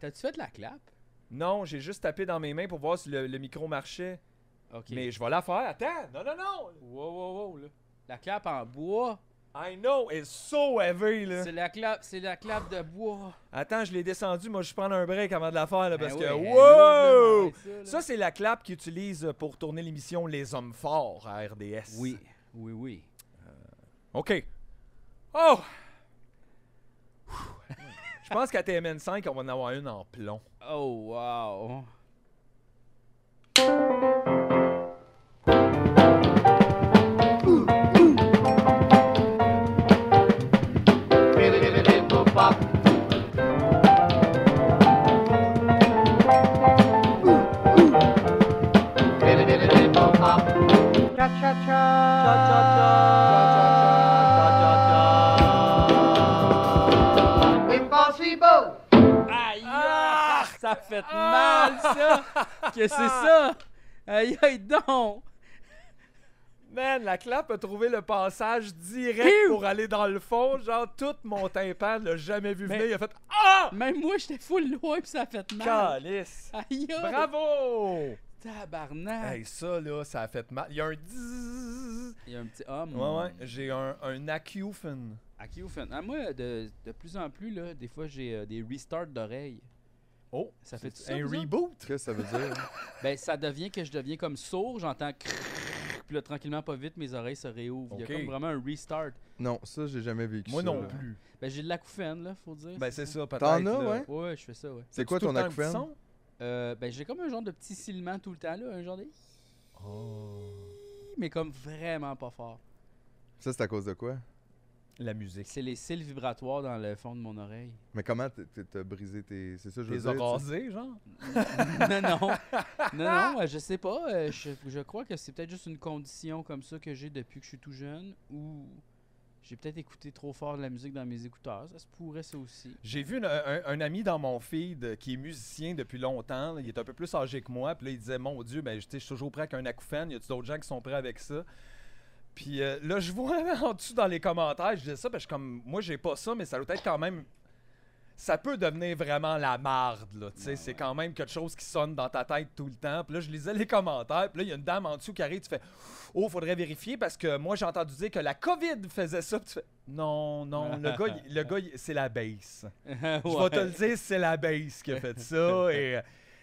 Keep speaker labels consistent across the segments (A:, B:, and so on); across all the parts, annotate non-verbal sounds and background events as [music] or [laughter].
A: T'as-tu fait de la clap?
B: Ah! Non, j'ai juste tapé dans mes mains pour voir si le, le micro marchait.
A: Ok.
B: Mais je vais la faire. Attends, non, non, non.
A: Wow, wow, wow, là. La clap en bois.
B: I know, it's so heavy, là.
A: C'est la clap, c'est la clap de bois.
B: Attends, je l'ai descendu. Moi, je vais prendre un break avant de la faire, là,
A: Ben
B: parce
A: oui,
B: que.
A: elle est
B: Wow!
A: lourde, là,
B: Ça, c'est la clap qu'ils utilisent pour tourner l'émission Les Hommes Forts à RDS.
A: Oui, oui, oui.
B: OK. Oh! Ouh. Je pense qu'à TMN5, on va en avoir une en plomb.
A: Oh, wow.
C: Impossible!
A: Aïe!
B: ah,
A: Ça fait mal, ça! Ah! [laughs] que c'est ça?
B: Ah!
A: Aïe, aïe, donc!
B: Man, la clap a trouvé le passage direct
A: Piou!
B: pour aller dans le fond. Genre, tout mon tympan l'a jamais vu
A: Mais-
B: venir. Il a fait Ah!
A: Même moi, j'étais full loin pis ça a fait mal.
B: Calice!
A: Aïe, aïe!
B: Bravo!
A: Tabarnak!
B: Hey, ça, là, ça a fait mal. Il y a un zzzz.
A: Il y a un petit homme.
B: Ouais, ouais. J'ai un, un acouphène.
A: À qui vous faites? Ah, moi, de, de plus en plus, là, des fois, j'ai euh, des restarts d'oreilles.
B: Oh!
A: Ça
B: c'est
A: fait ça,
B: Un
A: vous autres?
B: reboot?
D: Qu'est-ce que ça veut dire?
A: Ben, ça devient que je deviens comme sourd, j'entends crrrr, puis là, tranquillement, pas vite, mes oreilles se réouvrent. Il y
B: Ok.
A: a comme vraiment un restart.
D: Non, ça, j'ai jamais vécu
B: Moi
D: ça,
B: non
D: là.
B: plus.
A: Ben, j'ai de l'acouphène, là, faut dire.
B: Ben, c'est ça, peut-être.
D: T'en as,
B: là.
D: ouais?
A: Ouais, ouais, je fais ça, ouais.
D: C'est quoi
B: Tout le
D: ton
B: temps le
D: acouphène?
B: son?
A: Euh, ben, j'ai comme un genre de petit silement tout le temps, là, un genre de...
B: Oh.
A: Mais comme vraiment pas fort.
D: Ça, c'est à cause de quoi?
B: La musique.
A: C'est les cils vibratoires dans le fond de mon oreille. [laughs]
D: Mais comment t- t- t'as brisé tes. C'est ça, je veux
B: Les
D: dire. tu sais.
B: rasés, genre?
A: non, non. Non, non, euh, je sais pas. euh, Je, je crois que c'est peut-être juste une condition comme ça que j'ai depuis que je suis tout jeune ou j'ai peut-être écouté trop fort de la musique dans mes écouteurs. Ça se pourrait, ça aussi. [laughs]
B: J'ai vu une- un, un ami dans mon feed euh, qui est musicien depuis longtemps. là, Il est un peu plus âgé que moi. Puis là, il disait Mon Dieu, ben, je tu sais, je suis toujours prêt avec un acouphène. Y a-tu d'autres gens qui sont prêts avec ça Puis euh, là, je vois [laughs] en dessous dans les commentaires, je disais ça parce que comme moi, j'ai pas ça, mais ça doit être quand même. Ça peut devenir vraiment la marde, là. Tu sais, c'est quand même quelque chose qui sonne dans ta tête tout le temps. Puis là, je lisais les commentaires. Puis là, il y a une dame en dessous qui arrive. Tu fais Oh, faudrait vérifier parce que moi, j'ai entendu dire que la COVID faisait ça. Puis tu fais Non, non, le gars, il- le gars, il- c'est la base. Je vais
A: [laughs]
B: te le dire, c'est la base qui a fait ça. et euh,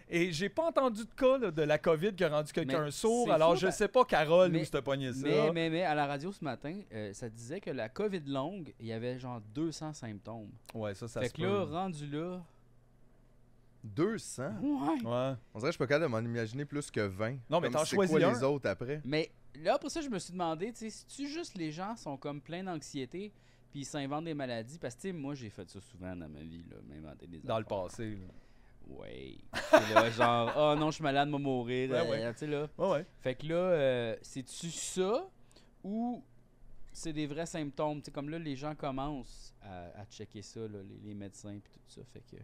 B: et j'ai pas entendu de cas là, de la COVID qui a rendu quelqu'un
A: Mais
B: sourd.
A: c'est
B: Alors,
A: fou,
B: je
A: ben-
B: sais pas, Carole,
A: mais-
B: où c'était pogné ça.
A: Mais, mais, mais, à la radio ce matin, euh, ça disait que la COVID longue, il y avait genre 200 symptômes.
B: Ouais, ça, ça
A: fait
B: se
A: que là,
B: peut.
A: rendu là,
D: 200?
A: ouais.
B: Ouais.
D: On dirait que je suis pas capable de m'en imaginer plus que 20.
B: Non, mais
D: Comme
B: t'en
D: c'est
B: choisis
D: quoi
B: un.
D: les autres après?
A: Mais là, pour ça, je me suis demandé, tu sais, si-tu juste les gens sont comme pleins d'anxiété, puis ils s'inventent des maladies, parce que, tu sais, moi, j'ai fait ça souvent dans ma vie, là, m'inventer des
B: Dans le
A: affaires.
B: passé. là.
A: Ouais. [laughs] C'est là, genre, oh non, je suis malade, moi mourir.
B: Ouais,
A: euh,
B: ouais.
A: Tu sais, là.
B: Ouais, ouais.
A: Fait que là, euh, c'est-tu ça ou c'est des vrais symptômes? Tu sais, comme là, les gens commencent à, à checker ça, là, les, les médecins, puis tout ça. Fait que.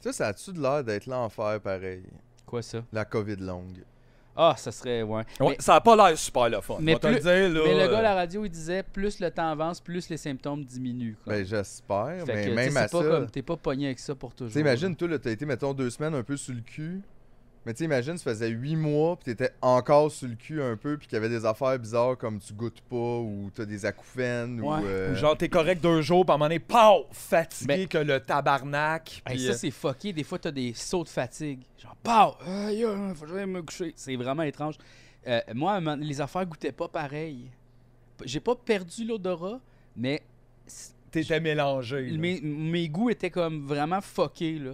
D: Ça, ça a-tu de l'air d'être l'enfer pareil?
A: Quoi ça?
D: La COVID longue.
A: Ah, ça serait. Ouais.
B: Ouais, Ça a pas l'air super le fun.
A: Mais
B: on va te le dire, là.
A: Mais le gars à
B: euh,
A: la radio, il disait plus le temps avance, plus les symptômes diminuent. quoi.
D: Ben,
A: Fait
D: j'espère, mais
A: que, tu sais,
D: même
A: c'est
D: à
A: pas
D: ça.
A: comme t'es pas pogné avec ça pour toujours.
D: Tu sais, imagine, toi, là, t'as été, mettons, deux semaines un peu sur le cul. Mais tu sais, imagine, ça faisait huit mois, puis t'étais encore sur le cul un peu, puis qu'il y avait des affaires bizarres comme tu goûtes pas, ou t'as des acouphènes,
A: Ouais.
D: ou. euh,
B: ou Genre, t'es correct deux jours, puis à un moment donné, pow, fatigué
A: Mais-
B: que le tabarnak.
A: Hey,
B: puis,
A: ça
B: euh,
A: c'est fucké, des fois t'as des sauts de fatigue. Genre, pow! Aïe, aïe, faut que j'aille me coucher. C'est vraiment étrange. Euh, moi, à un moment- les affaires goûtaient pas pareil. P- J'ai pas perdu l'odorat, mais s-
B: T'étais mélangé. là.
A: mes, mes goûts étaient comme vraiment fuckés, là.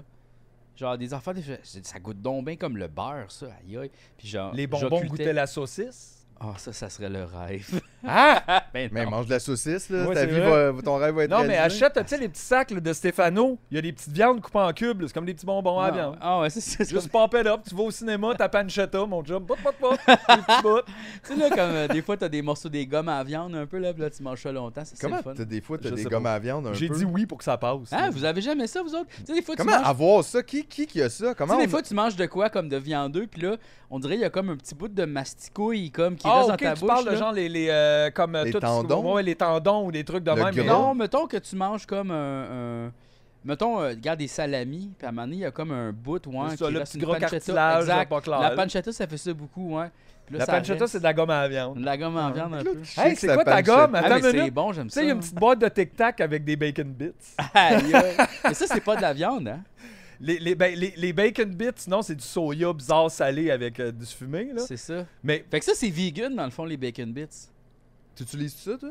A: Genre, des affaires, des fois, ça goûte donc bien comme le beurre, ça, aïe aïe. Puis genre,
B: Les bonbons
A: Ah, j'occultais-
B: goûtaient la saucisse.
A: Ah, ça, ça serait le rêve.
B: Ah! [laughs]
A: ben,
D: Mais
A: non.
D: mange de la saucisse, là.
B: Ouais,
D: ta
B: c'est
D: vie
B: vrai.
D: va- ton rêve va être.
B: Non, mais
D: réalisé.
B: achète, tu sais, les petits sacs là, de Stéphano. Il y a des petites viandes coupées en cubes. là, C'est comme des petits bonbons à
A: Non.
B: viande.
A: Ah ouais, c'est ça. c'est
B: Juste pop it up. Tu vas au cinéma, ta pancetta, mon job. Pop, pop,
D: [laughs]
B: pop. des petits bouts.
A: Tu sais, là, comme euh, des fois, t'as des morceaux des gommes à viande un peu, là, puis là, tu manges ça longtemps, ça, c'est le
D: Comment
A: fun.
D: t'as des fois, t'as
B: Je
D: des
B: sais
D: gommes
B: pas.
D: à viande un peu?
B: J'ai dit oui pour que ça passe.
A: Ah,
B: là.
A: vous avez jamais ça, vous autres? Tu sais, des fois,
D: Comment
A: tu manges...
D: avoir ça? Qui, qui qui a ça?
A: tu sais,
D: Comment
A: des
D: on-
A: fois, tu manges de quoi comme de viandeux, puis là, on dirait qu'il y a comme un petit bout de masticouille comme, qui
B: Ah,
A: reste
B: ok,
A: dans ta
B: tu
A: bouche.
B: parles de
A: là.
B: genre les, les, euh, comme euh,
D: Les
B: tout-
D: tendons?
B: ouais, les tendons ou des trucs de
D: Le
B: même. mais
D: gras?
A: Non, mettons que tu manges comme un. un- Mettons, euh, regarde des salamis, puis à un moment donné, il y a comme un bout, ouais,
B: ça,
A: qui
B: le
A: reste
B: petit
A: une
B: gros
A: pancetta.
B: cartilage, là,
A: Exact.
B: pas clair.
A: La pancetta, ça fait ça beaucoup, ouais. Puis là,
B: La
A: ça
B: pancetta,
A: reste.
B: c'est Ah, de la gomme à la viande.
A: de la gomme en viande un peu.
B: Hey, c'est quoi ta gomme?
A: Ah,
B: Attends
A: mais
B: une minute.
A: c'est bon, j'aime
B: Tu
A: ça.
B: sais, il y a une petite boîte de Tic Tac avec des bacon bits.
A: [laughs] Aïe,
B: [laughs]
A: aïe. mais ça, c'est pas de la viande, hein?
B: Les, les, ben, les, les bacon bits, non, c'est du soya bizarre salé avec euh, du fumé. Là.
A: C'est ça.
B: Mais
A: Fait que ça, c'est vegan, dans le fond, les bacon bits.
D: Tu utilises ça, toi?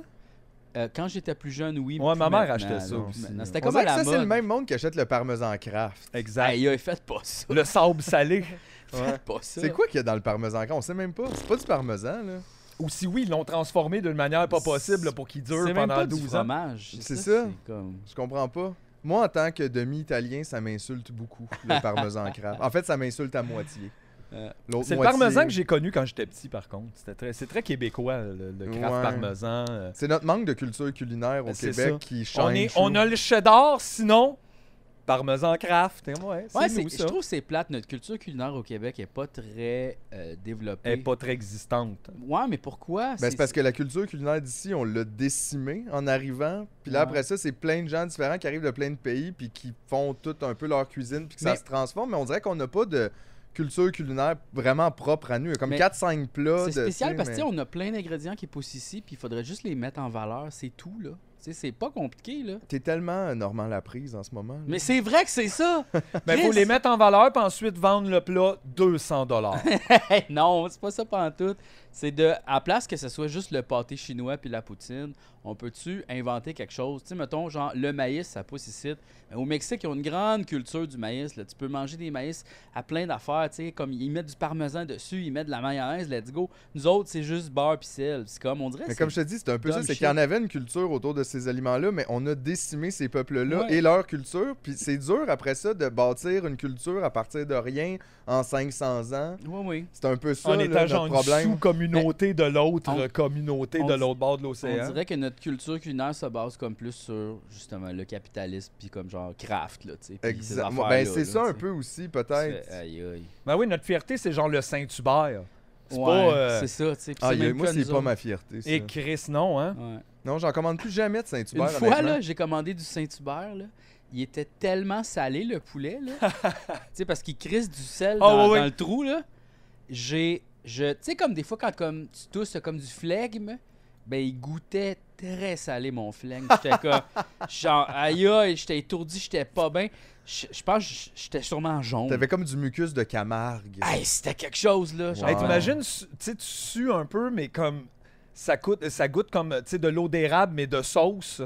A: Euh, quand j'étais plus jeune, oui. mais
B: Ouais,
A: plus
B: ma mère
A: maintenant,
B: achetait ça
A: là,
B: aussi,
A: maintenant.
B: là.
A: C'était
D: On
A: comme
D: dirait
A: à
D: que
A: la
D: ça, c'est le
A: mode.
D: même monde qui achète le parmesan craft.
B: exact.
A: Aïe, aïe, faites pas ça.
B: Le sable salé.
A: Faites pas ça.
D: C'est quoi qu'il y a dans le parmesan craft? On sait même pas. C'est pas du parmesan, là.
B: Ou si oui, ils l'ont transformé d'une manière pas possible là, pour qu'il dure
A: C'est même
B: pendant
A: pas du
B: 12 ans.
A: fromage.
D: C'est ça.
A: c'est comme-
D: Je comprends pas. Moi, en tant que demi-italien, ça m'insulte beaucoup, le parmesan craft. En fait, ça m'insulte à moitié.
A: Euh,
D: L'autre
B: C'est le
D: moitié-
B: parmesan que j'ai connu quand j'étais petit, par contre. C'était très- C'est très québécois, le, le craft
D: Ouais.
B: parmesan. euh.
D: C'est notre manque de culture culinaire au
B: Ben, c'est
D: Québec
B: ça.
D: qui
B: On,
D: change.
B: est, on a le cheddar, sinon, parmesan craft. Et Ouais, c'est
A: Ouais,
B: nous,
A: c'est- je
B: ça.
A: trouve que c'est plate. Notre culture culinaire au Québec est pas très euh, développée.
B: Elle est pas très existante.
A: Ouais, mais pourquoi?
D: Ben, c'est parce que la culture culinaire d'ici, on l'a décimée en arrivant. Puis là,
A: Ouais.
D: après ça, c'est plein de gens différents qui arrivent de plein de pays puis qui font tout un peu leur cuisine puis que ça
A: Mais-
D: se transforme. Mais on dirait qu'on n'a pas de culture culinaire vraiment propre à nous. Il y a comme
A: Mais
D: 4-5 plats.
A: C'est
D: de-
A: spécial
D: tu sais,
A: parce que
D: mais-
A: tu sais, on a plein d'ingrédients qui poussent ici, puis il faudrait juste les mettre en valeur. C'est tout, là. Tu sais, c'est pas compliqué, là.
D: T'es tellement euh, Normand Laprise en ce moment. là.
A: Mais c'est vrai que c'est ça!
B: Mais il faut
A: Chris!
B: les mettre en valeur, puis ensuite vendre le plat 200 dollars.
A: [laughs] Hey, non, c'est pas ça pantoute. C'est de, à place que ce soit juste le pâté chinois puis la poutine, on peut-tu inventer quelque chose? Tu sais, mettons, genre, le maïs, ça pousse ici. Mais au Mexique, ils ont une grande culture du maïs. Là. Tu peux manger des maïs à plein d'affaires, tu sais, comme ils mettent du parmesan dessus, ils mettent de la mayonnaise, let's go. Nous autres, c'est juste beurre puis sel. C'est comme, on dirait...
D: Mais
A: c'est-
D: comme je te dis, c'est un peu ça,
A: dumb
D: c'est
A: shit.
D: qu'il y en avait une culture autour de ces aliments-là, mais on a décimé ces peuples-là
A: Ouais.
D: et leur culture. Puis c'est dur après ça de bâtir une culture à partir de rien en 500 ans.
A: Oui, oui.
D: C'est un peu [laughs] ça
B: en
D: là,
B: étant
D: notre
B: genre une
D: problème.
B: sous-communauté de l'autre
A: on-
B: communauté
A: on
B: de
A: di-
B: l'autre bord de
A: On
D: hein?
B: l'océan.
A: dirait que notre culture culinaire se base comme plus sur justement le capitalisme puis comme genre craft là, tu sais. puis ces
D: Exactement.
A: affaires-là,
D: Ben, c'est
A: là,
D: ça
A: tu
D: un
A: sais.
D: peu aussi,
A: Tu fais,
D: peut-être.
A: Aïe aïe.
B: Ben oui, notre fierté, c'est genre le Saint-Hubert. C'est
A: Ouais,
B: pas. euh,
A: c'est ça, tu sais. puis
D: Ah,
A: c'est même
D: moi,
A: plus à
D: c'est
A: nous
D: pas
A: autres.
D: ma fierté. ça.
B: Et Chris, non, hein?
A: Ouais.
D: Non, j'en commande plus jamais de Saint-Hubert.
A: Une fois,
D: honnêtement.
A: là, j'ai commandé du Saint-Hubert, là. Il était tellement salé, le poulet, [laughs] là. tu sais, parce qu'il crisse du sel
B: Ah,
A: dans,
B: ouais, ouais.
A: dans le trou, là. J'ai... Je, tu sais, comme des fois, quand comme, tu tousses t'as comme du flegme, ben, il goûtait très salé, mon flegme. J'étais [laughs] comme... Genre, aïe, aïe, j'étais étourdi, j'étais pas bien. Je je pense que j'étais sûrement jaune.
D: T'avais comme du mucus de Camargue.
A: Hey, c'était quelque chose, là. genre.
D: Ouais.
B: Hey, T'imagines, su- tu sais, tu sues un peu, mais comme. Ça, coûte, ça goûte comme tu sais, de l'eau d'érable, mais de
A: [laughs]
B: sauce.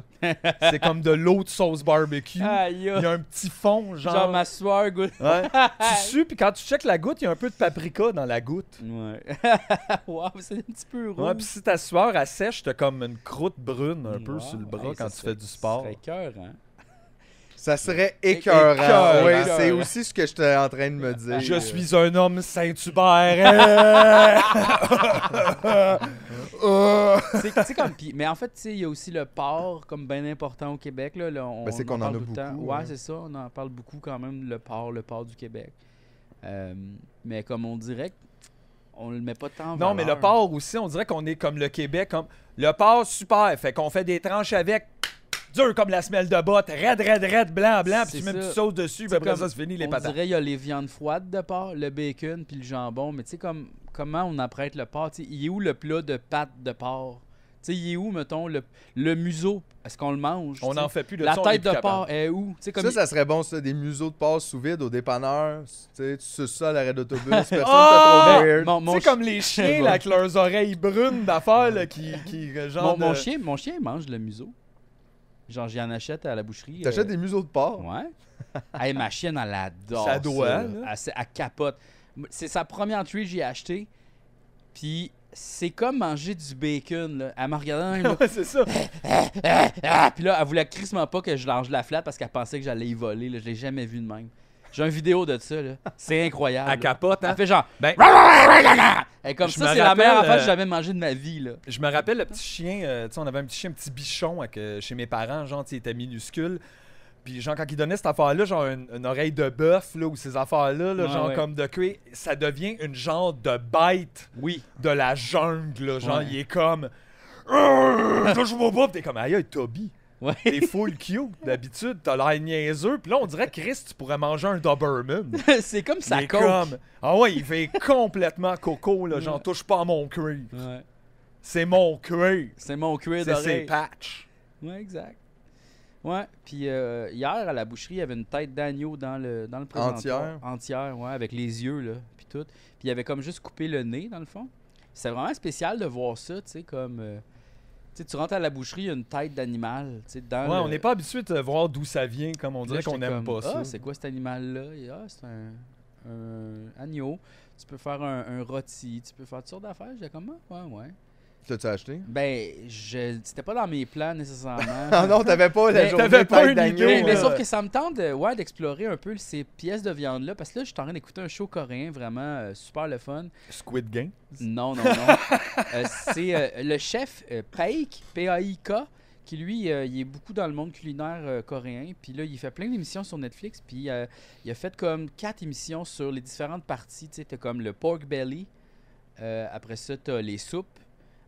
B: c'est comme de l'eau de sauce barbecue. Il
A: Aïe, aïe.
B: y a un petit fond, genre.
A: Ah. Genre, ma sueur goûte... [laughs]
B: Ouais. tu sues, puis quand tu checkes la goutte, il y a un peu de paprika dans la goutte.
A: Ouais. [laughs] wow, c'est un petit peu rouge.
B: Ouais, puis si ta sueur elle sèche, t'as comme une croûte brune un peu
A: Wow.
B: sur le bras
A: Hey, ça
B: quand tu
A: serait-
B: fais du sport.
A: ça serait hein. écœurant.
D: Ça serait
A: Écœurant.
D: écœurant. Oui, c'est
A: Écœurant.
D: aussi ce que j'étais en train de me dire.
B: Je
D: Euh,
B: suis un homme hein? Saint-Hubert.
D: Euh,
A: C'est- c'est comme pis- mais en fait, tu sais, il y a aussi le porc comme bien important au Québec là, là, on,
D: Ben, c'est qu'on en
A: parle
D: a
A: tout le temps.
D: beaucoup,
A: Ouais,
D: hein.
A: c'est ça, on en parle beaucoup quand même le porc, le porc du Québec. Euh, mais comme on dirait que on le met pas tant en
B: non, mais le
A: valeur.
B: porc aussi, on dirait qu'on est comme le Québec, comme le porc super, fait qu'on fait des tranches avec dur comme la semelle de botte, raide, raide, raide, blanc, blanc, puis
A: C'est
B: tu mets une
A: ça.
B: petite sauce dessus, puis
A: C'est
B: après
A: comme-
B: ça, c'est fini les
A: on
B: patates.
A: dirait il y a les viandes froides de porc, le bacon puis le jambon, mais tu sais comme comment on apprête le porc, tu sais, il est où le plat de pâte de porc Tu sais, il est où mettons le, le museau Est-ce qu'on le mange
B: On
A: tu sais?
B: n'en fait plus de
A: La
B: ça, on est
A: tête
B: plus
A: de
B: capable.
A: porc est où Tu sais, comme
D: ça,
A: il-
D: ça serait bon, ça, des museaux de passe sous vide au dépanneur. Tu sais, tu suces ça à l'arrêt d'autobus, personne t'a
B: Ah!
D: trouvé weird.
A: mon, mon
B: C'est
A: chi-
B: comme les chiens là, avec leurs oreilles brunes d'affaires là,
A: [laughs]
B: qui, [laughs] qui euh, genre
A: Mon, mon
B: de-
A: chien, mon chien mange le museau. Genre, j'en achète à la boucherie.
D: T'achètes
A: euh,
D: des museaux de porc?
A: Ouais.
D: [laughs]
A: hey, ma chienne, elle adore.
B: Ça doit, hein?
A: là.
B: là.
A: Elle, s'est- elle capote. C'est sa première tree que j'ai achetée. Puis, c'est comme manger du bacon. Là. Elle
B: [laughs]
A: m'a regardé. Là,
B: Ouais, c'est ça.
A: Ah, ah! [laughs] Puis là, elle voulait crissement pas que je lance la flatte parce qu'elle pensait que j'allais y voler. Là. Je l'ai jamais vu de même. J'ai une vidéo de ça. là. C'est incroyable.
B: À
A: là.
B: capote, hein?
A: Elle fait genre.
B: Ben-
A: Et comme
B: Je
A: ça,
B: me
A: c'est la meilleure
B: rappelle,
A: affaire que
B: euh,
A: j'ai jamais mangée de ma vie. Là.
B: Je me rappelle le petit chien, euh, tu sais, on avait un petit chien, un petit bichon avec, euh, chez mes parents, genre, tu sais, il était minuscule. Puis, genre, quand il donnait cette affaire-là, genre, une, une oreille de bœuf, là, ou ces affaires-là, là,
A: Ouais,
B: genre,
A: ouais.
B: comme de cuir, ça devient une genre de bête
A: Oui.
B: de la jungle, là. Genre,
A: Ouais. [laughs]
B: il est comme. Touche-moi pas! Puis t'es comme, aïe, aïe, Toby.
A: Ouais. [laughs]
B: T'es full cute d'habitude, t'as l'air niaiseux. Puis là, on dirait, Chris, tu pourrais manger un Doberman.
A: c'est comme [laughs] ça
B: Il est
A: coke.
B: comme- Ah ouais, il fait complètement coco, là. J'en touche pas à mon cuir.
A: Ouais.
B: C'est mon cuir.
A: C'est mon cuir
B: C'est ses
A: d'oreille.
B: patchs.
A: Ouais, exact. Ouais, puis euh, hier à la boucherie, il y avait une tête d'agneau dans le dans le présentoir.
D: Entière?
A: Entière, ouais, avec les yeux là, puis tout. Puis il avait comme juste coupé le nez dans le fond. C'est vraiment spécial de voir ça, tu sais comme euh, tu sais, tu rentres à la boucherie, il y a une tête d'animal, tu sais dans
B: Ouais,
A: le-
B: on n'est pas habitué de voir d'où ça vient, comme on
A: Puis
B: dirait
A: là,
B: qu'on
A: j'étais
B: n'aime
A: comme,
B: pas ça.
A: Ah, c'est quoi cet animal-là? Et, Ah, c'est un, un agneau. Tu peux faire un, un rôti, tu peux faire toutes sortes d'affaires. J'ai comme, ah, ouais, ouais.
D: T'as-tu acheté?
A: Ben, je... c'était pas dans mes plans
B: [laughs]
A: nécessairement.
D: [laughs] Ah non, t'avais pas la
A: Mais
D: journée
B: t'avais pas
D: tête
B: une
D: d'agneau,
B: idée,
A: mais, mais
D: là.
A: sauf que ça me tente de- ouais, d'explorer un peu ces pièces de viande-là, parce que là, je suis en train d'écouter un show coréen vraiment euh, super le fun.
B: Squid Game.
A: Non, non, non. Euh, c'est euh, le chef euh, Paik, P-A-I-K, qui lui, euh, il est beaucoup dans le monde culinaire euh, coréen. Puis là, il fait plein d'émissions sur Netflix. Puis euh, il a fait comme quatre émissions sur les différentes parties. Tu sais, t'as comme le pork belly. Euh, après ça, t'as les soupes.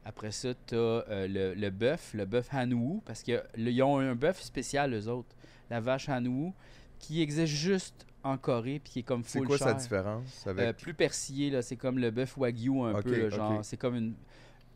A: Après ça, t'as euh, le, le bœuf, le bœuf Hanwoo. Parce qu'ils ont un bœuf spécial, eux autres. La vache Hanwoo, qui existe juste en Corée. Puis qui est comme
D: C'est
A: full
D: quoi sa
A: cher.
D: différence
A: Euh,
D: avec...
A: plus persillé, là, c'est comme le bœuf wagyu un
D: Ok,
A: peu, là, genre,
D: ok.
A: c'est comme une...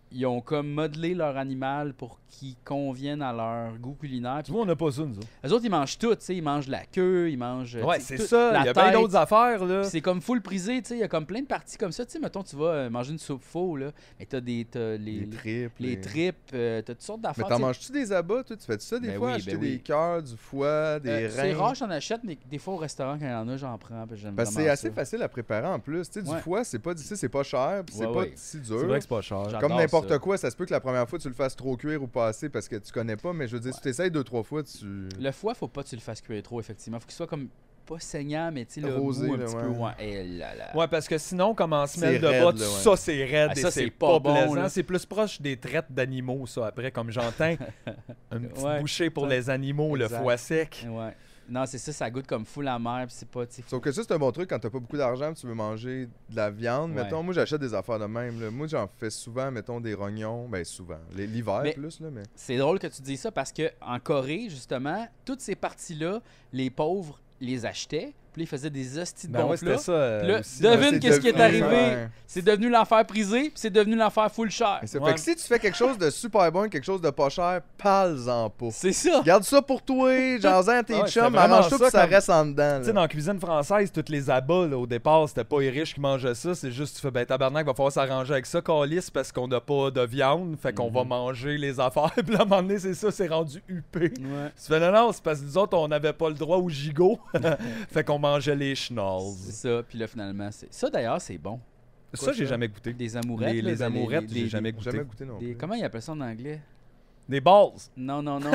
A: Ils ont comme modelé leur animal pour qu'il convienne à leur goût culinaire.
B: Tu
A: Puis,
B: vois, on n'a pas ça, nous autres.
A: eux autres, ils mangent tout, tu sais, ils mangent la queue, ils mangent... euh,
B: Ouais,
A: tu sais,
B: c'est
A: tout,
B: ça.
A: la
B: Il y a bien
A: tête.
B: d'autres affaires, là.
A: Puis C'est comme full prisé, tu sais, il y a comme plein de parties comme ça. Tu sais, mettons, tu vas euh, manger une soupe faux, là, mais t'as des... t'as les,
D: Les
A: les,
D: tripes. les-
A: tripes, euh, t'as toutes sortes d'affaires.
D: Mais t'en
A: tu sais.
D: manges-tu des abats, toi? Tu fais ça des
A: Ben
D: fois?
A: oui,
D: acheter
A: ben oui.
D: des cœurs, du foie, des
A: Euh,
D: reins?
A: C'est rare, j'en achète, mais des fois au restaurant, quand il y en a, j'en prends, puis j'aime
D: Parce que c'est
A: vraiment
D: assez
A: ça.
D: facile à préparer en plus. Tu sais,
A: Ouais.
D: du foie, c'est pas difficile, c'est pas cher, puis c'est
A: Ouais,
D: pas
A: ouais.
D: si
B: C'est vrai
D: dur.
B: que c'est pas cher.
A: J'adore
D: Comme n'importe
A: ça.
D: quoi, ça se peut que la première fois tu le fasses trop cuire ou pas assez parce que tu connais pas, mais je veux dire, si tu essayes deux, trois fois, tu.
A: Le foie, faut pas que tu le fasses cuire trop, effectivement. Faut qu'il soit comme pas saignant, mais tu sais, le
D: Rosé,
A: goût un
D: là,
A: petit
D: ouais.
A: peu. Ouais, Eh là là.
B: Ouais, parce que sinon, comme en
D: C'est
B: semaine de
D: raide,
B: bas,
D: là, ouais.
B: ça, c'est raide
A: Ah,
B: et
A: ça,
B: c'est
A: c'est
B: pas,
A: pas bon,
B: plaisant.
A: là.
B: C'est plus proche des traites d'animaux, ça, après, comme j'entends.
A: [laughs]
B: Une petite
A: Ouais.
B: bouchée pour les animaux, le
A: Exact.
B: foie sec.
A: Ouais. Non, c'est ça, ça goûte comme fou la mer, puis c'est pas. tu sais, faut-
D: Sauf que ça, c'est un bon truc quand t'as pas beaucoup d'argent, puis tu veux manger de la viande.
A: Ouais.
D: Mettons, moi, j'achète des affaires de même. là. Moi, j'en fais souvent, mettons, des rognons. Ben, souvent. L- L'hiver,
A: Mais-
D: plus, là, mais.
A: C'est drôle que tu dis ça parce que en Corée, justement, toutes ces parties-là, les pauvres les achetaient, puis ils faisaient des hosties de
B: Ben
A: bons
B: ouais,
A: plats.
B: c'était ça. euh,
A: Puis là,
B: aussi,
A: devine
B: dans ces
D: C'est
A: qu'est-ce qui est
D: devenu-
A: arrivé.
D: Ouais.
A: C'est devenu l'affaire prisée, puis c'est devenu l'affaire full cher.
D: Mais c'est-
B: Ouais.
D: Fait que si tu fais quelque chose de super bon, quelque chose de pas cher, parle-en pas.
A: C'est ça.
D: Garde ça pour toi, j'en à tes
B: Ouais, c'était
D: chums,
B: vraiment
D: arrange-toi
B: ça
D: que ça
B: comme-
D: reste en dedans.
B: Tu
D: là.
B: sais, dans la cuisine française, toutes les abats, là, au départ, c'était pas les riches qui mangeaient ça. C'est juste, tu fais, ben, tabarnak, va falloir s'arranger avec ça, calice, parce qu'on n'a pas de viande. Fait qu'on va
A: Mhm.
B: manger les affaires. [laughs] Puis là, à un moment donné, c'est ça, c'est rendu huppé.
A: Ouais.
B: Tu fais, non, non, c'est parce que nous autres, on n'avait pas le droit au gigot. [laughs] fait qu'on mangeait les
A: C'est
B: schnalls.
A: ça, puis là, finalement, c'est. Ça, d'ailleurs, c'est bon.
B: Ça, j'ai
D: ça?
B: jamais goûté.
A: Des amourettes.
B: Les,
A: là,
B: les
A: des-
B: amourettes,
A: des-
B: j'ai
A: des-
B: jamais
D: J'ai
B: goûté.
D: Jamais goûté non
A: des-
D: plus.
A: Comment ils appellent ça en anglais
B: Des balls.
A: Non, non,
D: [laughs]
A: non.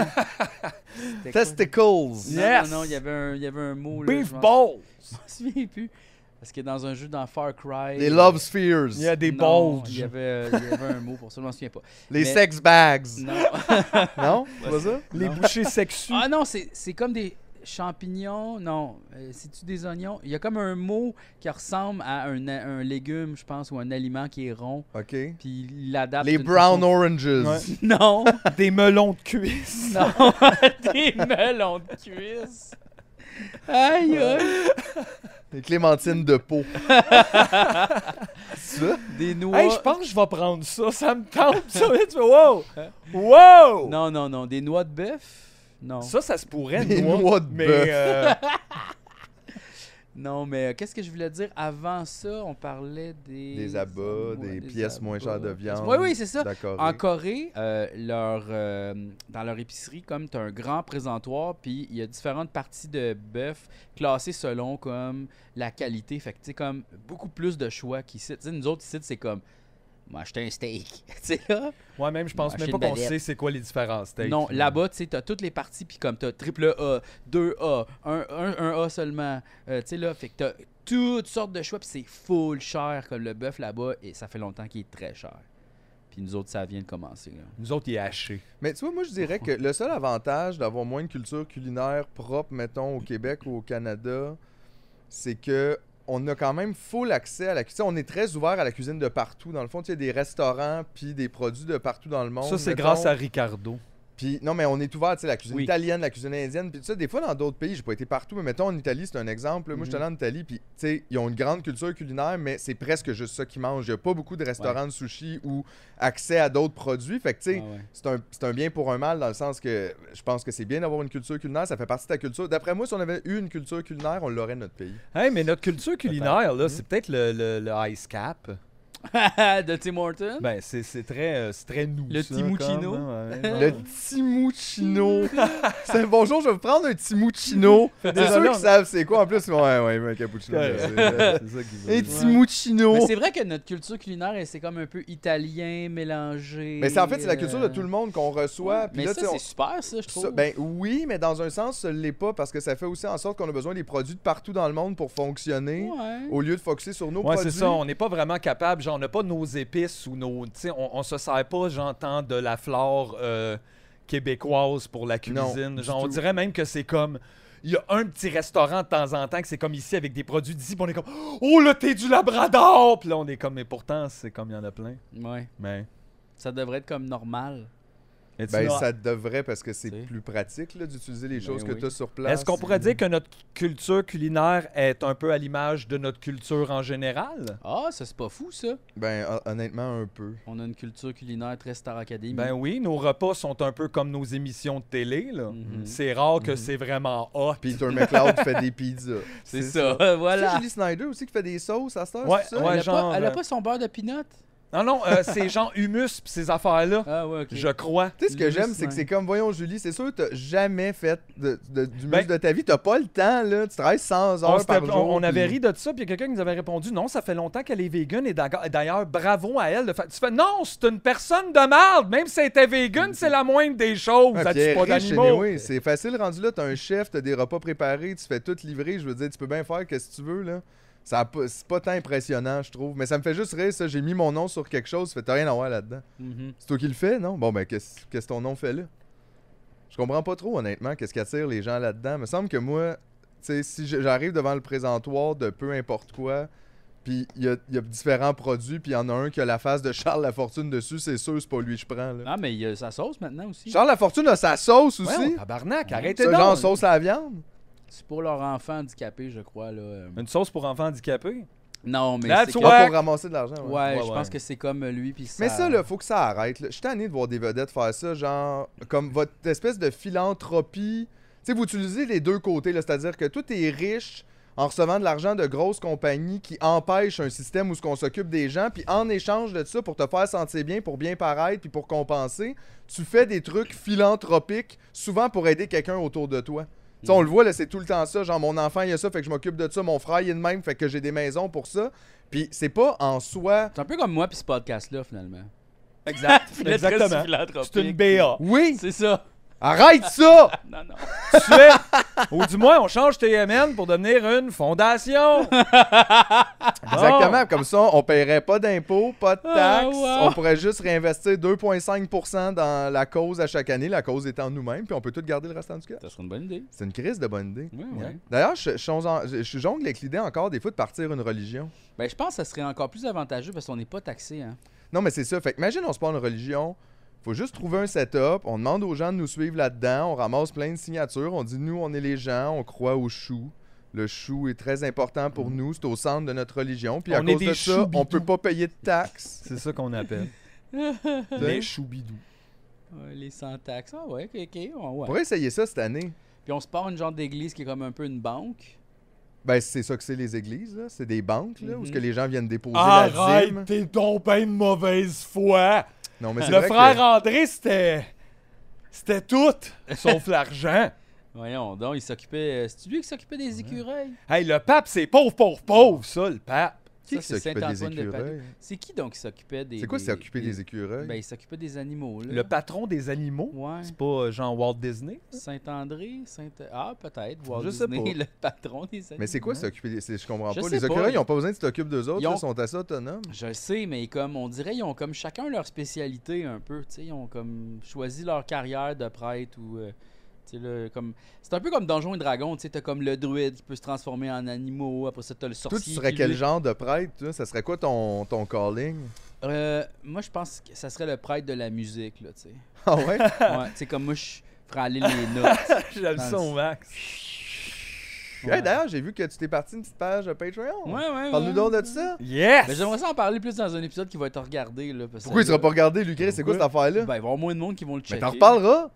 A: C'était quoi? Non,
D: Testicles!
B: Yes!
A: non, non, il y avait un, il y avait un mot. là,
B: Beef
A: je m'en-
B: balls.
A: Je m'en [laughs] souviens plus. Parce que dans un jeu dans Far Cry.
D: Les
A: euh,
D: Love Spheres!
B: Il y a des
A: non,
B: balls.
A: Il y, avait, euh, il y avait un mot pour ça, je m'en souviens pas.
D: Les
A: Mais-
D: Sex Bags!
A: Non.
D: [laughs] Non? C'est pas ça?
B: Les
A: Non.
B: bouchées
A: [laughs]
B: sexues.
A: Ah non, c'est c'est comme des champignons. Non, euh, c'est-tu des oignons Il y a comme un mot qui ressemble à un, a- un légume, je pense, ou un aliment qui est rond.
D: Ok.
A: Puis il l'adapte.
D: Les
A: d'une
D: Brown
A: façon-
D: Oranges!
B: Ouais.
A: [laughs] Non,
B: des melons de cuisse.
A: non, [laughs] des melons de cuisse. Aïe, aïe.
D: Les Clémentines de peau! C'est ça?
A: Des noix.
B: Hey, je pense que je vais prendre ça. Ça me tente. Ça, [laughs] tu fais, wow!
A: Hein?
B: Wow!
A: Non, non, non. Des noix de bœuf Non.
B: Ça, ça se pourrait,
D: Des
B: noix,
D: noix de
B: mais
D: bœuf.
B: euh,
A: Non, mais euh, qu'est-ce que je voulais dire avant ça On parlait des.
D: Des abats, des pièces moins chères de viande.
A: Oui, oui, c'est ça.
D: D'accord.
A: En Corée, euh, leur, euh, dans leur épicerie, comme tu as un grand présentoir, puis il y a différentes parties de bœuf classées selon comme la qualité. Fait que tu sais, comme beaucoup plus de choix qu'ici. Tu sais, nous autres ici, c'est comme. Moi, acheter un steak. [laughs] tu sais, là.
B: ouais, même, je pense
A: Mâcher
B: même pas
A: une
B: qu'on
A: baguette.
B: sait c'est quoi les différences. steaks,
A: Non, là-bas, tu sais, t'as toutes les parties, puis comme t'as triple A, 2A, 1A seulement, euh, tu sais, là, fait que t'as toutes sortes de choix, puis c'est full cher, comme le bœuf là-bas, et ça fait longtemps qu'il est très cher. Puis nous autres, ça vient de commencer, là.
B: Nous autres, il est haché.
D: Mais tu vois, moi, je dirais que le seul avantage d'avoir moins une culture culinaire propre, mettons, au Québec ou au Canada, c'est que on a quand même full accès à la cuisine. On est très ouvert à la cuisine de partout. Dans le fond, tu sais, il y a des restaurants puis des produits de partout dans le monde.
B: ça, c'est
D: mettons.
B: grâce à Ricardo.
D: Puis non, mais on est ouvert, tu sais, la cuisine
A: Oui.
D: italienne, la cuisine indienne. Puis tu sais, des fois, dans d'autres pays, j'ai pas été partout, mais mettons en Italie, c'est un exemple. là. Moi, j'étais
A: Mhm.
D: allé en Italie, puis tu sais, ils ont une grande culture culinaire, mais c'est presque juste ça qu'ils mangent. Il y a pas beaucoup de restaurants de sushi ou accès à d'autres produits. Fait que tu sais,
A: Ah ouais.
D: c'est un, c'est un bien pour un mal dans le sens que je pense que c'est bien d'avoir une culture culinaire, ça fait partie de ta culture. D'après moi, si on avait eu une culture culinaire, on l'aurait notre pays.
B: Hey, mais notre culture culinaire,
D: Hmm?
B: là, c'est peut-être le, le- le ice cap.
A: [laughs] de Tim Horton.
B: Ben, c'est c'est très, euh, c'est très nous.
A: Le
B: ça,
A: timuccino.
B: comme, hein, ouais,
D: Le
B: ouais.
D: timuccino. c'est bonjour, je vais vous prendre un timuccino. C'est
B: désolé,
D: ceux
B: on-
D: qui savent c'est quoi en plus. Ouais, ouais, mais un cappuccino.
B: Ouais.
D: c'est-
B: Ouais,
D: euh,
B: [laughs] c'est ça qu'ils veulent.
D: Un timuccino.
A: Mais c'est vrai que notre culture culinaire, elle, c'est comme un peu italien mélangé.
D: Mais c'est en fait, c'est la culture de
A: euh,
D: tout le monde qu'on reçoit.
A: Ouais,
D: Puis
A: mais
D: là,
A: ça,
D: tu sais, on-
A: c'est super, ça, je trouve.
D: Ça, ben oui, mais dans un sens, ça l'est pas parce que ça fait aussi en sorte qu'on a besoin des produits de partout dans le monde pour fonctionner
A: ouais.
D: au lieu de focuser sur nos
B: Ouais, c'est
D: produits.
B: ça. On n'est pas vraiment capable. Genre, on n'a pas nos épices ou nos. Tu sais, on, on se sert pas, j'entends, de la flore euh, québécoise pour la
D: Non,
B: cuisine.
D: du
B: genre, on
D: tout.
B: dirait même que c'est comme. Il y a un petit restaurant de temps en temps que c'est comme ici avec des produits d'ici, puis on est comme Oh là, t'es du Labrador! Puis là, on est comme, mais pourtant, c'est comme il y en a plein.
A: Ouais.
B: Mais.
A: Ça devrait être comme normal.
B: it's
D: Ben,
B: not.
D: ça devrait parce que c'est
A: C'est-
D: plus pratique là, d'utiliser les
A: Ben
D: choses que
A: oui.
D: tu as sur place.
B: Est-ce qu'on pourrait dire que notre culture culinaire est un peu à l'image de notre culture en général?
A: Ah, ça, c'est pas fou, ça.
D: Ben hon- honnêtement un peu.
A: On a une culture culinaire très Star
D: Mm-hmm.
A: Academy.
B: Ben oui, nos repas sont un peu comme nos émissions de télé. là.
D: Mm-hmm.
A: Mhm.
B: C'est rare que
A: Mhm.
B: c'est vraiment hot.
D: Peter McLeod fait
B: [laughs]
D: des pizzas.
A: c'est ça, [laughs] voilà.
D: C'est Julie Snyder aussi qui fait des sauces à cette heure,
B: Ouais,
D: c'est ça?
A: elle, a
B: genre,
A: pas, elle a
B: euh,
A: pas son beurre de peanut.
B: Non, non, euh,
D: [laughs]
B: c'est genre humus pis ces affaires-là,
A: Ah, ouais, ok.
B: je crois.
D: Tu sais, ce que
A: Julie
D: j'aime, c'est que c'est
A: Snyder.
D: comme, voyons, Julie, c'est sûr, t'as jamais fait de, de- du
B: Ben-
D: muscle de ta vie, t'as pas le temps, là. Tu travailles 100
B: On,
D: heures
B: s'était-
D: par jour.
B: on- on avait
D: puis-
B: ri de ça, puis il y a quelqu'un qui nous avait répondu Non, ça fait longtemps qu'elle est vegan, et d'aga- d'ailleurs, bravo à elle. de fa- Tu fais Non, c'est une personne de merde, même si elle était vegan, c'est la moindre des choses.
D: Ah,
B: Elle
D: puis
B: tue
D: elle
B: pas
D: est riche,
B: d'animaux.
D: anyway. C'est facile rendu là, t'as un chef, t'as des repas préparés, tu fais tout livrer, je veux dire, tu peux bien faire qu'est-ce que tu veux, là. Ça a pas- c'est pas tant impressionnant, je trouve. Mais ça me fait juste rire, ça. J'ai mis mon nom sur quelque chose, ça fait t'as rien à voir là-dedans.
A: Mhm.
D: C'est toi qui le fais, non? Bon, ben, qu'est-ce qu'est-ce que ton nom fait là? Je comprends pas trop, honnêtement, qu'est-ce qui attire les gens là-dedans. me semble que moi, tu sais, si je- j'arrive devant le présentoir de peu importe quoi, puis il y a, il y a différents produits, puis il y en a un qui a la face de Charles Lafortune dessus, c'est sûr, c'est pas lui que je prends, là.
A: Ah, mais il y a sa sauce maintenant aussi.
D: Charles Lafortune a sa sauce aussi!
B: Voyons, tabarnak, arrêtez
D: C'est
B: donc.
D: genre sauce à la viande?
A: C'est pour leur enfant handicapé, je crois. Là. euh.
B: Une sauce pour enfants handicapés.
A: Non, mais
B: That's
A: c'est comme...
B: what-
D: Ah,
B: Ouais.
D: pour ramasser de l'argent.
A: Ouais,
D: ouais.
A: je
B: Ouais, ouais.
A: pense que c'est comme lui. Puis
D: Mais ça, là, faut que ça arrête. là. Je suis tanné de voir des vedettes faire ça, genre, comme votre espèce de philanthropie. Tu sais, vous utilisez les deux côtés, là, c'est-à-dire que tout est riche en recevant de l'argent de grosses compagnies qui empêchent un système où ce qu'on s'occupe des gens, puis en échange de ça, pour te faire sentir bien, pour bien paraître, puis pour compenser, tu fais des trucs philanthropiques, souvent pour aider quelqu'un autour de toi. Tu sais, on le voit, là, c'est tout le temps ça. Genre, mon enfant, il a ça, fait que je m'occupe de ça. Mon frère, il est de même, fait que j'ai des maisons pour ça. Puis c'est pas en soi...
A: C'est un peu comme moi puis ce podcast-là, finalement. [laughs]
B: Exact.
A: Puis le très
B: Exactement.
A: philanthropique,
B: C'est une BA.
D: Oui!
A: C'est ça.
D: Arrête ça!
A: Non, non.
B: tu fais. Ou du moins, on change TMN pour devenir une
D: [laughs]
B: fondation.
D: Exactement, comme ça, on paierait pas d'impôts, pas de
A: Ah,
D: taxes.
A: wow.
D: On pourrait juste réinvestir 2,5 dans la cause à chaque année, la cause étant nous-mêmes, puis on peut tout garder le restant du cas.
A: Ça serait une bonne idée.
D: C'est une crise de bonne idée.
A: Ouais,
B: Ouais.
A: ouais.
D: D'ailleurs, je, je jonge en- je- je jongle avec l'idée encore des fois de partir une religion.
A: Ben, je pense que ça serait encore plus avantageux parce qu'on n'est pas taxé. Hein.
D: Non, mais c'est ça. Fait que imagine, on se prend une religion. Faut juste trouver un setup. On demande aux gens de nous suivre là-dedans. On ramasse plein de signatures. On dit, nous, on est les gens. On croit au chou. Le chou est très important pour
A: Mm.
D: nous. C'est au centre de notre religion. Puis à
B: On est
D: cause
B: des
D: de ça, on
B: choubidous.
D: peut pas payer de
A: [laughs]
D: taxes.
B: C'est ça qu'on appelle.
D: Les
B: choubidous.
A: Ouais, les sans-taxes. Ah, ouais, ok, ok. ouais, ouais.
D: On pourrait essayer ça cette année.
A: Puis on se part une genre d'église qui est comme un peu une banque.
D: Ben, c'est ça que c'est les églises, là. C'est des banques, là, où ce que
A: Mm-hmm.
D: les gens viennent déposer
A: Ah,
D: la dîme.
B: Arrête, t'es donc ben de mauvaise foi.
D: Non, mais c'est
B: Le
D: vrai
B: frère
D: que-
B: André, c'était. C'était tout, sauf l'argent.
A: Voyons donc, il s'occupait. euh, C'est lui qui s'occupait des écureuils.
B: Hey, le pape, c'est pauvre, pauvre, pauvre, ça, le pape.
D: Qui
A: Ça,
D: qui s'occupait des
A: Saint-Antoine de Padoue.
D: écureuils?
A: C'est qui donc qui s'occupait des.
D: C'est quoi
A: des-
D: s'occuper des écureuils?
A: Ben, il s'occupait des animaux, là.
B: Le patron des animaux.
A: Hein? Ouais.
B: C'est pas euh, genre Walt [laughs] Disney.
A: Saint-André, Saint. Ah, peut-être. Walt
D: Je sais
A: Disney, [laughs]
D: pas.
A: le patron des animaux.
D: mais c'est quoi
A: ça?
D: s'occuper des... c'est- Je comprends
A: hein? Je
D: pas.
A: sais
D: Les
A: pas.
D: écureuils, ils ont pas besoin de s'occuper d'eux autres,
A: Ils
D: là, ils
A: ont-
D: sont assez autonomes.
A: Je le sais, mais comme on dirait, ils ont comme chacun leur spécialité un peu. tu sais, Ils ont comme choisi leur carrière de prêtre ou. euh, tu sais, là, comme... C'est un peu comme Donjons et Dragons, tu sais, t'as comme le druide qui peut se transformer en animaux, après ça t'as le
D: Toi,
A: sorcier.
D: tu serais
A: qui,
D: quel
A: lui-
D: genre de prêtre, toi? Ça serait quoi ton, ton calling? [laughs]
A: Euh, moi, je pense que ça serait le prêtre de la musique, là, tu sais.
B: [laughs]
D: Ah ouais?
A: Ouais, tu sais, comme moi, je ferais aller les notes.
D: [laughs]
B: J'aime
A: Dans
B: ça
A: le-
B: au max.
D: Hey, D'ailleurs, j'ai vu que tu t'es parti une petite page euh, Patreon.
A: Ouais, ouais,
D: Parle-nous
A: ouais.
D: donc de ça.
B: Yes!
A: Mais j'aimerais ça en parler plus dans un épisode qui va être regardé, là. Parce que
D: Pourquoi il
A: là,
D: sera pas regardé, Lucré? C'est quoi cette
B: Pourquoi?
D: affaire-là?
A: Ben, il va y avoir moins de monde qui vont le checker.
D: Mais t'en reparleras.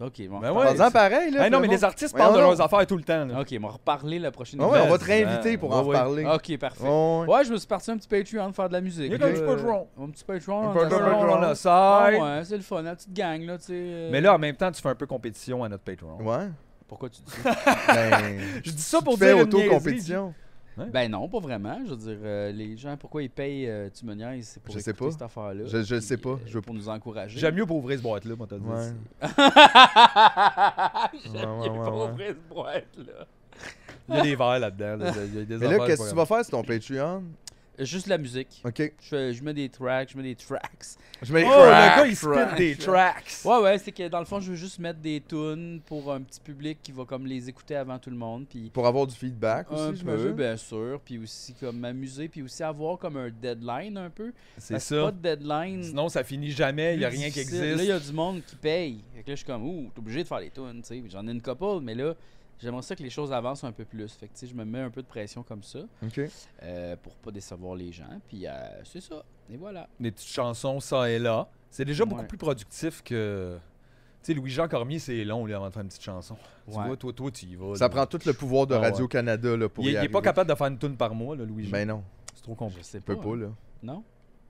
A: Ok, bon.
B: Ben
A: on
B: ouais.
A: reparle-
D: Parle-en pareil, là.
B: Hey, non, mais
D: puis le
B: les
D: monde-
B: artistes parlent de
D: Voyons
B: leurs affaires tout le temps. là.
A: Ok, on va reparler la prochaine
D: Ah ouais, on va te
A: épisode.
D: réinviter pour en
B: euh, Ouais, Ah, ouais.
D: reparler.
A: Ok, parfait.
D: Ouais, ouais.
A: Ouais, je me suis parti un petit Patreon pour faire de la musique.
B: Il y a
D: comme
A: là,
D: du
B: Patreon.
A: euh, Un petit Patreon.
D: Un
A: on
D: Patreon,
A: t'en-
D: Patreon.
B: On a
A: Ah
B: ça.
A: ouais, c'est le fun, la petite gang, là, tu sais. euh,
B: Mais là, en même temps, tu fais un peu compétition à notre Patreon.
D: Ouais.
A: Pourquoi tu dis
D: [laughs]
A: ça?
D: Ben,
B: [laughs] Je dis ça
D: tu
B: pour
D: te fais
B: dire une
D: auto-compétition.
A: ben non, pourquoi ils payent, euh, tu me niaises, c'est pour- pour, euh, pour nous encourager, tu sais. Ben non, pas vraiment. Je veux dire, euh, les gens, pourquoi ils payent, euh, tu me niaises, c'est pour
D: Je sais
A: écouter
D: pas.
A: cette affaire-là.
D: Je- je
A: puis,
D: sais pas,
A: euh,
D: je veux-
A: Pour nous encourager.
B: J'aime mieux pour ouvrir ce boîte-là, moi, t'as dit.
D: Ouais.
A: [laughs] J'aime
D: Ouais, ouais,
A: mieux
D: ouais,
A: pas
D: ouais.
A: ouvrir ce boîte, là.
B: Il y a des verres là-dedans. là. Il y a des
D: [laughs] Mais
B: affaires,
D: là, qu'est-ce que
B: c'est
D: tu
B: pas
D: vas faire sur ton Patreon?
A: Juste la musique.
D: Ok.
A: Je, fais- je mets des tracks, je mets des tracks.
D: Je mets.
B: grave. Oh, le gars, il
D: Crack,
B: spit des tracks.
A: Ouais, ouais, c'est que dans le fond, je veux juste mettre des tunes pour un petit public qui va comme les écouter avant tout le monde. Puis
D: Pour avoir du feedback
A: un
D: aussi,
A: peu,
B: ben.
D: j'imagine.
A: bien sûr. Puis aussi comme m'amuser, puis aussi avoir comme un deadline un peu.
B: C'est
A: Parce que Pas
B: ça.
A: de deadline.
B: Sinon, ça finit jamais. Il n'y a
A: plus
B: rien qui
A: difficile. Là, il y
B: existe.
A: a du monde qui paye. Fait que là, je suis comme, ouh, t'es obligé de faire les tunes, tu sais. J'en ai une couple, mais là, j'aimerais ça que les choses avancent un peu plus. Fait que, tu sais, je me mets un peu de pression comme ça
D: Ok.
A: euh, pour pas décevoir les gens. Puis euh, c'est ça. Et voilà.
B: Des petites chansons, ça et là. C'est déjà beaucoup
A: Ouais.
B: plus productif que. Tu sais, Louis-Jean Cormier, c'est long, lui, avant de faire une petite chanson. Tu
A: Ouais.
B: vois, toi, toi, tu y vas.
D: Ça
B: là.
D: prend tout le pouvoir de
B: Ah ouais.
D: Radio-Canada là, pour
B: Il
D: y
B: n'est
D: arriver.
B: pas capable de faire une tune par mois, là, Louis-Jean.
D: Ben non,
B: C'est trop
A: Je
B: compliqué.
A: sais
D: peut
A: pas. hein.
D: pas, là.
A: Non?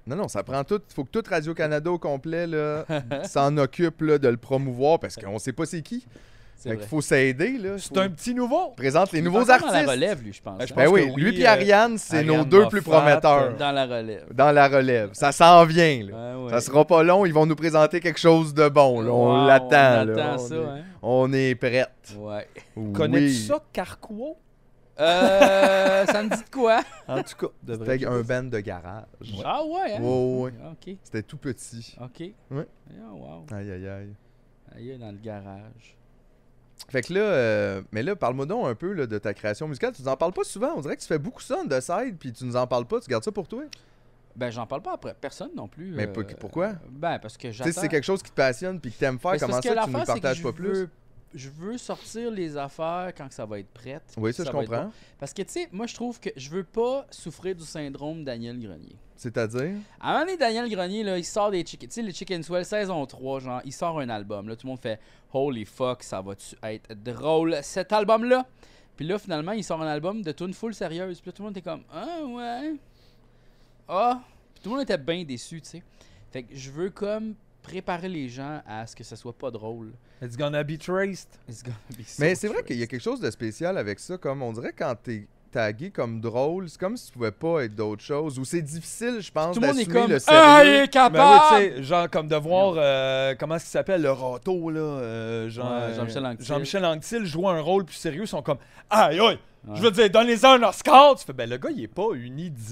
D: Non, non, ça prend tout. faut que toute Radio-Canada au
A: [laughs]
D: complet là, s'en occupe là, de le promouvoir parce qu'on sait pas c'est qui.
A: hein. C'est
D: Fait
A: vrai.
D: qu'il faut s'aider. Là,
B: C'est
D: Faut-
B: un petit nouveau.
D: Présente les
A: Il est
D: nouveaux
A: encore dans
D: artistes.
A: la relève, lui, je pense.
B: Ben, je
A: hein?
D: Ben
B: pense
D: oui,
B: que oui,
D: lui et
B: euh,
D: Ariane, c'est nos
B: Ariane
D: deux plus
B: Moffat,
D: prometteurs
A: Dans la relève.
D: dans la relève. Ça s'en vient. Là.
A: Ouais, ouais.
D: Ça sera pas long, ils vont nous présenter quelque chose de bon. là. On
A: Wow,
D: l'attend.
A: On
D: là.
A: attend
D: on,
A: ça,
D: est, [laughs]
A: hein?
D: on est prête.
A: Ouais.
B: Connais-tu
D: Oui.
B: ça, Carquois?
A: Euh, ça me dit de quoi?
B: En tout cas, de
D: C'était un band de garage.
A: Ah ouais, hein?
D: Ouais, ouais.
A: Ok,
D: C'était tout petit.
A: ok.
D: Ouais.
A: Ah, wow.
D: Aïe, aïe, aïe.
A: Aïe, dans le garage.
D: Fait que là, euh, mais là, parle-moi donc un peu là, de ta création musicale. Tu nous en parles pas souvent. On dirait que tu fais beaucoup ça on the side, puis tu nous en parles pas. Tu gardes ça pour toi.
A: Ben, j'en parle pas après. Personne non plus.
D: Mais pour- pourquoi?
A: Ben, parce que
D: Tu sais,
A: j'attends...
D: si c'est quelque chose qui te passionne, puis que t'aimes faire,
A: Ben, c'est
D: comment ça
A: parce
D: que tu nous
A: l'affaire,
D: le
A: c'est que
D: partages
A: je
D: pas plus
A: veux- Je veux sortir les affaires quand que ça va être prête.
D: Oui, ça, je
A: va être
D: comprends.
A: bon. Parce que, tu sais, moi, je trouve que je veux pas souffrir du syndrome Daniel Grenier.
D: C'est-à-dire
A: À un moment donné, Daniel Grenier, là, il sort des chicken. Tu sais, les Chicken Swell saison 3, genre, il sort un album. Là, tout le monde fait Holy fuck, ça va-tu être drôle cet album-là? Puis là, finalement, il sort un album de tune full sérieuse. Puis là, tout le monde était comme Ah ouais. Ah. Puis tout le monde était bien déçu, tu sais. Fait que je veux comme préparer les gens à ce que ça soit pas drôle.
B: It's gonna be traced.
A: It's gonna be so
D: Mais c'est vrai qu'il y a
A: triste.
D: quelque chose de spécial avec ça. Comme on dirait quand t'es tagué comme drôle, c'est comme si tu pouvais pas être d'autre chose. Ou c'est difficile, je pense,
A: Tout le monde est
D: d'assumer
A: comme
D: le
A: Ah, il
D: sérieux.
A: est capable!
B: Ben oui, tu sais, genre comme de voir, euh, comment est-ce qu'il s'appelle, le râteau, là, euh, Jean,
A: Ouais, Jean-Michel Anctil.
B: Jean-Michel Anctil joue un rôle plus sérieux, ils sont comme, aïe, aïe,
A: Ouais.
B: je veux dire, donnez-en un Oscar! Tu fais, ben le gars, il est pas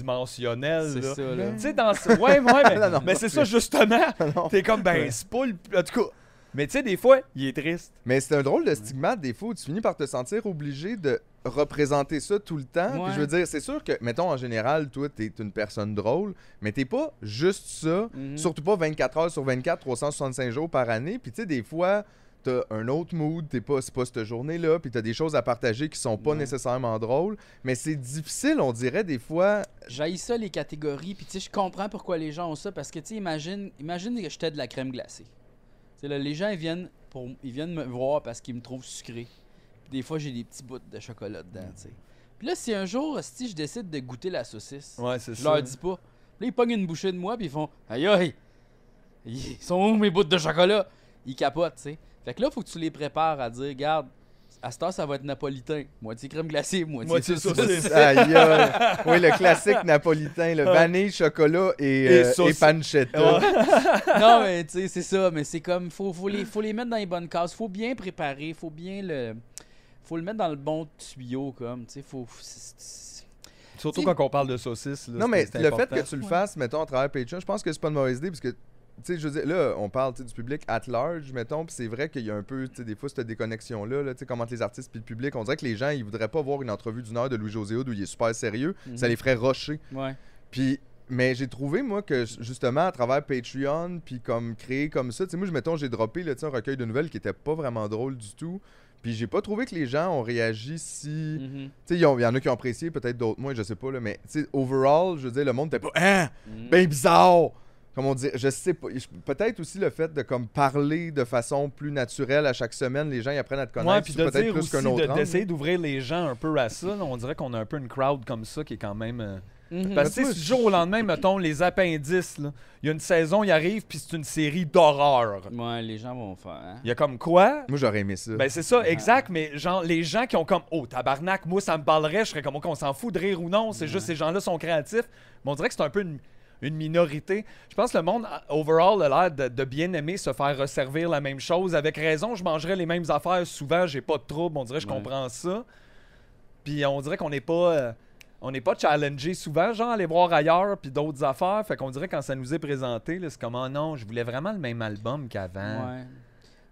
B: unidimensionnel,
A: C'est
B: là.
A: ça, là.
B: Tu sais, dans ce... Ouais, ouais, mais,
D: [laughs] Non, non,
B: mais
D: non
B: c'est ça, justement.
D: [laughs] Non.
B: T'es comme, ben,
D: Ouais.
B: c'est pas le... En tout cas, mais tu sais, des fois, il est triste.
D: Mais c'est un drôle de stigmate, des fois, où tu finis par te sentir obligé de représenter ça tout le temps. Puis
A: Ouais.
D: je veux dire, c'est sûr que, mettons, en général, toi, t'es une personne drôle, mais t'es pas juste ça.
A: Mhm.
D: Surtout pas 24 heures sur 24, 365 jours par année. Puis tu sais, des fois, t'as un autre mood, t'es pas, c'est pas cette journée-là, puis t'as des choses à partager qui sont pas
A: Ouais.
D: nécessairement drôles. Mais c'est difficile, on dirait, des fois.
A: J'haïs ça les catégories, puis tu sais, je comprends pourquoi les gens ont ça, parce que tu sais, imagine, imagine que j'étais de la crème glacée. Tu sais, là, les gens, ils viennent, pour, ils viennent me voir parce qu'ils me trouvent sucré. Puis des fois, j'ai des petits bouts de chocolat dedans, tu sais. Puis là, si un jour, si je décide de goûter la saucisse,
B: Ouais, c'est
A: je leur dis pas. Là, ils pognent une bouchée de moi, puis ils font Aïe aïe Ils sont où mes bouts de chocolat Ils capotent, tu sais. Fait que là, faut que tu les prépares à dire Garde, à cette heure, ça va être napolitain. Moitié crème glacée, moitié,
B: Moitié saucisse.
D: Aïe, aïe. Oui, le classique napolitain, le vanille, chocolat et,
B: Et
D: euh, et,
B: saucisse.
D: pancetta.
A: non, mais tu sais, c'est ça. Mais c'est comme, faut, faut, les, faut les mettre dans les bonnes cases. Faut bien préparer. Faut bien le. Faut le mettre dans le bon tuyau, comme. Tu sais, faut. c'est- c'est-
B: Surtout
A: Tu
B: quand on parle de saucisses, là,
D: Non,
B: c'est-
D: mais
B: c'est
D: le fait
B: important.
D: que tu le
A: Ouais.
D: fasses, mettons, à travers Patreon, je pense que c'est pas une mauvaise idée parce que, tu sais, je veux dire, là, on parle tu sais, du public at large, mettons, puis c'est vrai qu'il y a un peu, tu sais, des fois, cette déconnexion-là, là, tu sais, comment les artistes puis le public, on dirait que les gens, ils voudraient pas voir une entrevue d'une heure de Louis-José Hood où il est super sérieux, ça
A: Mhm.
D: les ferait rusher.
A: Ouais.
D: Puis mais j'ai trouvé, moi, que j- justement, à travers Patreon, puis comme créer comme ça, tu sais, moi, je mettons, j'ai droppé là, tu sais, un recueil de nouvelles qui était pas vraiment drôle du tout. Puis j'ai pas trouvé que les gens ont réagi si.
A: Mhm.
D: Tu sais, il y en a qui ont apprécié, peut-être d'autres moins, je sais pas, là, mais tu sais, overall, je veux dire, le monde était pas. Hein?
A: Mhm.
D: Ben bizarre! Comme on dit, je sais pas. je- Peut-être aussi le fait de comme parler de façon plus naturelle à chaque semaine, les gens ils apprennent à te
B: Moi,
D: connaître,
B: puis
D: c'est
B: de
D: peut-être
B: dire
D: plus
B: aussi
D: qu'un autre
B: de-
D: angle.
B: d'essayer d'ouvrir les gens un peu à ça, là, on dirait qu'on a un peu une crowd comme ça qui est quand même. euh,
A: Mhm.
B: Parce que
D: Mais
B: tu sais,
D: toi,
B: si du jour au lendemain, mettons, les appendices, là, il y a une saison, il arrive, puis c'est une série d'horreur.
A: Ouais, les gens vont faire. hein.
B: Il y a comme quoi?
D: Moi j'aurais aimé ça.
B: Ben c'est ça, exact, mais genre, les gens qui ont comme « Oh, tabarnak, moi ça me parlerait, je serais comme « Ok, on s'en fout de rire ou non, c'est juste ces gens-là sont créatifs. » Mais on dirait que c'est un peu une, une minorité. Je pense que le monde, a- overall, a l'air de, de bien aimer se faire resservir la même chose. Avec raison, je mangerais les mêmes affaires souvent, j'ai pas de trouble, on dirait que je
A: Ouais.
B: comprends ça. Puis on dirait qu'on n'est pas... euh, on n'est pas challengé souvent, genre, aller voir ailleurs puis d'autres affaires. Fait qu'on dirait quand ça nous est présenté, là, c'est comme, Ah non, je voulais vraiment le même album qu'avant.
A: Ouais.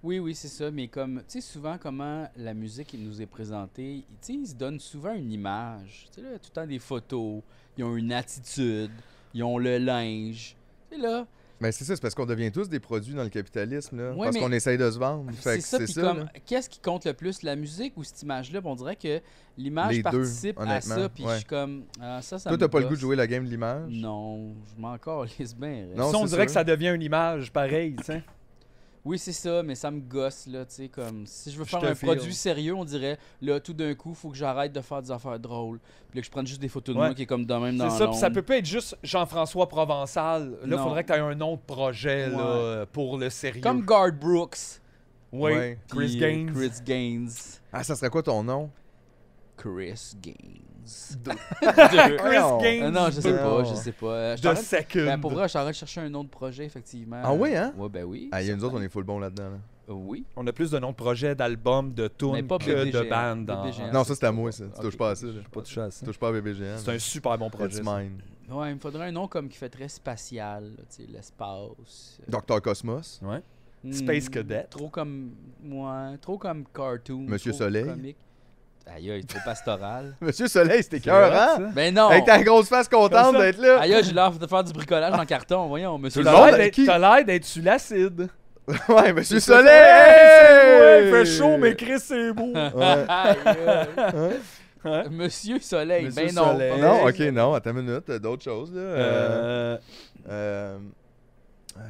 A: Oui, oui, c'est ça. Mais comme, tu sais, souvent, comment la musique il nous est présentée, tu sais, ils se donnent souvent une image. Tu sais, là, tout le temps des photos, ils ont une attitude, ils ont le linge. Tu sais, là,
D: Mais Ben, c'est ça, c'est parce qu'on devient tous des produits dans le capitalisme, là.
A: Ouais,
D: parce
A: mais-
D: qu'on essaye de se vendre.
A: c'est
D: Fait que
A: ça.
D: c'est
A: Puis
D: ça.
A: comme,
D: là.
A: qu'est-ce qui compte le plus, la musique ou cette image-là? Puis on dirait que l'image
D: Les deux,
A: participe à
D: honnêtement,
A: ça, puis je
D: ouais.
A: suis comme, ah, ça, ça
D: Toi,
A: me
D: t'as pas le goût de
A: gosse.
D: jouer la game de l'image?
A: Non, je m'en calisse bien. reste.
D: Non,
B: Ça, on
D: c'est
B: dirait
D: sûr.
B: que ça devient une image pareille, tu sais.
A: Oui, c'est ça, mais ça me gosse, là, tu sais, comme, si je veux
B: Je
A: faire
B: te
A: un
B: feel.
A: produit sérieux, on dirait, là, tout d'un coup, faut que j'arrête de faire des affaires drôles, puis là, que je prenne juste des photos de
B: Ouais.
A: moi qui est comme de même dans
B: C'est ça, puis ça peut
A: l'ombre.
B: pas être juste Jean-François Provençal. Là,
A: Non.
B: faudrait que tu aies un autre projet là,
A: Ouais.
B: euh, pour le sérieux.
A: Comme Guard Brooks.
B: Oui,
D: Ouais.
B: Chris
A: puis
B: Gaines.
A: Chris Gaines.
D: Ah, ça serait quoi ton nom?
A: Chris Gaines.
B: Chris
D: Non.
B: Gaines.
A: Ah non, je sais pas,
D: Non.
A: je sais pas. Euh, je
B: De
A: t'arrête-
B: second.
A: ben, pour vrai, je suis en train de chercher un autre projet, effectivement.
D: Ah oui, hein?
A: Ouais, ben oui.
D: Ah, il y a nous autres, on est full bon là-dedans. là.
A: Euh, Oui.
B: On a plus de noms de projets, d'albums, de
A: Mais
B: tunes
A: pas
B: que de
A: BBGN.
B: bandes. dans-
A: BBGN. Ah,
D: non,
A: c'est
D: ça, c'est à
A: ça.
D: moi, ça. Tu
A: Ok.
D: touches pas à ça. là.
B: J'ai pas touché à ça.
D: Tu touches pas à BBGN.
B: C'est un super bon projet.
D: It's
B: ça.
D: mine.
A: Ouais, il me faudrait un nom comme qui fait très spatial, là, tu sais, l'espace. euh,
D: Docteur Cosmos.
B: Ouais.
A: Hmm,
B: Space Cadet.
A: Trop comme. Moi, trop comme cartoon.
D: Monsieur
A: trop
D: Soleil.
A: comique. Aïe, aïe, trop pastoral. [laughs]
D: [laughs] Monsieur Soleil, c'était
B: C'est
D: cœur,
B: hot,
D: hein?
B: ça.
A: ben non!
D: Avec ta grosse face contente
B: Comme ça.
D: d'être là.
A: Aïe, aïe, j'ai l'air de faire du bricolage en carton, voyons, monsieur
D: Tout le
B: T'as l'air
D: monde-
B: d'être-
D: qui-
B: T'as l'air d'être sur l'acide.
D: [laughs] ouais, Monsieur
B: C'est-
D: Soleil!
B: Ouais, il fait chaud, mais Chris, c'est
A: [laughs]
B: beau.
D: [laughs]
B: Euh,
D: Ouais.
A: Aïe,
D: Hein?
A: aïe. Monsieur Soleil,
B: Monsieur
A: ben non.
B: Soleil.
D: Non, ok, non, attends une minute, euh, d'autres choses, là. Euh,
B: Oh, Euh,
D: euh,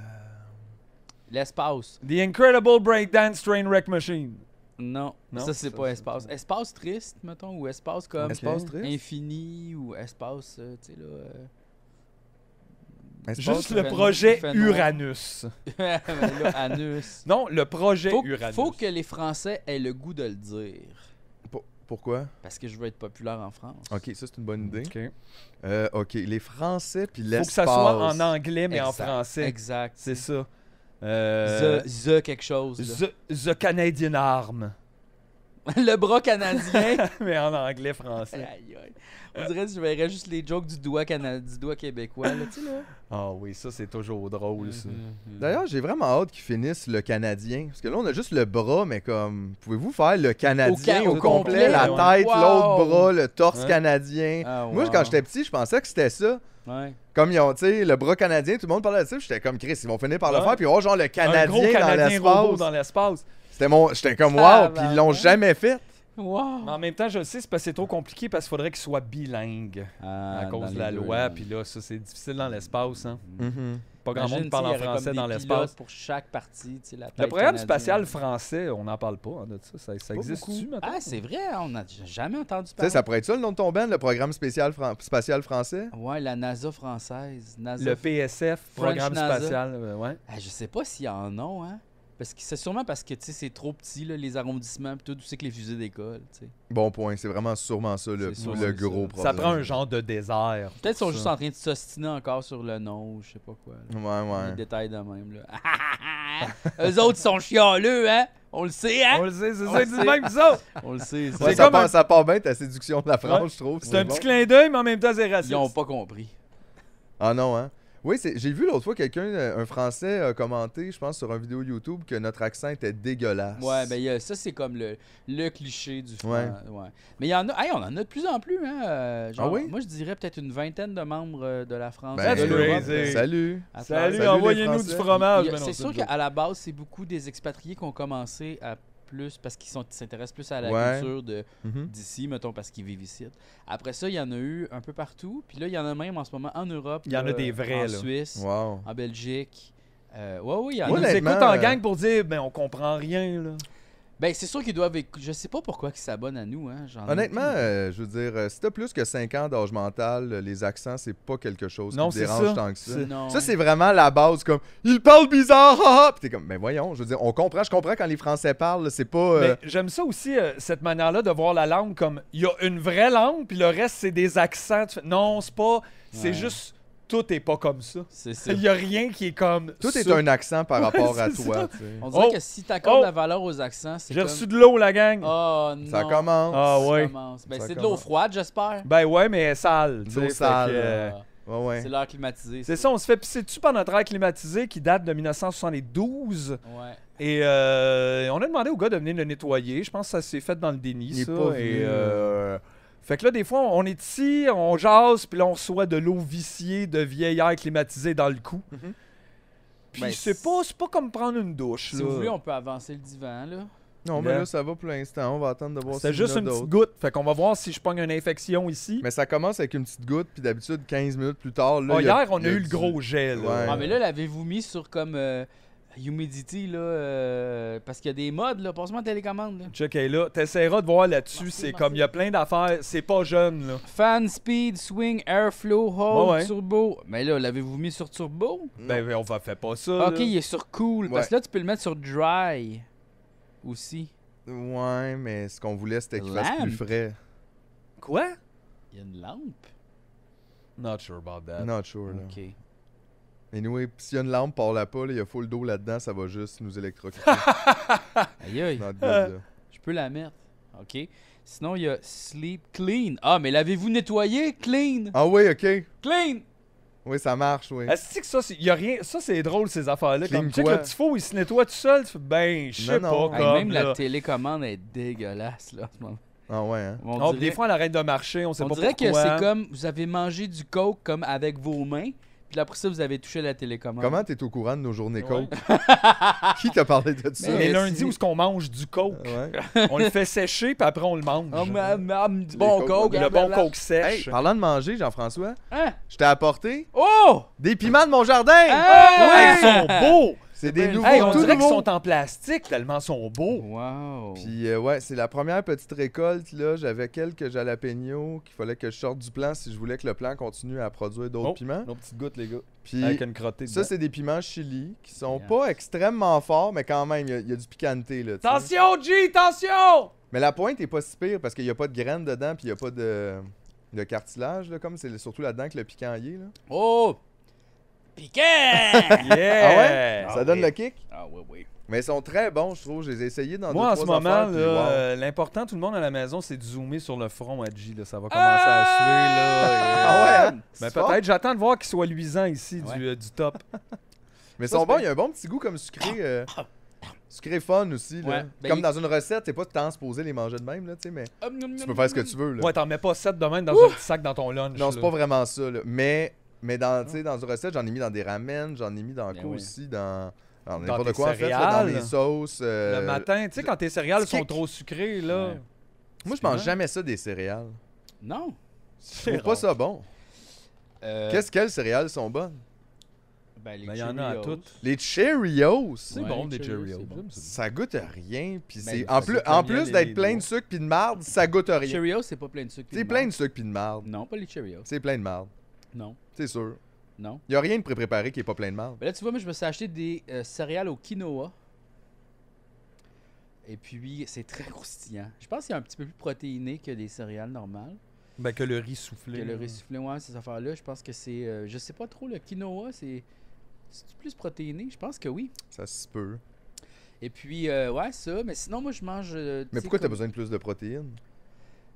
A: L'espace.
B: The Incredible Breakdance Train Wreck Machine.
A: Non.
B: Non,
A: ça, c'est
B: ça,
A: pas
B: c'est
A: espace.
B: pas.
A: Espace triste, mettons, ou espace comme
B: Esp-
D: Espace triste?
A: infini, ou espace, euh, tu sais, là. euh, [laughs]
D: Espace
B: Juste
A: que
B: le
A: Véro
B: projet
A: fait non.
B: Uranus.
A: ben là,
B: [laughs]
A: anus.
B: Non, le projet
A: Faut,
B: Uranus.
A: faut que les Français aient le goût de le dire.
D: Pour- Pourquoi?
A: Parce que je veux être populaire en France.
D: Ok, ça c'est une bonne idée.
B: Ok.
D: Euh, ok, les Français puis
B: Faut
D: l'espace.
B: que ça soit en anglais, mais en
A: Exact.
B: français.
A: Exact.
B: C'est ça. Euh,
A: The, the quelque chose. là.
B: the, the Canadian Arm. [laughs]
A: [laughs] le bras canadien. [laughs]
B: mais en anglais, français.
A: Aïe, aïe. On dirait que je verrais juste les jokes du doigt, cana- du doigt québécois. Là, tu sais,
B: [laughs]
A: là.
B: Ah oui, ça, c'est toujours drôle, ça.
D: D'ailleurs, j'ai vraiment hâte qu'ils finissent le Canadien. Parce que là, on a juste le bras, mais comme. Pouvez-vous faire le Canadien
A: Au
D: au,
A: ca- au
D: complet?
B: complet,
D: La
B: ouais.
D: tête,
A: Wow!
D: l'autre bras, le torse
B: Hein?
D: canadien.
A: Ah,
D: Moi,
A: wow.
D: quand j'étais petit, je pensais que c'était ça.
A: Ouais.
D: Comme ils ont, tu sais, le bras canadien, tout le monde parlait de ça. puis J'étais comme Chris, ils vont finir par le
B: Ouais.
D: faire. Puis, oh, genre, le Canadien,
B: Un gros Canadien
D: dans
B: robot
D: l'espace.
B: dans l'espace.
D: C'était mon. J'étais comme,
A: Ah,
D: wow, puis
A: bah,
D: ils l'ont
A: ouais.
D: jamais fait.
A: Wow.
B: Mais en même temps, je le sais, c'est parce que c'est trop compliqué parce qu'il faudrait qu'il soit bilingue
A: Ah,
B: à
A: dans
B: cause
A: les
B: de la
A: deux,
B: loi. Puis là, ça, c'est difficile dans l'espace. Hein. Pas grand
A: Imagine,
B: monde parle
A: tu
B: en
A: sais, il y aurait comme
B: français dans
A: des
B: l'espace.
A: pilotes Pour chaque partie, tu sais, la
B: Le
A: tête
B: programme
A: canadienne.
B: spatial français, on n'en parle pas hein, de ça. Ça, ça existe-tu,
D: beaucoup.
B: maintenant?
A: Ah, c'est vrai, on n'a jamais entendu
D: Tu sais,
A: parler.
D: ça pourrait être ça le nom de ton band, le programme spécial fran- spatial français?
A: Ouais, la NASA française. NASA
B: Le PSF,
A: French
B: programme
A: NASA.
B: spatial. euh, ouais.
A: Ah, je sais pas s'il y en a, hein. Parce que c'est sûrement parce que tu sais, c'est trop petit, là, les arrondissements, pis tout, tu sais que les fusées décollent. tu sais.
D: Bon point, c'est vraiment sûrement ça le,
A: C'est sûr,
D: le
A: c'est
D: gros
A: ça.
D: problème.
B: Ça prend un genre de désert.
A: Peut-être qu'ils sont
B: pour
A: juste
B: ça.
A: en train de s'ostiner encore sur le nom, ou je sais pas quoi. là.
D: Ouais,
A: Des
D: ouais.
A: détails de même, là. [laughs] Eux autres, ils sont chialeux, hein. On le sait, hein.
B: On le sait, c'est
A: On
B: ça,
A: le
B: ils disent
A: sait.
B: même ça.
D: [laughs]
A: On le sait, ça.
D: Ouais,
B: C'est
D: ça,
B: comme
D: part,
B: un-
D: ça part bien ta séduction de la France,
B: Ouais.
D: je trouve.
B: C'est un
D: bon.
B: petit clin d'œil, mais en même temps, c'est
A: Ils
B: raciste.
A: ont pas compris.
D: Ah non, hein? Oui, c'est- j'ai vu l'autre fois quelqu'un, euh, un Français, a commenté, je pense, sur une vidéo YouTube que notre accent était dégueulasse.
A: Ouais, ben il y a- ça, c'est comme le, le cliché du Fran-
D: Ouais.
A: ouais. Mais il y en a, hey, on en a de plus en plus. Hein, euh, genre,
D: Ah oui?
A: Moi, je dirais peut-être une vingtaine de membres euh, de la France.
D: Ben,
A: de
B: That's
A: l'Europe,
B: crazy.
A: euh,
D: Salut.
A: à travers-
B: Salut,
D: Salut, les
B: envoyez-nous du
D: Français.
B: fromage.
A: Il y a-
B: Mais non,
A: c'est sûr
B: une joke.
A: qu'à la base, c'est beaucoup des expatriés qui ont commencé à plus parce qu'ils sont- s'intéressent plus à la
D: Ouais.
A: culture de,
D: Mhm.
A: d'ici, mettons, parce qu'ils vivent ici. Après ça, il y en a eu un peu partout. Puis là, il y en a même en ce moment en Europe.
B: Il y en a
A: euh,
B: des vrais,
A: En
B: là.
A: Suisse,
D: Wow.
A: en Belgique. Euh, ouais, oui, il y
B: Ils
A: en a.
B: nous
D: Honnêtement,
B: écoutent en
D: euh,
B: gang pour dire, ben on comprend rien, là.
A: Ben, c'est sûr qu'ils doivent. écou- Je sais pas pourquoi ils s'abonnent à nous. Hein. j'en ai
D: Honnêtement,
A: aucune idée.
D: euh, je veux dire, euh, si t'as plus que 5 ans d'âge mental, euh, les accents, c'est pas quelque chose
B: Non,
D: qui te
B: c'est
D: dérange
B: ça.
D: tant que ça.
B: c'est-
A: Non.
D: Ça, c'est vraiment la base, comme « Il parle bizarre, ha, ha! Puis t'es comme « Mais voyons, je veux dire, on comprend, je comprends quand les Français parlent, là, c'est pas... euh,
B: Mais j'aime ça aussi, euh, cette manière-là de voir la langue comme il y a une vraie langue, puis le reste, c'est des accents. Tu fais, Non, c'est pas. C'est
A: Ouais.
B: juste. Tout est pas comme ça.
A: C'est
B: [laughs]
A: ça.
B: Il y a rien qui est comme.
D: Tout est
B: ça.
D: un accent par
B: [laughs] Ouais,
D: rapport à
B: c'est
D: toi,
B: ça.
D: tu sais.
A: On dirait
B: Oh!
A: que si t'accordes
B: Oh!
A: la valeur aux accents, c'est
B: J'ai
A: comme...
B: reçu de l'eau, la gang.
D: Ah.
A: Oh non!
D: Ça commence.
B: Ah
A: Ça
B: ouais.
A: commence. Ben,
D: Ça
A: c'est de l'eau
D: commence.
A: froide, j'espère.
B: Ben ouais, mais elle est sale. tu
D: L'eau
B: sais, fait
D: sale,
B: que, euh,
A: Ah,
D: Ouais, ouais.
A: C'est l'air climatisé.
B: C'est ça, on se fait pisser dessus par notre air climatisé qui date de 1972.
A: Ouais.
B: Et euh, on a demandé au gars de venir le nettoyer. Je pense que ça s'est fait dans le déni,
D: Il est
B: ça.
D: pas
B: et,
D: venu,
B: euh, Fait que là, des fois, on est ici, on jase, puis là, on reçoit de l'eau viciée, de vieille air climatisée dans le cou.
D: Mhm.
B: Puis
A: Ben,
B: c'est pas, c'est pas comme prendre une douche.
A: Si
B: là.
A: vous voulez, on peut avancer le divan, là.
D: Non, mais
B: Là.
D: là, ça va pour l'instant. On va attendre de voir
B: C'est
D: s'il y en
B: juste
D: a
B: une petite
D: d'autres.
B: goutte. Fait qu'on va voir si je pogne une infection ici.
D: Mais ça commence avec une petite goutte, puis d'habitude, 15 minutes plus tard... Là,
B: Ah,
D: il y a-
B: hier, on
D: il
B: a
D: y
B: eu le
D: du-
B: gros gel.
D: Ouais.
A: Ah, mais là, l'avez-vous mis sur comme euh, humidity, là? euh, parce qu'il y a des modes, là. Passe-moi en télécommande, là.
B: Check, elle est là. T'essaieras de voir là-dessus.
A: Merci,
B: C'est
A: merci.
B: comme, il y a plein d'affaires. C'est pas jeune, là.
A: Fan, speed, swing, airflow, hold,
B: Ouais, ouais.
A: turbo. Mais là, l'avez-vous mis sur turbo?
B: Ben, ben, on va faire pas ça.
A: Ok,
B: là.
A: il est sur cool. Parce que là, tu peux le mettre sur dry aussi.
D: Ouais, mais ce qu'on voulait, c'était qu'il fasse plus
A: Lamp.
D: frais.
B: Quoi?
A: Il y a une lampe.
B: Not sure about that.
D: Not sure, là.
A: Ok.
D: Anyway, pis s'il y a une lampe, par la pas, là, il y a full d'eau là-dedans, ça va juste nous [laughs] électrocuter.
A: Aïe aïe.
D: Not good, là.
A: Je peux la mettre. OK. Sinon, il y a Sleep Clean. Ah, mais l'avez-vous nettoyé? Clean!
D: Ah oui, ok.
A: Clean!
D: Oui, ça marche, oui.
B: Est-ce que ça, c'est- y a rien. Ça, c'est drôle, ces affaires-là.
D: Clean
B: Comme, check,
D: quoi?
B: le petit faux, il se nettoie tout seul. Tu fais, ben, je sais pas.
D: Non, non.
B: Comme,
A: Hey, même la
B: là.
A: télécommande est dégueulasse, là, en ce moment.
D: Ah ouais, hein.
A: On
B: Oh,
A: dirait,
B: Des fois, on arrête de marcher, on sait
A: on
B: pas
A: dirait que
B: pourquoi.
A: c'est comme vous avez mangé du coke comme avec vos mains, puis après ça, vous avez touché la télécommande.
D: Comment t'es au courant de nos journées
B: Ouais.
D: coke? [laughs] Qui t'a parlé de ça?
A: Mais-
B: Les
A: si-
B: lundis où ce qu'on mange du coke,
D: [laughs] Ouais.
B: on le fait sécher, puis après, on le mange.
A: Oh, ma- ma- du
D: Les
A: bon
D: Coke,
A: coke.
B: le bon
A: blablabla.
B: coke sèche.
D: Hey, parlant de manger, Jean-François,
A: Hein?
D: je t'ai apporté
A: Oh!
D: des piments de mon jardin!
B: Ouais,
A: Hey!
B: ils sont beaux!
D: C'est des
A: bien-
D: nouveaux,
B: Hey, on
D: tout
B: dirait qu'ils
D: nouveaux.
B: sont en plastique, tellement ils sont beaux.
A: Oh, Wow!
D: Puis euh, ouais, c'est la première petite récolte là. J'avais quelques jalapenos qu'il fallait que je sorte du plan si je voulais que le plan continue à produire d'autres
B: Oh,
D: piments.
B: Nos petites gouttes, les gars.
D: Puis
B: Avec une crottée
D: ça,
B: dedans.
D: c'est des piments chili qui sont
A: Yes.
D: pas extrêmement forts, mais quand même, il y a- il y, a du piquanté là. tu sais.
B: Attention, G, attention!
D: Mais la pointe est pas si pire parce qu'il y a pas de graines dedans, puis il y a pas de, de cartilage là, comme c'est surtout là-dedans que le piquant y est là.
A: Oh! Piquet!
B: Yeah!
A: Ah
D: ça donne
A: oui.
D: le kick.
A: [laughs] ah oui, oui.
D: Mais ils sont très bons, je trouve. Je les ai essayés dans
B: Moi, en
D: deux,
B: ce
D: trois
B: moment, là,
D: affaires, puis wow.
B: euh, l'important, tout le monde à la maison, c'est de zoomer sur le front à G. Là. Ça va
A: Ah!
B: commencer à suer. Là,
D: Ah ouais, hein?
B: Mais
D: C'est fort.
B: peut-être, j'attends de voir qu'il soit luisant ici
A: Ouais.
B: du, euh, du top.
D: Mais ils
B: Ça,
D: sont
B: c'est
D: bons,
B: bien. Ah,
D: il y a un bon petit goût comme sucré. euh, sucré fun aussi. Là.
A: Ouais, ben
D: comme
A: il-
D: dans une recette, t'es pas tant supposé les manger de même, là, tu sais, mais
A: Ah,
D: tu peux faire ce que tu veux. Là.
B: Ouais, t'en mets pas 7 de même dans un petit sac dans ton lunch.
D: non, c'est
B: là.
D: pas vraiment ça. Là. Mais, mais dans, tu sais, dans une recette, j'en ai mis dans des ramen, j'en ai mis dans
A: Ben
D: quoi
A: oui.
D: aussi, dans. Dans
B: Dans
D: n'importe
B: tes
D: quoi, en fait, là, dans
B: céréales.
D: les sauces. euh,
B: Le matin, tu sais, quand tes céréales
D: petit
B: sont
D: kick.
B: trop sucrées, là.
A: Ouais.
D: Moi, je mange jamais ça des céréales.
A: Non.
D: Je
B: C'est
D: trouve pas
B: rare.
D: ça bon.
A: Euh,
D: Qu'est-ce quelles céréales sont bonnes?
A: ben, les
B: Ben, y en a à
A: Cheerios.
B: toutes.
D: Les Cheerios!
B: C'est
A: Ouais,
B: bon,
A: les
B: des
A: Cheerios,
B: Cheerios.
A: c'est bon.
D: Ça goûte à rien. Puis
A: Ben,
D: c'est...
A: ça
D: En plus,
B: goûte à
D: en
B: rien,
D: plus
B: les-
D: d'être
B: les
D: plein
B: noix.
D: de sucre puis de marde, ça goûte à rien.
A: Cheerios, c'est pas plein de sucre.
D: C'est plein de sucre puis de marde.
A: Non, pas les Cheerios.
D: C'est plein de marde.
A: Non,
D: C'est sûr.
A: non.
D: Il n'y a rien de pré-préparé qui est pas plein de marde.
A: Ben là, tu vois, moi, je me suis acheté des euh, céréales au quinoa. Et puis, c'est très croustillant. Je pense qu'il y a un petit peu plus protéiné que des céréales normales.
B: Ben, que le riz soufflé.
A: Que le
B: là.
A: riz soufflé, ouais, ces affaires-là, je pense que c'est. euh, je sais pas trop, le quinoa, c'est. C'est plus protéiné, je pense que oui.
D: Ça se peut.
A: Et puis, euh, ouais, ça. Mais sinon, moi, je mange. euh, tu
D: Mais
A: sais,
D: pourquoi t'as
A: comme-
D: besoin de plus de protéines?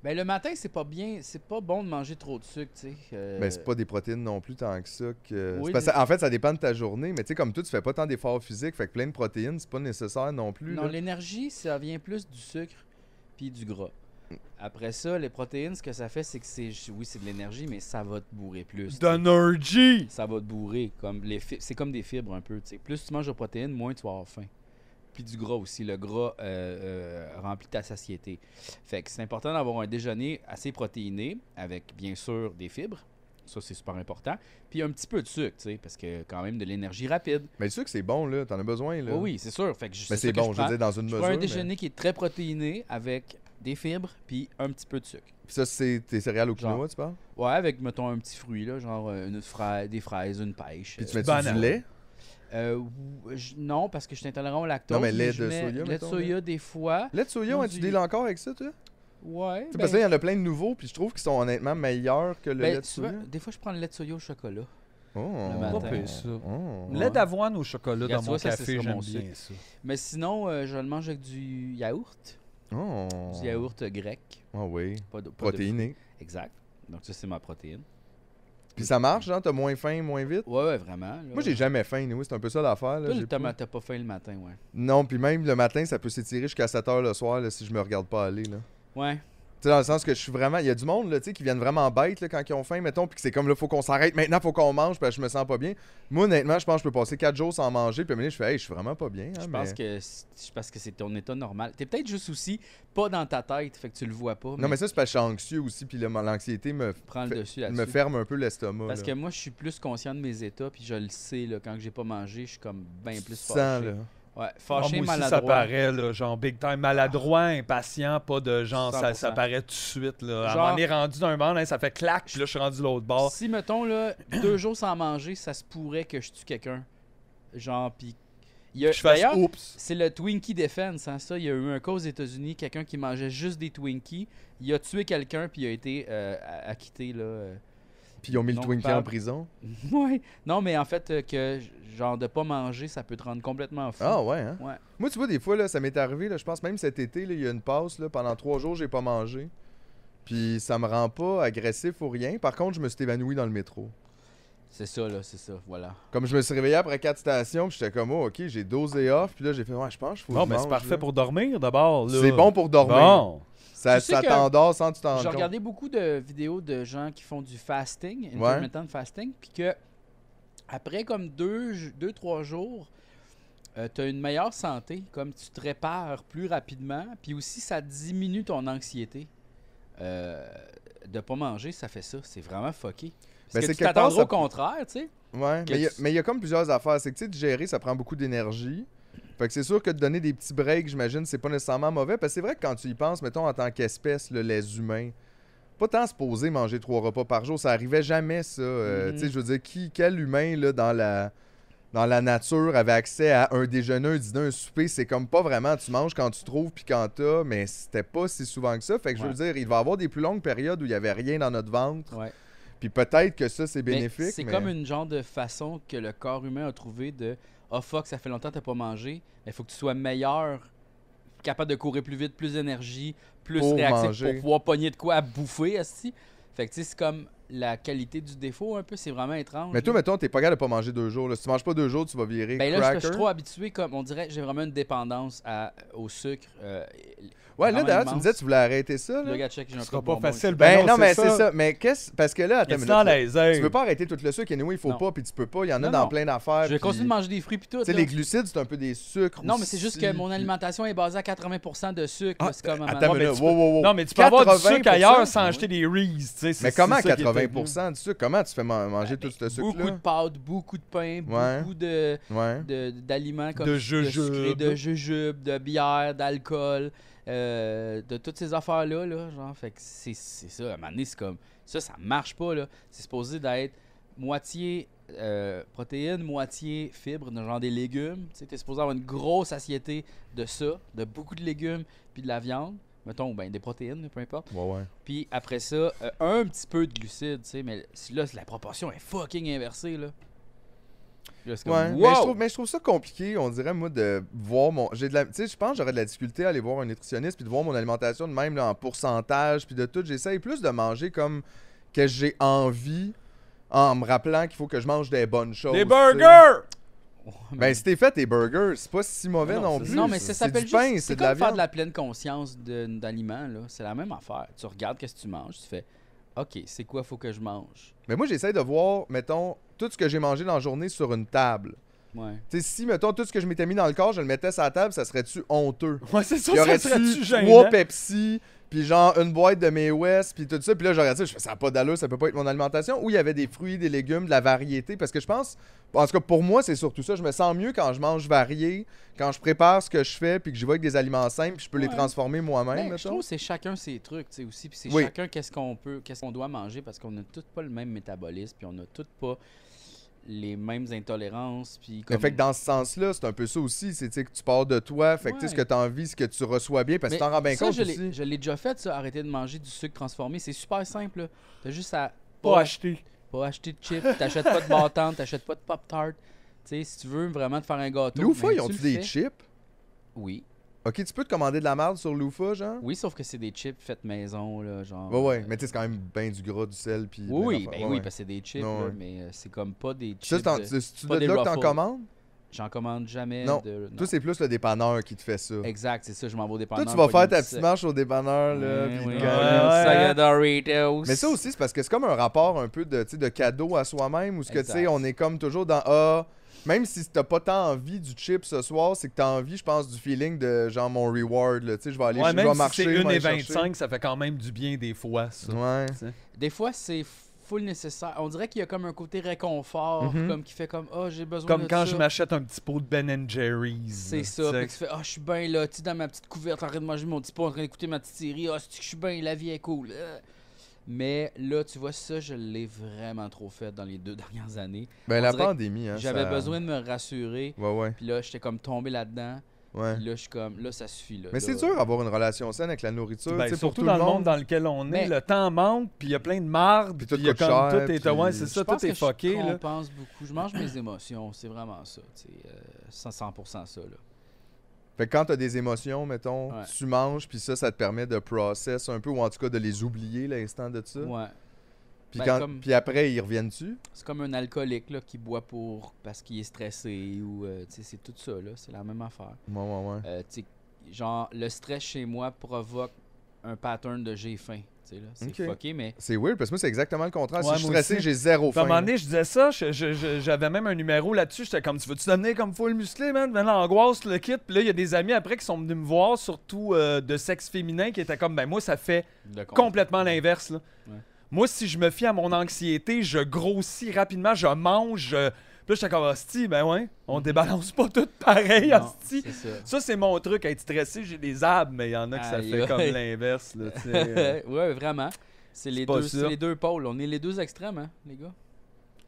A: Ben, le matin, c'est pas bien, c'est pas bon de manger trop de sucre, tu sais. euh,
D: Ben, c'est pas des protéines non plus tant que ça. Que...
A: Oui,
D: c'est parce
A: des-
D: que en fait, ça dépend de ta journée, mais tu sais, comme tout, tu fais pas tant d'efforts physiques, fait que plein de protéines, c'est pas nécessaire non plus.
A: Non,
D: là.
A: l'énergie, ça vient plus du sucre puis du gras. Après ça, les protéines, ce que ça fait, c'est que c'est. Oui, c'est de l'énergie, mais ça va te bourrer plus.
B: D'energy!
A: Ça va te bourrer. comme les fi- C'est comme des fibres un peu. tu sais. Plus tu manges de protéines, moins tu vas avoir faim. Puis du gras aussi. Le gras euh, euh, remplit ta satiété. Fait que c'est important d'avoir un déjeuner assez protéiné, avec bien sûr des fibres. Ça, c'est super important. Puis un petit peu de sucre, tu sais, parce que quand même de l'énergie rapide.
D: Mais le sucre, c'est bon, là. T'en as besoin, là.
A: Oui, oui, c'est sûr. Fait que je-
D: Mais
A: ça
D: c'est
A: que
D: bon, je
A: prends.
D: veux dire, dans une
A: Je
D: mesure.
A: prends un
D: mais-
A: déjeuner qui est très protéiné avec des fibres puis un petit peu de sucre.
D: Puis ça, c'est tes céréales au quinoa,
A: Genre.
D: tu parles?
A: Ouais, avec mettons un petit fruit là, genre euh, une fra- des fraises, une pêche.
D: Puis tu
A: euh,
D: mets -tu
B: banane.
D: du lait?
A: euh, ou- je- non, parce que je suis intolérant au lactose.
D: Non, mais lait
A: je
D: de
A: mets
D: soya,
A: Lait de
D: mettons,
A: soya des fois.
D: Lait de soya,
A: Ou
D: hein, tu
A: du- Ben
D: deals encore avec ça, toi?
A: Ouais.
D: Tu sais, Parce que là, il y en a plein de nouveaux, puis je trouve qu'ils sont honnêtement meilleurs que le
A: ben,
D: lait de
A: souvent-
D: soya.
A: des fois je prends le lait de soya au chocolat.
D: Oh,
A: le matin.
B: Pas pire, ça.
D: oh.
A: Ouais.
B: Lait d'avoine au chocolat
A: Regarde,
B: dans mon
A: tu vois, ça, c'est
B: café,
A: sur
B: j'aime
A: mon
B: bien ça.
A: Mais sinon, euh, je le mange avec du yaourt,
D: Oh.
A: du yaourt grec,
D: Ah oui,
A: pas de pas de-
D: protéiné.
A: Exact. Donc ça c'est ma protéine.
D: Puis ça marche, genre, t'as moins faim, moins vite.
A: Ouais, ouais, vraiment. là.
D: Moi, j'ai jamais faim, nous, c'est un peu ça l'affaire. là,
A: Euh, Toi,
D: j'ai
A: le
D: pas-
A: tomate, t'as pas faim le matin, ouais.
D: Non, puis même le matin, ça peut s'étirer jusqu'à 7 h le soir là, si je me regarde pas aller. Là.
A: Ouais.
D: Tu sais, dans le sens que je suis vraiment. Il y a du monde là, tu sais, qui viennent vraiment bêtes là, quand ils ont faim, mettons, puis que c'est comme là, faut qu'on s'arrête maintenant, faut qu'on mange, parce que je me sens pas bien. Moi, honnêtement, je pense que je peux passer 4 jours sans manger, puis à un moment donné, je fais, hey, je suis vraiment pas bien. hein,
A: Je
D: mais-
A: pense que c- je pense que c'est ton état normal. T'es peut-être juste aussi pas dans ta tête, fait que tu le vois pas.
D: Non, mais ça, c'est parce que je suis anxieux aussi, puis le- l'anxiété me,
A: prends le
D: fait-
A: dessus
D: me
A: là-dessus.
D: ferme un peu l'estomac.
A: Parce que
D: là.
A: moi, je suis plus conscient de mes états, puis je le sais là, quand j'ai pas mangé, je suis comme bien
D: Tu
A: plus
D: sens,
A: fâché.
D: là.
A: Ouais,
B: Ah,
A: fâché,
B: moi aussi, ça
A: maladroit.
B: paraît, là, genre big time, maladroit, impatient, pas de genre, ça, ça
A: 100%.
B: paraît tout de suite. Là.
A: Genre-
B: On est rendu d'un bord, hein, ça fait clac, puis là, je suis rendu de l'autre bord.
A: Si mettons là, deux jours sans manger, ça se pourrait que je tue quelqu'un. Genre puis il y a
B: Puis je fais
A: d'ailleurs,
B: oups.
A: C'est le Twinkie Defense, hein, ça. Il y a eu un cas aux États-Unis, quelqu'un qui mangeait juste des Twinkies. Il a tué quelqu'un, puis il a été euh, a- acquitté, là. euh.
D: Puis ils ont mis
A: Non,
D: le Twinkie en
A: coupable.
D: prison.
A: Ouais. Non, mais en fait, euh, que genre de pas manger, ça peut te rendre complètement fou.
D: Ah ouais, hein?
A: Ouais.
D: Moi, tu vois, des fois, là, ça m'est arrivé, là, je pense même cet été, là, il y a une passe, là, pendant trois jours, j'ai pas mangé. Puis ça me rend pas agressif ou rien. Par contre, je me suis évanoui dans le métro.
A: C'est ça, là, c'est ça. Voilà.
D: Comme je me suis réveillé après quatre stations, puis j'étais comme, oh, ok, j'ai dosé off. Puis là, j'ai fait, ouais, je pense qu'il faut que
B: Non,
D: je
B: mais c'est
D: mange,
B: parfait
D: là.
B: pour dormir d'abord. là.
D: C'est bon pour dormir.
B: Bon.
D: Ça,
A: Tu sais
D: ça
A: que
D: t'endort sans que tu t'en
A: J'ai
D: rends compte.
A: regardé beaucoup de vidéos de gens qui font du fasting,
D: Ouais.
A: intermittent fasting, puis que après comme deux, j- deux trois jours, tu as une meilleure santé, comme tu te répares plus rapidement, puis aussi ça diminue ton anxiété. Euh, de pas manger, ça fait ça. C'est vraiment fucké.
D: Ben,
A: Parce
D: c'est
A: que tu
D: quelque part,
A: t'attendras
D: ça
A: au contraire, tu sais.
D: Ouais,
A: que
D: mais il y a-
A: tu-
D: mais il y a comme plusieurs affaires. C'est que, tu sais, de gérer, ça prend beaucoup d'énergie. Fait que c'est sûr que de donner des petits breaks, j'imagine, c'est pas nécessairement mauvais. Parce que c'est vrai que quand tu y penses, mettons, en tant qu'espèce, là, les humains, pas tant se poser manger trois repas par jour. Ça arrivait jamais, ça. Euh,
A: Mhm.
D: Tu sais, je veux dire, qui, quel humain, là, dans la... Dans la nature, avait accès à un déjeuner, un dîner, un souper, c'est comme pas vraiment. Tu manges quand tu trouves puis quand t'as, mais c'était pas si souvent que ça. Fait que je veux
A: Ouais.
D: dire, il va y avoir des plus longues périodes où il y avait rien dans notre ventre.
A: Ouais.
D: Puis peut-être que ça, c'est
A: Mais
D: bénéfique.
A: C'est
D: mais-
A: comme une genre de façon que le corps humain a trouvé de Ah fuck, ça fait longtemps que t'as pas mangé, il faut que tu sois meilleur, capable de courir plus vite, plus d'énergie, plus
D: Pour
A: réactif
D: manger.
A: pour pouvoir pogner de quoi à bouffer, esti. Fait que tu sais, c'est comme la qualité du défaut un peu, c'est vraiment étrange.
D: Mais toi,
A: là.
D: mettons, t'es pas capable de pas manger deux jours. Là. Si tu manges pas deux jours, tu vas virer
A: ben là, je-
D: cracker.
A: je suis trop habitué, comme on dirait, j'ai vraiment une dépendance à- au sucre. euh,
D: Ouais, là,
A: vraiment
D: d'ailleurs, tu me
A: immense.
D: disais que tu voulais arrêter ça.
A: le
D: Là.
A: gars check, j'ai un
B: Ce
A: coup
B: sera
A: de
B: pas
A: bonbon
B: facile.
A: ici.
D: Ben
B: Ben
D: non,
B: non,
D: mais
B: c'est
D: c'est
B: ça.
D: ça. Mais qu'est-ce. Parce que là, attends
B: Il
D: une
B: est
D: minute,
B: dans
D: là.
B: les airs.
D: Tu veux pas arrêter tout le sucre, anyway, il faut
A: Non.
D: pas, puis tu peux pas. Il y en a
A: Non,
D: dans
A: non.
D: plein
B: ben,
D: d'affaires.
A: Je vais
D: puis-
A: continuer de manger des fruits puis tout.
D: Tu sais,
A: là.
D: les glucides, c'est un peu des sucres.
A: Non, mais c'est juste que mon
D: alimentation
A: alimentation est basée à 80% de sucre.
D: Ah,
A: là, c'est comme à un
D: Attends,
A: moment-
B: mais
D: mais là,
B: tu
D: wow, wow, wow.
B: Non, mais tu peux avoir du
D: 80%,
B: sucre ailleurs sans
A: oui.
B: acheter des Reese. tu sais, c'est-
D: Mais
B: c'est
D: comment
B: ça qui est
D: 80 de sucre Comment tu fais ma- manger tout ce
A: Ah, ben, beaucoup de
D: sucre-là
A: pâtes, beaucoup de pain,
D: Ouais.
A: beaucoup de
D: Ouais.
A: de- d'aliments comme
B: De
A: sucrés,
B: jujubes.
A: de jujubes, de bière, d'alcool, euh, de toutes ces affaires là là, genre fait que c'est c'est ça à un moment donné, c'est comme ça ça marche pas là, c'est supposé d'être moitié euh, protéines, moitié fibres, de genre des légumes, tu sais, t'es supposé avoir une grosse satiété de ça, de beaucoup de légumes puis de la viande, mettons ben des protéines, peu importe.
D: Ouais, ouais.
A: Puis après ça, euh, un petit peu de glucides, tu sais, mais là, la proportion est fucking inversée, là. Là, c'est comme,
D: Ouais, mais,
A: wow!
D: je trouve, mais je trouve ça compliqué, on dirait, moi, de voir mon. J'ai de la. Tu sais, je pense que j'aurais de la difficulté à aller voir un nutritionniste puis de voir mon alimentation de même là, en pourcentage puis de tout. J'essaye plus de manger comme que j'ai envie en me rappelant qu'il faut que je mange des bonnes choses.
B: Des
D: tu sais.
B: burgers! [laughs]
A: Ouais,
D: Ben, si t'es fait tes burgers, c'est pas si mauvais
B: Non,
D: non,
B: c'est-
D: plus.
A: non, mais ça
D: c'est
A: s'appelle
D: du
A: juste.
D: pain,
A: c'est
D: c'est de
A: comme
D: la
A: faire
D: viande.
A: de la pleine conscience de- d'aliments, là. C'est la même affaire. Tu regardes qu'est-ce que tu manges, tu fais OK, c'est quoi faut que je mange
D: Mais moi, j'essaie de voir, mettons, tout ce que j'ai mangé dans la journée sur une table.
A: Ouais.
D: Tu sais, si, mettons, tout ce que je m'étais mis dans le corps, je le mettais sur la table, ça serait-tu honteux?
B: Ouais, c'est sûr,
D: Il y
B: ça
D: aurait
B: serait-tu
D: trois
B: gênant?
D: Pepsi, puis genre une boîte de May West, puis tout ça. Puis là, j'aurais dit, je fais, ça n'a pas d'allure, ça peut pas être mon alimentation. Ou il y avait des fruits, des légumes, de la variété. Parce que je pense, en tout cas pour moi, c'est surtout ça. Je me sens mieux quand je mange varié, quand je prépare ce que je fais, puis que je vais avec des aliments simples, puis je peux les
A: Ouais.
D: transformer moi-même.
A: Ben, je
D: mettons.
A: trouve que c'est chacun ses trucs, tu sais, aussi. Puis c'est
D: Oui.
A: chacun qu'est-ce qu'on peut, qu'est-ce qu'on doit manger parce qu'on n'a tous pas le même métabolisme, puis on n'a tous pas les mêmes intolérances. Puis
D: Mais
A: comme...
D: fait que dans ce sens-là, c'est un peu ça aussi. C'est tu sais, que tu pars de toi, fait que tu sais, ce que
A: Ouais.
D: tu as envie, ce que tu reçois bien, parce que
A: Mais
D: tu t'en rends bien
A: ça,
D: compte
A: je l'ai-
D: aussi.
A: Je l'ai déjà fait, ça, arrêter de manger du sucre transformé. C'est super simple, là. T'as juste à
B: Pas acheté.
A: pas acheter de chips, t'achètes pas de bâtante, t'achètes pas de Pop-Tart. Tu sais, si tu veux vraiment te faire un gâteau.
D: Loufa,
A: ben,
D: ils ont-tu
A: le
D: des
A: fais.
D: chips?
A: Oui.
D: Ok, tu peux te commander de la marde sur Loufa, genre?
A: Oui, sauf que c'est des chips faites maison, là, genre.
D: Ouais, ouais,
A: euh,
D: mais tu sais, c'est quand même bien du gras, du sel, puis.
A: Oui, oui,
D: plein
A: ben
D: d'affaires. Ouais,
A: oui,
D: ouais.
A: parce que c'est des chips,
D: Non,
A: là,
D: ouais.
A: mais euh, c'est comme pas des
D: Ça,
A: chips.
D: c'est en-
A: de-
D: c'est- c'est-tu
A: pas
D: de
A: des
D: là que t'en
A: ruffles.
D: commandes?
A: J'en commande jamais
D: Non.
A: de. non.
D: Toi, c'est plus le dépanneur qui te fait ça.
A: Exact, c'est ça, je m'en vais au
D: Toi,
A: dépanneur.
D: tu vas faire ta petite
A: petite marque
D: marche au dépanneur, là. puis le gars,
B: ouais.
D: là.
A: Doritos.
D: Mais ça aussi, c'est parce que c'est comme un rapport un peu de, tu sais, de cadeau à soi-même, où ce que, tu sais,
A: Exact.
D: on est comme toujours dans Ah, même si t'as pas tant envie du chip ce soir, c'est que t'as envie, je pense, du feeling de genre mon reward, là. Tu sais, je vais aller
B: Ouais,
D: je
B: même
D: vais
B: si
D: marcher.
B: c'est
D: je vais aller
B: 1,25, ça fait quand même du bien des fois,
D: chercher.
B: ça.
D: Ouais.
A: Des fois, c'est full nécessaire. On dirait qu'il y a comme un côté réconfort,
D: Mhm.
A: comme qui fait comme Ah, j'ai besoin de
B: Comme quand
A: ça.
B: je m'achète un petit pot de Ben Jerry's.
A: C'est
B: là,
A: ça.
B: tu sais.
A: Puis tu fais Ah, je suis bien là, tu sais, dans ma petite couverte, en train de manger mon petit pot, en train d'écouter ma petite série. Ah, c'est que je suis bien, la vie est cool. Euh. Mais là, tu vois, ça, je l'ai vraiment trop fait dans les deux [laughs] dernières années.
D: Ben,
A: On
D: la
A: dirait que
D: pandémie, hein.
A: J'avais
D: ça-
A: besoin de me rassurer.
D: Ouais, ouais.
A: Puis là, j'étais comme tombé là-dedans.
B: Hein?
D: Ouais.
A: Puis là, je suis comme, là, ça suffit. Là,
D: Mais
A: Là,
D: c'est dur d'avoir une relation saine avec la nourriture.
B: Ben,
D: tu sais, pour
B: surtout
D: tout
B: dans le monde dans lequel on est,
A: Mais-
B: le temps manque, puis il y a plein de marde,
D: Puis
B: puis
D: tout
B: il y a
D: coûte
B: comme
D: cher,
B: tout est
D: puis-
B: ouais, c'est
A: Je
B: ça,
A: pense
B: tout est
A: que
B: fucké
A: Je
B: là.
A: compense beaucoup. Je mange mes émotions. C'est vraiment ça. tu sais, euh, 100% ça. Là.
D: Fait que quand t'as des émotions, mettons,
A: Ouais.
D: tu manges, puis ça, ça te permet de process un peu, ou en tout cas de les oublier l'instant de ça.
A: Ouais.
D: Puis,
A: Ben,
D: quand-
A: comme-
D: puis après, ils reviennent-tu?
A: C'est comme un alcoolique là, qui boit pour parce qu'il est stressé. ou euh, tu sais, C'est tout ça. là. C'est la même affaire.
D: Ouais, ouais, ouais.
A: Euh, tu sais, genre, le stress chez moi provoque un pattern de j'ai faim. tu sais, là. C'est
D: Ok.
A: fucké, mais
D: C'est weird, parce que moi, c'est exactement le contraire.
B: Ouais,
D: si je suis
B: moi
D: stressé,
B: aussi.
D: j'ai zéro
B: Puis à
D: faim.
B: un moment donné, je disais ça, je- je- je- j'avais même un numéro là-dessus, j'étais comme, tu veux-tu devenir comme full musclé, man? Dans l'angoisse, le kit. Puis là, il y a des amis après qui sont venus me voir, surtout euh, de sexe féminin, qui étaient comme, ben moi, ça fait
A: le con-
B: complètement l'inverse. là.
A: Ouais.
B: Moi, si je me fie à mon anxiété, je grossis rapidement, je mange. je- Puis là, j'étais comme, hostie, ben ouais, on débalance pas tout pareil,
A: [laughs] Mhm. Non,
B: hostie.
A: c'est ça.
B: Ça, c'est mon truc, être stressé, j'ai des abs, mais il y en a que ça
A: Aïe,
B: fait
A: aïe.
B: comme l'inverse. là, tu sais,
A: [laughs]
B: euh.
A: ouais, vraiment. C'est les,
B: pas
A: deux- c'est
B: ça.
A: les deux pôles. On est les deux extrêmes, hein, les gars.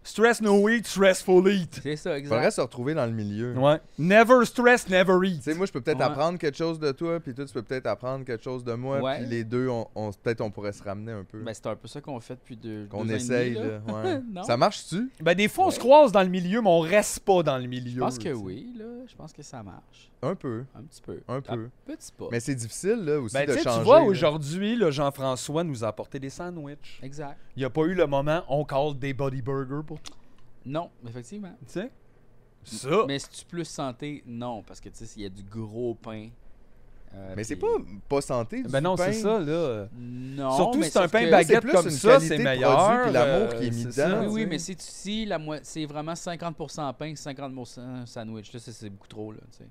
B: Stress no eat, stressful eat.
A: C'est ça, exact.
D: Faudrait se retrouver dans le milieu.
B: Ouais. Never stress, never eat.
D: Tu sais, moi, je peux peut-être
A: Ouais.
D: apprendre quelque chose de toi, puis toi, tu peux peut-être apprendre quelque chose de moi,
A: Ouais.
D: puis les deux, on, on- peut-être on pourrait se ramener un peu.
A: Ben, c'est un peu ça qu'on fait depuis deux,
D: Qu'on
A: deux ans et
D: essaye,
A: demi,
B: [laughs]
D: là. ouais.
A: Non.
D: Ça marche-tu?
B: Ben, des fois, on se
A: Ouais.
B: croise dans le milieu, mais on reste pas dans le milieu.
A: Je pense que
B: tu sais.
A: oui, là. Je pense que ça marche.
D: Un peu.
A: Un petit peu.
D: Un peu.
A: petit pas.
D: Mais c'est difficile, là, aussi,
B: Ben,
D: de
B: tu sais,
D: changer.
B: tu vois,
D: là.
B: aujourd'hui, là, Jean-François nous a apporté des sandwichs.
A: Exact.
B: Il n'y a pas eu le moment, on call des body burgers pour tout.
A: Non, effectivement.
B: Tu sais? Ça.
A: Mais si tu plus santé, non, parce que tu sais, il y a du gros pain. Euh,
D: Mais c'est
A: puis-
D: pas, pas santé, du
B: Ben non,
D: pain.
B: c'est ça, là.
A: Non.
B: Surtout
A: mais
B: si c'est un
A: sauf
B: pain
A: que-
D: baguette,
B: baguette
D: plus
B: comme
D: une
B: ça,
D: qualité
B: c'est
D: de produit,
B: meilleur. euh,
D: puis l'amour qui est mis
B: c'est
D: dedans.
B: ça,
A: Oui,
B: tu
A: oui,
B: sais.
A: mais si, tu- si la moi- c'est vraiment 50% pain, 50% sandwich, là, c'est- c'est beaucoup trop, là, tu sais.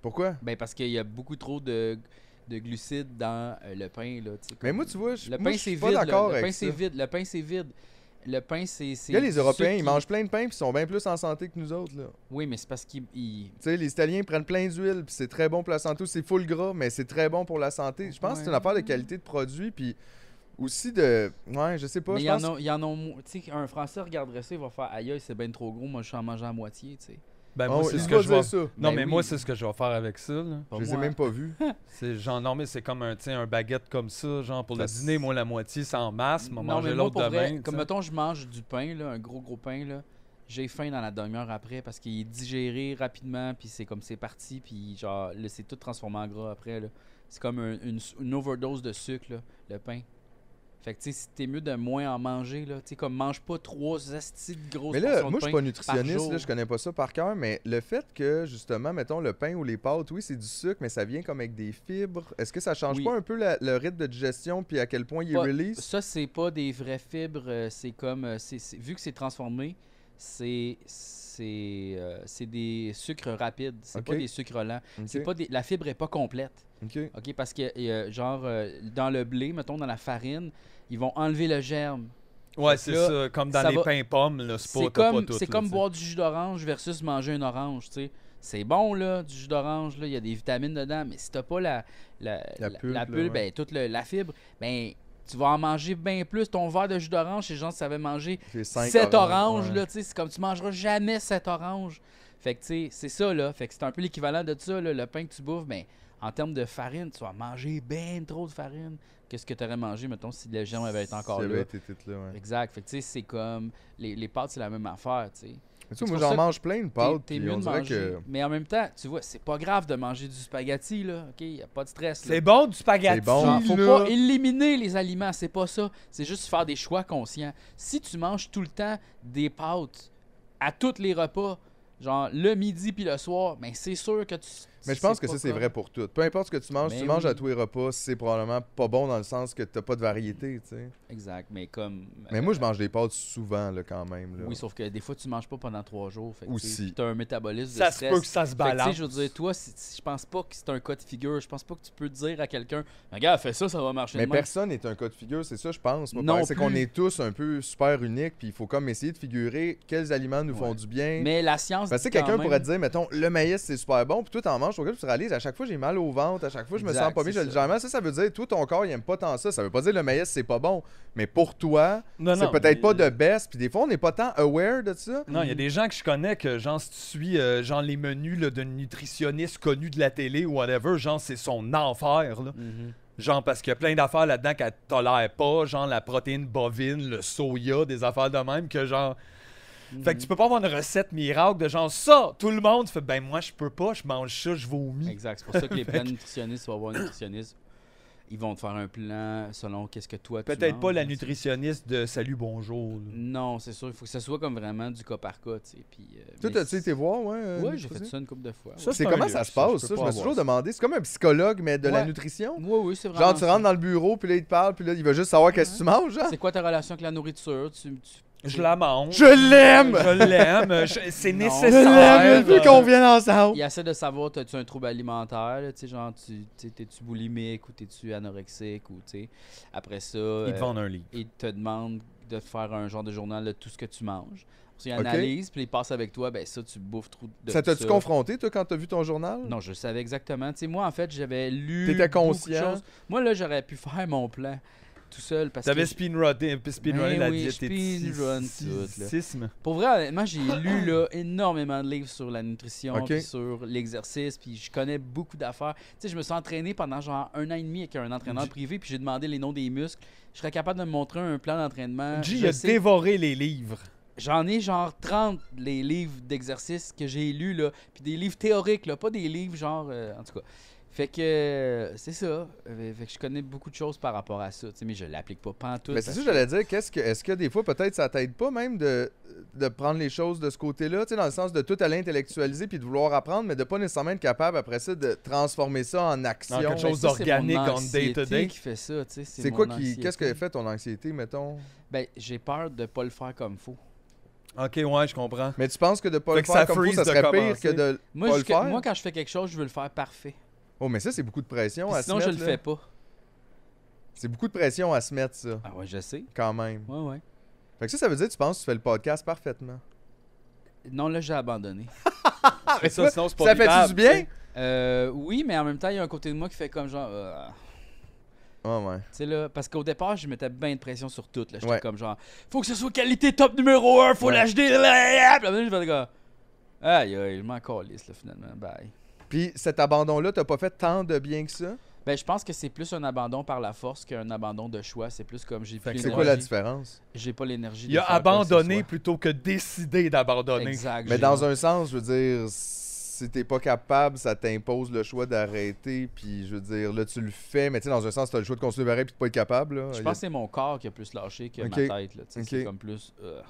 D: Pourquoi?
A: Ben, parce qu'il y a beaucoup trop de, de glucides dans euh, le pain, là, tu sais,
D: Mais
A: comme-
D: moi, tu vois, je
A: Le
D: moi,
A: pain,
D: je
A: c'est
D: suis
A: vide.
D: pas
A: là.
D: d'accord
A: Le
D: avec
A: pain,
D: ça.
A: c'est vide. Le pain, c'est vide. Le pain, c'est. c'est
D: Là, les
A: ceux
D: Européens,
A: qui-
D: ils mangent plein de pain, puis ils sont bien plus en santé que nous autres, là.
A: Oui, mais c'est parce qu'ils. ils-
D: Tu sais, les Italiens prennent plein d'huile, puis c'est très bon pour la santé. C'est full gras, mais c'est très bon pour la santé. Je pense que c'est une
A: Ouais.
D: affaire de qualité de produit, puis aussi de. Ouais, je sais pas.
A: Mais il
D: Je
A: y, en
D: pense...
A: a- il y en a. mo- Tu sais, un Français regarderait ça, il va faire Aïe, aïe, c'est bien trop gros, moi, je suis en mangeant à moitié, tu sais.
B: Ben,
D: Ah
B: moi,
D: ouais,
B: c'est
D: il
B: ce
D: va
B: que je
D: dire
B: vais.
D: ça.
B: Non,
A: Ben
B: mais
A: oui.
B: moi, c'est ce que je vais faire avec ça, là.
A: Pas
D: Je les ai
A: moi.
D: même pas vus.
B: C'est genre, non, mais c'est comme un, tu sais, un baguette comme ça, genre pour le
D: Ça, c'est-
B: dîner, moi, la moitié, c'est en masse, m'a
A: Non,
B: mangé
A: mais moi,
B: l'autre
A: pour
B: demain.
A: vrai,
B: tu
A: comme
B: sais.
A: mettons, je mange du pain, là, un gros, gros pain, là. j'ai faim dans la demi-heure après parce qu'il est digéré rapidement, puis c'est comme c'est parti, puis genre, là, c'est tout transformé en gras après. là. C'est comme un- une, s- une overdose de sucre, là, le pain. Fait que, tu sais, si t'es mieux de moins en manger, là, tu sais, comme mange pas trois astis de grosses
D: Mais là,
A: portions de
D: moi, je
A: pain.
D: suis pas nutritionniste,
A: jour.
D: là, je connais pas ça par cœur, mais le fait que, justement, mettons, le pain ou les pâtes, oui, c'est du sucre, mais ça vient comme avec des fibres. Est-ce que ça change
A: Oui.
D: pas un peu la- le rythme de digestion puis à quel point il est
A: Pas-
D: release?
A: Ça, c'est pas des vraies fibres. euh, C'est comme. euh, c'est- c'est- vu que c'est transformé, c'est. C'est euh, c'est des sucres rapides. C'est pas
D: Ok.
A: des sucres lents. C'est
D: Ok,
A: pas des- la fibre est pas complète.
D: ok.
A: OK? Parce que, euh, genre, euh, dans le blé, mettons, dans la farine, ils vont enlever le germe.
B: Ouais, c'est
A: Fait que là,
B: ça. Comme dans
A: ça
B: les
A: va-
B: pains pommes, là, c'est pas, t'as
A: C'est
B: pas
A: comme,
B: tout,
A: c'est
B: là,
A: comme
B: tu sais.
A: boire du jus d'orange versus manger une orange, tu sais. C'est bon, là, du jus d'orange, là, il y a des vitamines dedans, mais si t'as pas la, la,
D: La
A: la-
D: pulpe,
A: la
D: là,
A: pulpe,
D: ouais.
A: ben, toute le- la fibre, ben, tu vas en manger bien plus. Ton verre de jus d'orange, les gens savaient manger
D: J'ai cinq
A: 7 oranges,
D: ouais.
A: là, tu sais, c'est comme tu mangeras jamais 7 oranges. Fait que, tu sais, c'est ça, là. Fait que c'est un peu l'équivalent de ça, là, le pain que tu bouffes, mais en termes de farine, tu vas manger bien trop de farine que ce que tu aurais mangé, mettons, si le germe avait été encore
D: Ça avait
A: là.
D: été tout là, ouais.
A: Exact. Fait que, tu sais, c'est comme. Les, les pâtes, c'est la même affaire, tu sais.
D: Mais tu sais,
A: C'est
D: moi,
A: pour
D: j'en
A: ça-
D: mange plein de pâtes,
A: T'es- t'es
D: puis on
A: de
D: dirait
A: manger,
D: que...
A: Mais en même temps, tu vois, c'est pas grave de manger du spaghetti, là. OK? Y a pas de stress. là.
B: C'est bon du spaghetti.
D: C'est bon.
A: Genre, Ah, faut
D: là.
A: pas éliminer les aliments, c'est pas ça. C'est juste faire des choix conscients. Si tu manges tout le temps des pâtes à tous les repas, genre le midi puis le soir, ben c'est sûr que tu.
D: Mais
A: tu
D: je pense
A: sais
D: que
A: pas
D: ça, c'est
A: comme-
D: vrai pour tout. Peu importe ce que tu manges,
A: Mais
D: tu manges à
A: oui.
D: tous les repas, c'est probablement pas bon dans le sens que t'as pas de variété, tu sais.
A: Exact, mais comme.
D: Mais moi, je mange des pâtes souvent, là, quand même. Là.
A: Oui, sauf que des fois, tu manges pas pendant trois jours. Fait que,
D: Aussi.
A: tu sais, T'as un métabolisme de
B: Ça se
A: stress.
B: peut que ça se
A: Fait que, tu sais,
B: balance.
A: je veux dire, toi, si- si- je pense pas que c'est un cas de figure. Je pense pas que tu peux dire à quelqu'un, regarde, fais ça, ça va marcher.
D: Mais
A: de même.
D: personne n'est un cas de figure, c'est ça, je pense. Moi,
A: Non
D: pareil, c'est qu'on
A: plus.
D: est tous un peu super uniques, puis il faut comme essayer de figurer quels aliments nous font
A: Ouais.
D: du bien.
A: Mais la science.
D: Parce que
A: dit
D: quelqu'un
A: quand même-
D: pourrait te dire, mettons, le maïs, c'est super bon, puis toi, t'en manges, ton corps, tu te réalises, à chaque fois, j'ai mal au ventre, à chaque fois, je me
A: Exact,
D: sens pas bien,
A: c'est ça.
D: j'ai le germain. Ça, ça veut dire, toi, ton corps, il aime pas tant ça. Ça veut pas dire le maïs, c'est pas bon. Mais pour toi,
B: Non,
D: c'est
B: non,
D: peut-être pas
B: mais-
D: de best, puis des fois, on n'est pas tant aware de ça.
B: Non, il y a des gens que je connais que, genre, si tu suis, euh, genre, les menus là, d'un nutritionniste connu de la télé ou whatever, genre, c'est son enfer, là.
A: Mhm.
B: Genre, parce qu'il y a plein d'affaires là-dedans qu'elle tolère pas, genre, la protéine bovine, le soya, des affaires de même, que, genre...
A: mmh,
B: Fait que tu peux pas avoir une recette miracle de genre, ça, tout le monde, fait, ben, moi, je peux pas, je mange ça, je vomis.
A: Exact. C'est pour ça que
B: [laughs]
A: les plans nutritionnistes, tu vas voir un nutritionniste, ils vont te faire un plan selon qu'est-ce que toi tu
B: Peut-être pas
A: manges,
B: la
A: tu sais.
B: nutritionniste de « Salut, bonjour », là.
A: Non, c'est sûr. Il faut que ça soit comme vraiment du cas par cas, tu sais. Puis, euh,
D: Toi,
A: mais
D: t'as-tu
A: c'est-
D: été voir, ouais? euh,
A: Ouais,
D: une
A: j'ai
D: fois
A: fait ça une couple de fois.
B: Ça,
A: ouais.
D: C'est
B: un
D: comment
B: lieu,
D: ça se
B: ça, je
D: passe,
B: peux pas
D: ça? Je me suis
B: avoir
D: toujours
B: ça.
D: demandé. C'est comme un psychologue, mais de la
A: Ouais.
D: nutrition.
A: Oui, oui, c'est vraiment.
D: Genre, tu
A: ça.
D: rentres dans le bureau, puis là, il te parle, puis là, il veut juste savoir qu'est-ce que tu manges, genre.
A: C'est quoi ta relation avec la nourriture Tu- tu-
B: Je la mange.
D: Je l'aime!
B: Je l'aime. euh, je- C'est
A: Non.
D: Je
B: nécessaire.
A: euh,
D: l'aime depuis qu'on vient ensemble!
A: Il essaie de savoir, t'as-tu un trouble alimentaire, là, tu sais, genre, tu, tu sais, t'es-tu boulimique ou t'es-tu anorexique ou, tu sais. Après ça,
B: Ils te
A: euh,
B: vendent un livre.
A: ils te demandent de faire un genre de journal de tout ce que tu manges. Ils
D: Ok.
A: analysent, puis ils passent avec toi, ben ça, tu bouffes trop de
D: Ça t'a-tu confronté, toi, quand t'as vu ton journal?
A: Non, je savais exactement. Tu sais, moi, en fait, j'avais lu.
D: T'étais
A: beaucoup de
D: conscient?
A: choses. Moi, là, j'aurais pu faire mon plan tout seul. Parce que
B: T'avais speedrunné
A: Ben
B: speedrunné la
A: oui, speedrun tout, là.
B: diététicisme.
A: Pour vrai, honnêtement, j'ai
D: [gasps]
A: lu là, énormément de livres sur la nutrition,
D: Ok.
A: puis sur l'exercice, puis je connais beaucoup d'affaires. Tu sais, je me suis entraîné pendant genre un an et demi avec un entraîneur
B: J-
A: privé, puis j'ai demandé les noms des muscles. Je serais capable de me montrer un plan d'entraînement.
B: G
A: Je
B: a
A: sais-
B: dévoré les livres.
A: J'en ai genre 30 les livres d'exercices que j'ai lus, là, puis des livres théoriques, là, pas des livres genre. euh, en tout cas. Fait que euh, c'est ça. Euh, Fait que je connais beaucoup de choses par rapport à ça, tu sais, mais je l'applique pas pantoute.
D: Mais c'est ça,
A: parce
D: que j'allais dire, qu'est-ce que, est-ce que des fois, peut-être, ça t'aide pas même de, de prendre les choses de ce côté-là, tu sais, dans le sens de tout aller intellectualiser puis de vouloir apprendre, mais de pas nécessairement être capable après ça de transformer ça en action.
B: En quelque
A: Mais
B: chose
A: ça, c'est mon
B: d'organique on
A: anxiété
B: day-to-day.
A: qui fait ça, tu sais.
D: C'est
A: mon
D: quoi qui,
A: anxiété.
D: qu'est-ce que fait ton anxiété, mettons?
A: Ben, j'ai peur de pas le faire comme faut.
B: Ok, ouais, je comprends.
D: Mais tu penses que de pas
B: Fait
D: le
B: que
D: faire
B: ça
D: comme vous,
B: freeze
D: ça
B: de
D: serait pire
B: commencer.
D: que de
A: Moi,
D: Pas le
A: jusque-
D: faire?
A: moi, quand je fais quelque chose, je veux le faire parfait.
D: Oh, mais ça, c'est beaucoup de pression
A: Puis
D: à
A: sinon,
D: se
A: je
D: mettre.
A: le
D: là.
A: fais pas.
D: C'est beaucoup de pression à se mettre, ça,
A: Ah ouais, je sais.
D: quand même.
A: Ouais, ouais.
D: Fait que ça, ça veut dire que tu penses que tu fais le podcast parfaitement.
A: Non, là, j'ai abandonné.
B: Mais ça,
D: toi,
B: sinon, c'est pas
D: Ça fait-tu
B: vivable,
D: du bien?
B: tu
A: Euh, oui, mais en même temps, il y a un côté de moi qui fait comme genre. euh,
D: Ouais, Ah, ouais.
A: tu sais, là, parce qu'au départ, je mettais bien de pression sur tout. là. J'étais
D: Ouais.
A: comme genre, faut que ce soit qualité top numéro 1, faut
D: Ouais.
A: l'acheter. là, là, là. Puis là, je fais comme, aïe, aïe, je m'en calisse, là, finalement. Bye.
D: Puis cet abandon-là, t'as pas fait tant de bien que ça?
A: Ben, je pense que c'est plus un abandon par la force qu'un abandon de choix. C'est plus comme j'ai
B: Fait
A: plus
B: que
D: C'est quoi la
A: l'énergie-
D: différence?
A: J'ai pas l'énergie.
B: Il a abandonné plutôt que décidé d'abandonner.
A: Exact.
D: Mais dans un sens, je veux dire, si t'es pas capable, ça t'impose le choix d'arrêter. Puis je veux dire, là, tu le fais, mais tu sais, dans un sens, t'as le choix de continuer pareil puis de pas être capable. Là.
A: Je
D: Il y a-
A: pense que c'est mon corps qui a plus lâché que
D: Ok.
A: ma tête. Là, tu sais,
D: Ok.
A: C'est comme plus. euh,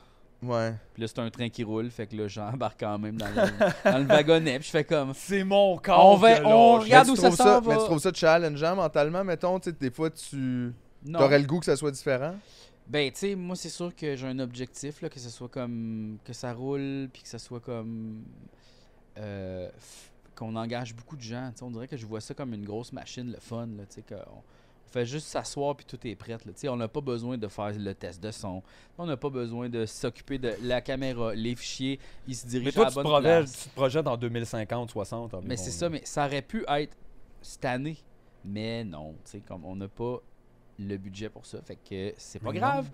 D: Ouais.
A: Puis là, c'est un train qui roule, fait que là, j'embarque quand même dans le, dans le wagonnet. Puis je fais comme.
B: C'est mon corps.
A: On va-
B: qui a
A: on
B: lâché.
A: Regarde
D: mais
A: où
D: tu
A: ça
D: trouves
A: s'en va.
D: Mais tu trouves ça challengeant mentalement, mettons? Tu sais, des fois, tu
A: Non.
D: aurais le goût que ça soit différent.
A: Ben, tu sais, moi, c'est sûr que j'ai un objectif, là, que ce soit comme. que ça roule, puis que ça soit comme. euh, f- qu'on engage beaucoup de gens. Tu sais, on dirait que je vois ça comme une grosse machine, le fun, là, tu sais, qu'on on fait juste s'asseoir, puis tout est prêt, là. Tu sais, on n'a pas besoin de faire le test de son. On n'a pas besoin de s'occuper de la caméra, les fichiers, ils se dirigent
B: Mais toi,
A: à la
B: tu te,
A: bonne
B: projettes,
A: place.
B: tu te projettes en 2050, 60.
A: Mais c'est ça, mais ça aurait pu être cette année. Mais non, tu sais, comme on n'a pas le budget pour ça, fait que c'est pas
B: Mais
A: grave.
B: non.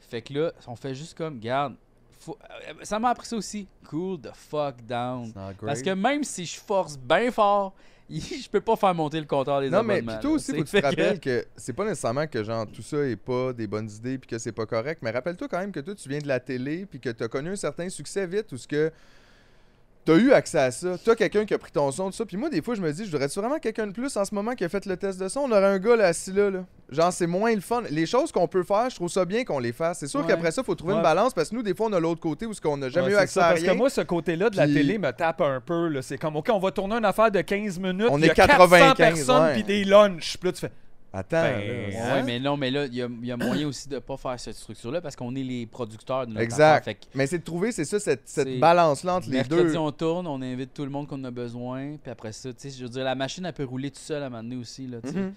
A: Fait que là, on fait juste comme, garde, faut- euh, ça m'a appris ça aussi. Cool the fuck down. Parce que même si je force bien fort, [laughs] je peux pas faire monter le compteur des
D: Non, mais
A: abonnements.
D: puis toi
A: là,
D: aussi,
A: tu
D: faut
A: sais.
D: que
A: Fait
D: tu te
A: que- [laughs]
D: rappelles que c'est pas nécessairement que genre tout ça est pas des bonnes idées puis que c'est pas correct, mais rappelle-toi quand même que toi tu viens de la télé puis que tu as connu un certain succès vite ou ce que tu as eu accès à ça. Toi quelqu'un qui a pris ton son de ça, puis moi des fois je me dis je voudrais vraiment quelqu'un de plus en ce moment qui a fait le test de son, on aurait un gars là, assis là, là. Genre c'est moins le fun. Les choses qu'on peut faire, je trouve ça bien qu'on les fasse. C'est sûr
A: Ouais.
D: qu'après ça faut trouver
B: Ouais.
D: une balance parce que nous des fois on a l'autre côté où ce qu'on n'a jamais
B: Ouais,
D: eu
B: c'est
D: accès
B: ça,
D: à
B: Parce
D: rien.
B: que moi, ce côté-là de la
D: Puis-
B: télé me tape un peu. là. C'est comme, OK, on va tourner une affaire de 15 minutes.
D: On
B: il y a
D: est
B: 400
D: 95,
B: personnes
D: ouais.
B: puis des lunchs. Puis là, tu fais,
D: Attends,
B: Ben,
D: là,
B: hein?
A: Ouais, mais non, mais là, il y, a- il y a moyen aussi de pas faire cette structure-là parce qu'on est les producteurs de notre
D: Exact.
A: affaire. Fait que
D: mais c'est de trouver c'est ça cette, cette
A: C'est-
D: balance là entre les
A: Mercredi,
D: deux.
A: on tourne, on invite tout le monde qu'on a besoin. Puis après ça, tu sais, je veux dire, la machine, elle peut rouler tout seul à un moment donné aussi, là, tu sais.
D: Mhm.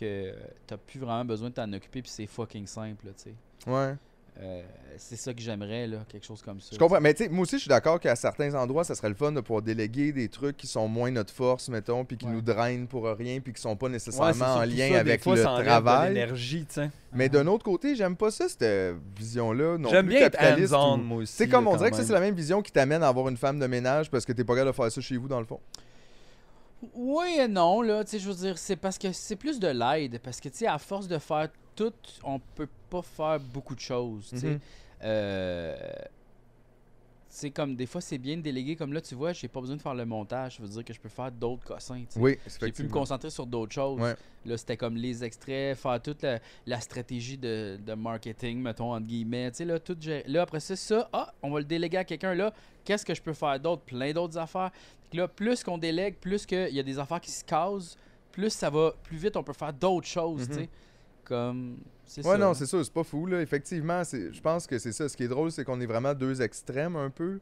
A: Que t'as plus vraiment besoin de t'en occuper, puis c'est fucking simple, là, tu sais.
D: Ouais.
A: Euh, c'est ça que j'aimerais, là, quelque chose comme ça.
D: Je comprends, mais tu sais, moi aussi, je suis d'accord qu'à certains endroits, ça serait le fun de pouvoir déléguer des trucs qui sont moins notre force, mettons, puis qui
A: Ouais.
D: nous drainent pour rien, puis qui sont pas nécessairement
B: Ouais, c'est
D: en
B: surtout
D: lien
B: ça, des
D: avec
B: fois,
D: le
B: ça enlève de
D: travail.
B: l'énergie, tu sais.
D: Mais d'un autre côté, j'aime pas ça, cette vision-là. non
B: J'aime
D: plus
B: bien être
D: capitaliste
B: hands-on,
D: ou-
B: moi aussi.
D: C'est comme
B: là,
D: on dirait
B: quand
D: que ça, c'est
B: même.
D: la même vision qui t'amène à avoir une femme de ménage parce que t'es pas capable de faire ça chez vous, dans le fond.
A: Oui et non, là, tu sais, je veux dire, c'est parce que c'est plus de l'aide. Parce que, tu sais, à force de faire tout, on peut pas faire beaucoup de choses, tu sais.
D: Mhm.
A: Euh, c'est comme des fois c'est bien de déléguer comme là tu vois j'ai pas besoin de faire le montage ça veut dire que je peux faire d'autres cossins tu sais.
D: Oui,
A: J'ai pu me
D: effectivement.
A: concentrer sur d'autres choses.
D: Ouais.
A: Là, c'était comme les extraits, faire toute la, la stratégie de, de marketing, mettons, entre guillemets. Tu sais, là, tout gérer. Là, après ça, ça, ah, on va le déléguer à quelqu'un. Là, qu'est-ce que je peux faire d'autre? Plein d'autres affaires. Fait que Là, plus qu'on délègue, plus qu'il y a des affaires qui se casent, plus ça va, plus vite on peut faire d'autres choses,
D: Mhm.
A: tu sais. Comme, c'est
D: Ouais,
A: ça.
D: non, c'est sûr, c'est pas fou, là. Effectivement, c'est- je pense que c'est ça. Ce qui est drôle, c'est qu'on est vraiment deux extrêmes, un peu.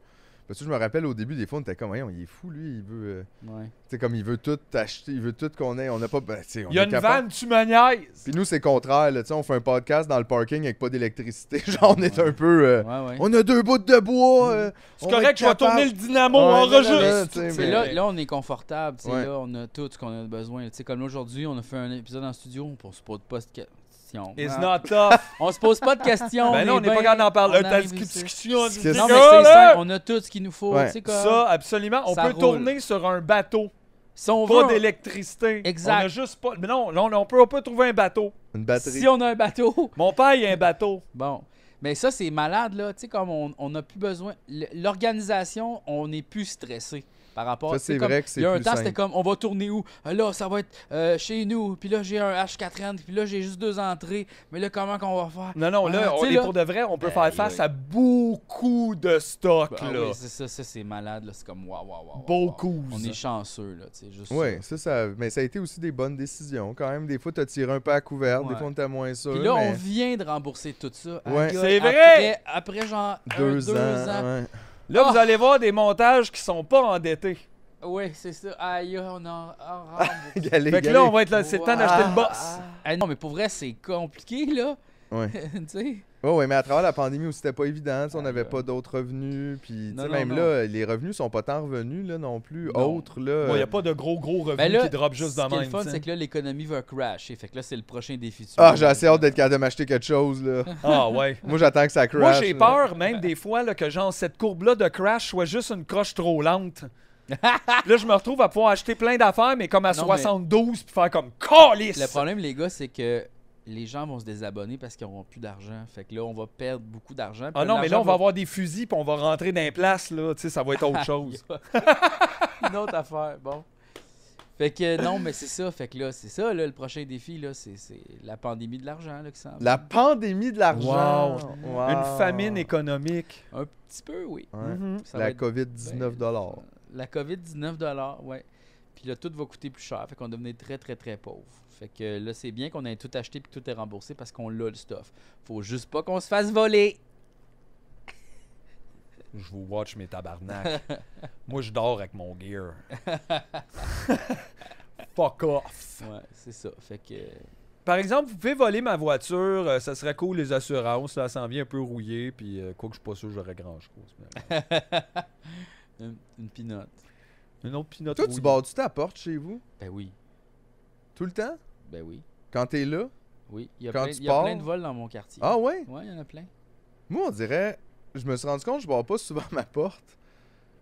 D: Parce que je me rappelle au début, des fois, on était comme, Voyons, il est fou, lui, il veut. euh,
A: Ouais.
D: C'est comme il veut tout acheter, il veut tout qu'on ait. On n'a pas. Ben, t'sais, on
B: Il y a
D: est
B: une
D: capable.
B: vanne, tu me niaises.
D: Puis nous, c'est contraire. Là, t'sais, on fait un podcast dans le parking avec pas d'électricité. [laughs] Genre, on est un peu. euh,
A: Ouais, ouais.
D: On a deux bouts de bois. euh,
B: Mm. C'est
D: on va
B: correct,
D: être
B: je vais
D: capable.
B: tourner le dynamo,
D: Ouais, non, non, non,
B: enregistre.
D: t'sais,
A: C'est
D: mais-
A: là, là, on est confortable. tu sais,
D: Ouais.
A: Là, on a tout ce qu'on a besoin. Tu sais, comme là, aujourd'hui, on a fait un épisode en studio. On ne se pose pas de questions.
B: It's
A: Ah.
B: not tough.
A: On se pose pas de questions.
B: Ben là, on n'est pas
A: bien-
B: capable d'en parler.
A: on
B: Euh, T'as
A: arrive
B: une
A: ici.
B: discussion.
D: C'est-
B: du
A: Non, mais
B: gars,
A: c'est
B: là.
A: simple. On a tout ce qu'il nous faut.
D: Ouais.
A: tu sais, comme-
B: Ça, absolument. On
A: Ça
B: peut
A: roule.
B: tourner sur un bateau.
A: si on
B: Pas
A: veut,
B: d'électricité.
A: Exact.
B: On a juste pas. Mais non, là, on, on peut, on peut trouver un bateau.
D: Une batterie.
A: si on a un bateau. [laughs]
B: Mon père, il a un bateau.
A: Bon. Mais ça, c'est malade, là. Tu sais, comme on on n'a plus besoin. l- L'organisation, on n'est plus stressé par rapport
D: Ça,
A: tu sais,
D: c'est
A: comme-
D: vrai que c'est
A: Il y a un
D: plus
A: temps, c'était
D: simple.
A: comme on va tourner où Ah, Là, ça va être euh, chez nous. Puis là, j'ai un H4N. Puis là, j'ai juste deux entrées. Mais là, comment qu'on va faire
B: Non, non, là,
A: Ah,
B: on
A: tu sais,
B: est
A: là-
B: pour de vrai. On peut
A: Ben,
B: faire face
A: oui.
B: à beaucoup de stock,
A: Ah
B: là.
A: oui, c'est ça, ça, c'est malade. là. C'est comme waouh, waouh, waouh.
B: Beaucoup.
A: On est chanceux, là. tu sais, Juste
D: Ouais,
A: ça.
D: ça, ça. Mais ça a été aussi des bonnes décisions quand même. Des fois, t'as tiré un peu à couvert, des
A: Ouais.
D: fois, on était moins sûr.
A: Puis là,
D: mais
A: on vient de rembourser tout ça. Aïe,
D: Ouais.
A: aïe,
B: C'est vrai!
A: Après, après genre un,
D: Deux, ans. ouais. [laughs]
B: Là, vous
A: Ah!
B: allez voir des montages qui sont pas endettés.
A: Ouais, c'est ça. Aïe, on en
D: [laughs]
A: en rembourse.
D: Galé,
B: Fait que
D: galé.
B: là, on va être là. C'est le temps d'acheter le boss.
A: Ah non, mais pour vrai, c'est compliqué, là. [laughs]
D: Ouais.
A: tu sais.
D: Oui, ouais, mais à travers la pandémie aussi, c'était pas évident. tu sais, On
A: Ah,
D: n'avait
A: là.
D: pas d'autres revenus. Puis tu
A: Non,
D: sais,
A: non,
D: même
A: non.
D: là, les revenus sont pas tant revenus là, non plus.
A: Non.
D: Autres, là.
B: Il n'y a pas de gros, gros revenus
A: Ben là,
B: qui drop juste
A: ce
B: dans
A: qui est
B: même.
A: le fun,
B: tu sais.
A: c'est que là, l'économie va crasher. Fait que là, c'est le prochain défi. du
D: Ah,
A: monde.
D: j'ai assez hâte d'être capable de m'acheter quelque chose,
B: [laughs]
D: là.
B: Ah
D: [laughs]
B: ouais.
D: Moi, j'attends que ça crash.
B: Moi, j'ai
A: [laughs]
D: là.
B: peur même des fois là, que genre cette courbe-là de crash soit juste une croche trop lente. Puis là, je me retrouve à pouvoir acheter plein d'affaires, mais comme à
A: Non, mais-
B: 72, puis faire comme calice.
A: Le problème, les gars, c'est que les gens vont se désabonner parce qu'ils n'auront plus d'argent. Fait que là, on va perdre beaucoup d'argent.
B: Ah non, mais là, on va avoir des fusils, puis on va rentrer dans les places, là. Tu sais, ça va être
A: [laughs]
B: autre chose.
D: [laughs]
A: une autre affaire. Bon. Fait que euh, non, mais c'est ça. Fait que là, c'est ça, là, le prochain défi, là, c'est c'est la pandémie de l'argent, là, qui s'en
D: La
A: vient.
D: pandémie de l'argent.
B: Wow.
D: Wow.
B: Une famine économique.
A: Un petit peu, oui. Mm-hmm.
D: Ouais.
B: Mhm.
A: Ça va
D: La
A: être-
D: COVID-19
A: ben,
D: dollars.
A: La COVID, 19 dollars, ouais. Puis là, tout va coûter plus cher. Fait qu'on devenait très, très, très pauvre. Fait que là, c'est bien qu'on ait tout acheté puis tout est remboursé parce qu'on l'a le stuff. Faut juste pas qu'on se fasse voler.
B: Je vous watch mes
A: [laughs]
B: tabarnak. Moi, je dors avec mon gear. Fuck off.
A: Ouais, c'est ça. Fait que. [laughs]
B: Par exemple, vous pouvez voler ma voiture, euh, ça serait cool les assurances, là, ça s'en vient un peu rouillé, puis euh, quoi que je suis pas sûr, j'aurais grand chose. [laughs] mais-
A: une, une pinotte.
B: Une autre pinotte
D: Toi, tu
B: rouillée.
D: bordes-tu ta porte chez vous?
A: Ben oui.
D: Tout le temps?
A: Ben oui.
D: Quand t'es là?
A: Oui. Il y a,
D: Quand
A: plein,
D: tu
A: il y a plein
D: pars?
A: de vols dans mon quartier.
D: Ah ouais?
A: Ouais, il y en a plein.
D: Moi, on dirait... Je me suis rendu compte que je barre pas souvent ma porte.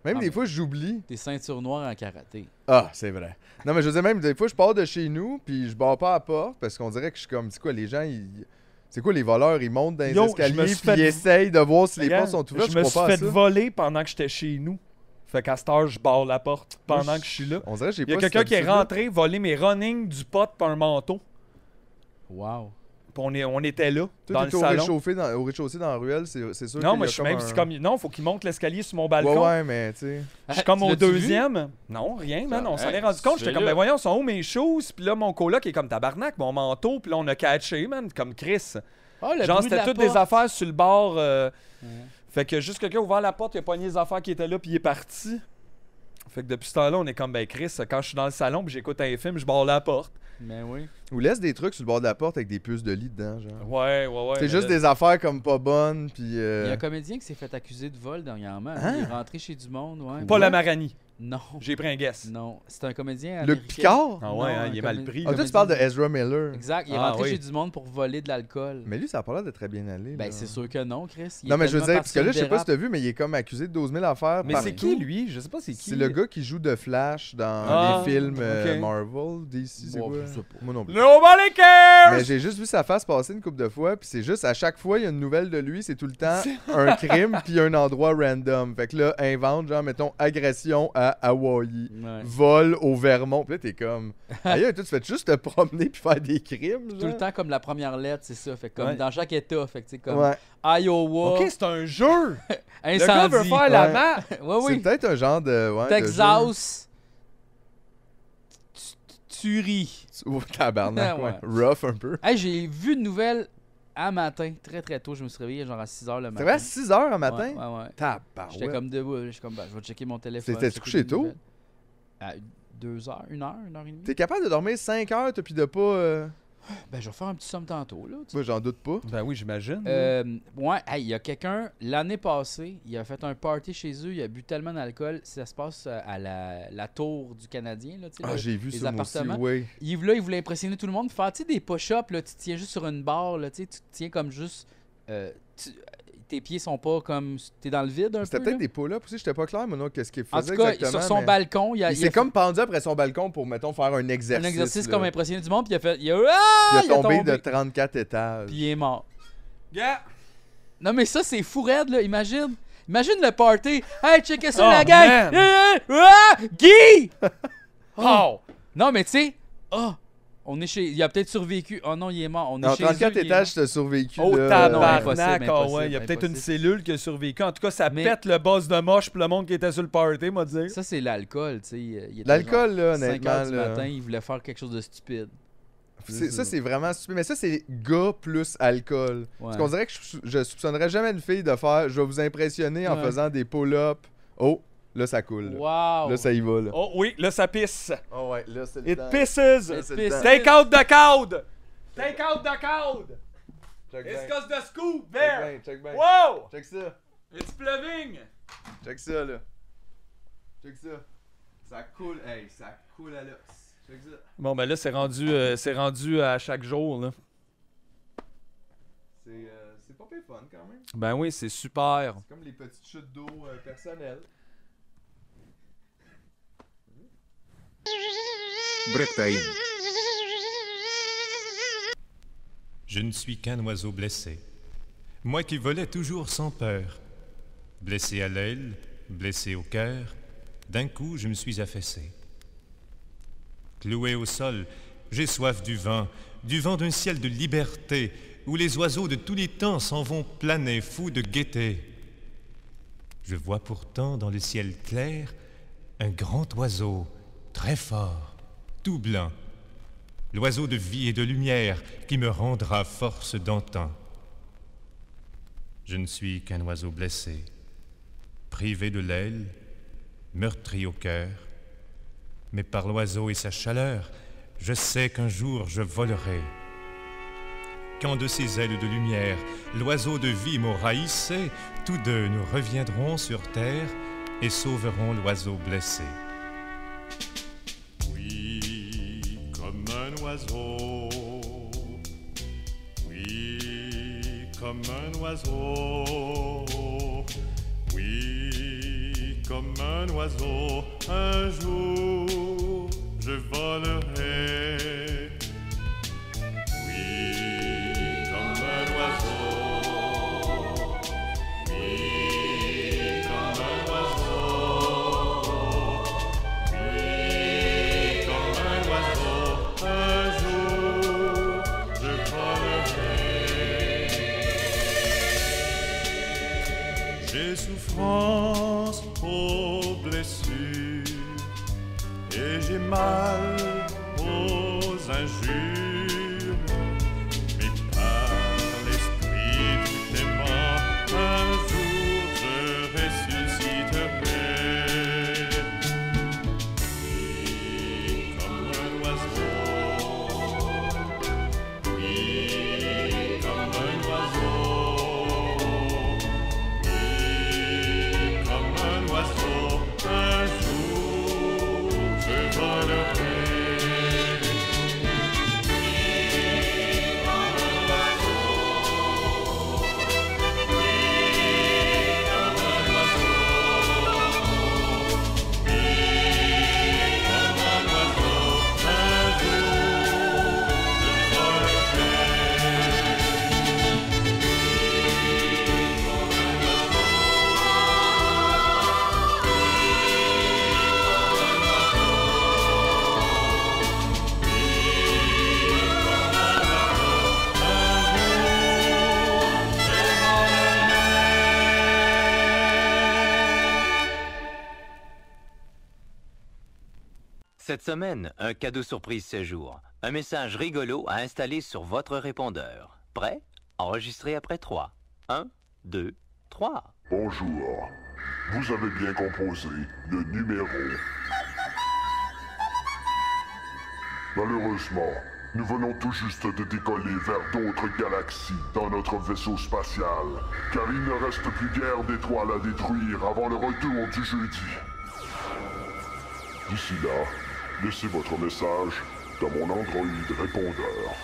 D: Même
A: Ah,
D: des
A: mais-
D: fois, j'oublie.
A: T'es ceinture noire en karaté.
D: Ah, c'est vrai. Non, mais je veux dire, même des fois, je pars de chez nous, puis je barre pas la porte, parce qu'on dirait que je suis comme, c'est quoi, les gens, ils... C'est quoi, les voleurs, ils montent dans les
B: Yo, je me
D: escaliers,
B: suis
D: puis
B: fait-
D: ils essayent de voir si les
B: Regarde,
D: portes sont ouvertes,
B: Je
D: je,
B: me suis
D: crois pas à
B: fait
D: ça.
B: voler pendant que j'étais chez nous. Fait qu'à cette heure, je barre la porte pendant
D: Moi,
B: que je suis là.
D: On dirait que j'ai
B: Il y a
D: pas
B: quelqu'un
D: cette
B: qui est
D: habitude-là.
B: rentré voler mes running, du pot par un manteau.
A: Wow.
B: Puis on, est, on était là,
D: Toi,
B: dans le
D: t'étais au
B: salon.
D: réchauffé dans- au rez-de-chaussée dans la ruelle, c'est c'est sûr
B: Non,
D: qu'il
B: moi,
D: y a
B: je suis même...
D: un-
B: c'est comme... Non, faut qu'il monte l'escalier sur mon
D: Ouais,
B: balcon.
D: ouais, mais tu sais...
B: Je suis comme au
A: Ah, L'as-tu vu?
B: deuxième. Non, rien, man. On s'en
A: Hey,
B: est rendu compte. J'étais
A: suis
B: comme,
A: là.
B: ben voyons, sont où mes choses? Puis là, mon coloc est comme tabarnak, mon manteau. Puis là, on a catché, man, comme Chris.
A: Ah, le
B: Genre,
A: bruit de
B: c'était
A: la
B: toutes
A: porte.
B: des affaires sur le bord. euh,
A: Ouais.
B: Fait que juste quelqu'un a ouvert la porte, il a pogné les affaires qui étaient là, puis il est parti. Fait que depuis ce temps-là, on est comme, ben Chris, quand je suis dans le salon, puis j'écoute un film, je barre la porte.
A: Mais oui.
D: Ou laisse des trucs sur le bord de la porte avec des puces de lit dedans, genre.
B: Ouais, ouais, ouais.
D: C'est
B: mais là-
D: juste des affaires comme pas bonnes, puis... euh, Hein?
A: Il y a un comédien qui s'est fait accuser de vol dernièrement. Il est rentré chez du monde, ouais.
B: Pas la Marani.
A: Non.
B: J'ai pris un guess.
A: Non. C'est un comédien.
D: Luc
A: américain.
D: Picard?
B: Ah
A: Non,
B: ouais, hein, il est
A: un
B: mal
A: comé-
B: pris.
D: Ah,
B: là.
D: toi, tu parles de Ezra Miller.
A: Exact. Il est
B: Ah,
A: rentré
B: oui.
A: chez du monde pour voler de l'alcool.
D: Mais lui, ça a pas l'air de très bien aller. là.
A: Ben, c'est sûr que non, Chris. Il
D: Non,
A: est
D: mais je veux
A: tellement
D: dire,
A: parti
D: parce que là,
A: sur
D: je sais
A: le
D: pas si
A: dérap.
D: t'as vu, mais il est comme accusé de 12 000 affaires.
B: Mais
D: partout.
B: c'est qui, lui? Je sais pas c'est qui.
D: C'est le gars qui joue de Flash dans
B: Ah,
D: les films euh,
B: ok.
D: Marvel, DC, c'est
A: Bon,
D: quoi?
A: je sais pas.
D: Moi non plus.
B: Nobody cares!
D: Mais j'ai juste vu sa face passer une couple de fois, puis c'est juste à chaque fois il y a une nouvelle de lui, c'est tout le temps un crime puis un endroit random. Fait que là, invente genre mettons agression à Hawaï,
A: Ouais.
D: vol au Vermont. Puis là
A: [laughs]
D: t'es comme, aïe, toi tu fais juste te promener puis faire des crimes.
A: Tout le
D: genre?
A: temps comme la première lettre, c'est ça. Fait que comme
B: Ouais.
A: dans chaque état, fait que tu sais, comme
D: Ouais.
A: Iowa,
B: Ok, c'est un jeu! Le gars
A: incendie.
B: veut faire la
D: Ouais.
B: map!
A: [laughs] Ouais, Ah oui.
D: C'est peut-être un genre de. Ouais, de jeu.
A: Texas, tu- tu- tuerie.
D: Oh,
A: [laughs]
D: tabarnak,
A: Ah,
D: ouais. Rough un peu.
A: Hey, j'ai vu une nouvelle à matin, très très tôt. Je me suis réveillé genre à 6 h le matin.
D: T'es à 6 h un matin?
A: Ouais, ouais. ouais. J'étais
D: Tabarouette.
A: comme debout, j'étais comme, bah, je vais checker mon téléphone.
D: T'étais-tu
A: checker
D: couché
A: les
D: tôt?
A: nouvelles. À 2 heures, 1 heure, 1 heure et demie.
D: T'es capable de dormir 5 heures, toi, puis de pas. euh,
A: Ben, je vais faire un petit somme tantôt, là. tu sais.
D: Moi, j'en doute pas.
B: Ben oui, j'imagine.
A: Euh, ouais, hey, il y a quelqu'un, l'année passée, il a fait un party chez eux, il a bu tellement d'alcool, ça se passe euh, à la, la tour du Canadien, là, tu sais,
D: Ah,
A: là.
D: j'ai vu
A: les
D: ça, moi aussi,
A: appartements.
D: ouais.
A: Yves, là, il voulait impressionner tout le monde, faire, tu sais, des push-ups, là, tu te tiens juste sur une barre, là, tu sais, tu te tiens comme juste, euh, tu- tes pieds sont pas comme, t'es dans le vide un peu,
D: C'était peut-être
A: là.
D: des pull-ups aussi, j'étais pas clair, moi, non, qu'est-ce qu'il
A: En
D: faisait
A: tout cas,
D: exactement.
A: sur son
D: mais-
A: balcon, il a,
D: Il
A: il a
D: s'est
A: fait
D: comme pendu après son balcon pour, mettons, faire un exercice.
A: un exercice
D: là.
A: comme impressionner du monde, puis il a fait, il a, Ah!
D: Il a tombé de 34 étages.
A: puis il est mort.
B: Gars!
A: Non, mais ça, c'est fou raide, là. Imagine. Imagine le party. Hey, checkez ça,
B: Oh,
A: la gang.
B: man.
A: Euh, euh, ah, Guy!
B: Oh!
A: Non, mais tu sais. Ah! on est chez. Il a peut-être survécu. Oh non, il est mort. On est
D: En
A: chez
D: 34
A: eux, il est
D: étages, t'as survécu.
B: Oh,
D: là,
A: non,
D: euh,
B: tabarnak!
A: impossible,
B: Ah
A: impossible,
B: ouais, il y a peut-être une
A: impossible.
B: cellule qui a survécu. En tout cas, ça
A: Mais-
B: pète le boss de moche pour le monde qui était sur le party, m'a
A: mort.
B: dit.
A: Ça, c'est l'alcool, tu sais. Il était
D: L'alcool, là,
A: genre 5
D: honnêtement.
A: heures du
D: là.
A: matin, il voulait faire quelque chose de stupide.
D: C'est- Ça, c'est vraiment stupide. Mais ça, c'est gars plus alcool.
A: Ouais.
D: Parce qu'on dirait que je, je soupçonnerais jamais une fille de faire je vais vous impressionner en
A: Ouais.
D: faisant des pull-ups. Oh, là ça coule. là.
A: Wow!
D: Là ça y va là.
B: Oh oui, là, ça pisse.
D: Oh ouais, là c'est
B: It pisses!
A: It
D: c'est
A: pisses.
D: dedans.
B: Take out the code! Take out the code!
D: Check
B: It's
D: bien,
B: cause the scoop
D: check
B: there!
D: bien, check bien.
B: Wow!
D: Check ça.
B: It's pleuving!
D: Check ça là. Check ça. Ça coule, hey, ça coule à l'os. Check ça.
B: Bon, ben là, c'est rendu, euh, c'est rendu à chaque jour, là.
D: C'est euh, c'est pas pire fun quand même.
B: Ben oui, c'est super.
D: C'est comme les petites chutes d'eau euh, personnelles.
C: Breaktail.
E: Je ne suis qu'un oiseau blessé. Moi qui volais toujours sans peur. Blessé à l'aile, blessé au cœur, d'un coup je me suis affaissé. Cloué au sol, j'ai soif du vent, du vent d'un ciel de liberté, où les oiseaux de tous les temps s'en vont planer, fous de gaieté. Je vois pourtant dans le ciel clair un grand oiseau, très fort, tout blanc, l'oiseau de vie et de lumière qui me rendra force d'antan. Je ne suis qu'un oiseau blessé, privé de l'aile, meurtri au cœur, mais par l'oiseau et sa chaleur, je sais qu'un jour je volerai. Quand de ses ailes de lumière, l'oiseau de vie m'aura hissé, tous deux nous reviendrons sur terre et sauverons l'oiseau blessé.
F: Oui, comme un oiseau. Oui, comme un oiseau. Oui, comme un oiseau. Un jour, je volerai. Oui, comme un oiseau. Oui, comme un oiseau. Oui, comme un oiseau, un jour je volerai. J'ai souffrance aux blessures oh, et j'ai mal aux injures. Mais par l'esprit du témoin, un jour je ressusciterai. Oui, comme un oiseau. Oui, comme un oiseau. Oui, comme un oiseau. Un jour, je volerai.
G: Cette semaine, un cadeau surprise séjour. Un message rigolo à installer sur votre répondeur. Prêt? Enregistré après 3. 1, 2, 3.
H: Bonjour. Vous avez bien composé le numéro. Malheureusement, nous venons tout juste de décoller vers d'autres galaxies dans notre vaisseau spatial, car il ne reste plus guère d'étoiles à détruire avant le retour du jeudi. D'ici là, laissez votre message dans mon Android répondeur.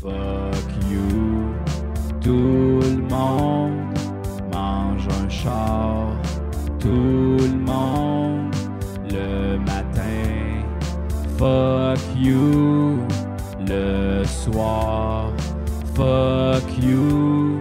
A: Fuck you. Tout le monde mange un char. Tout le monde le matin Fuck you le soir. Fuck you.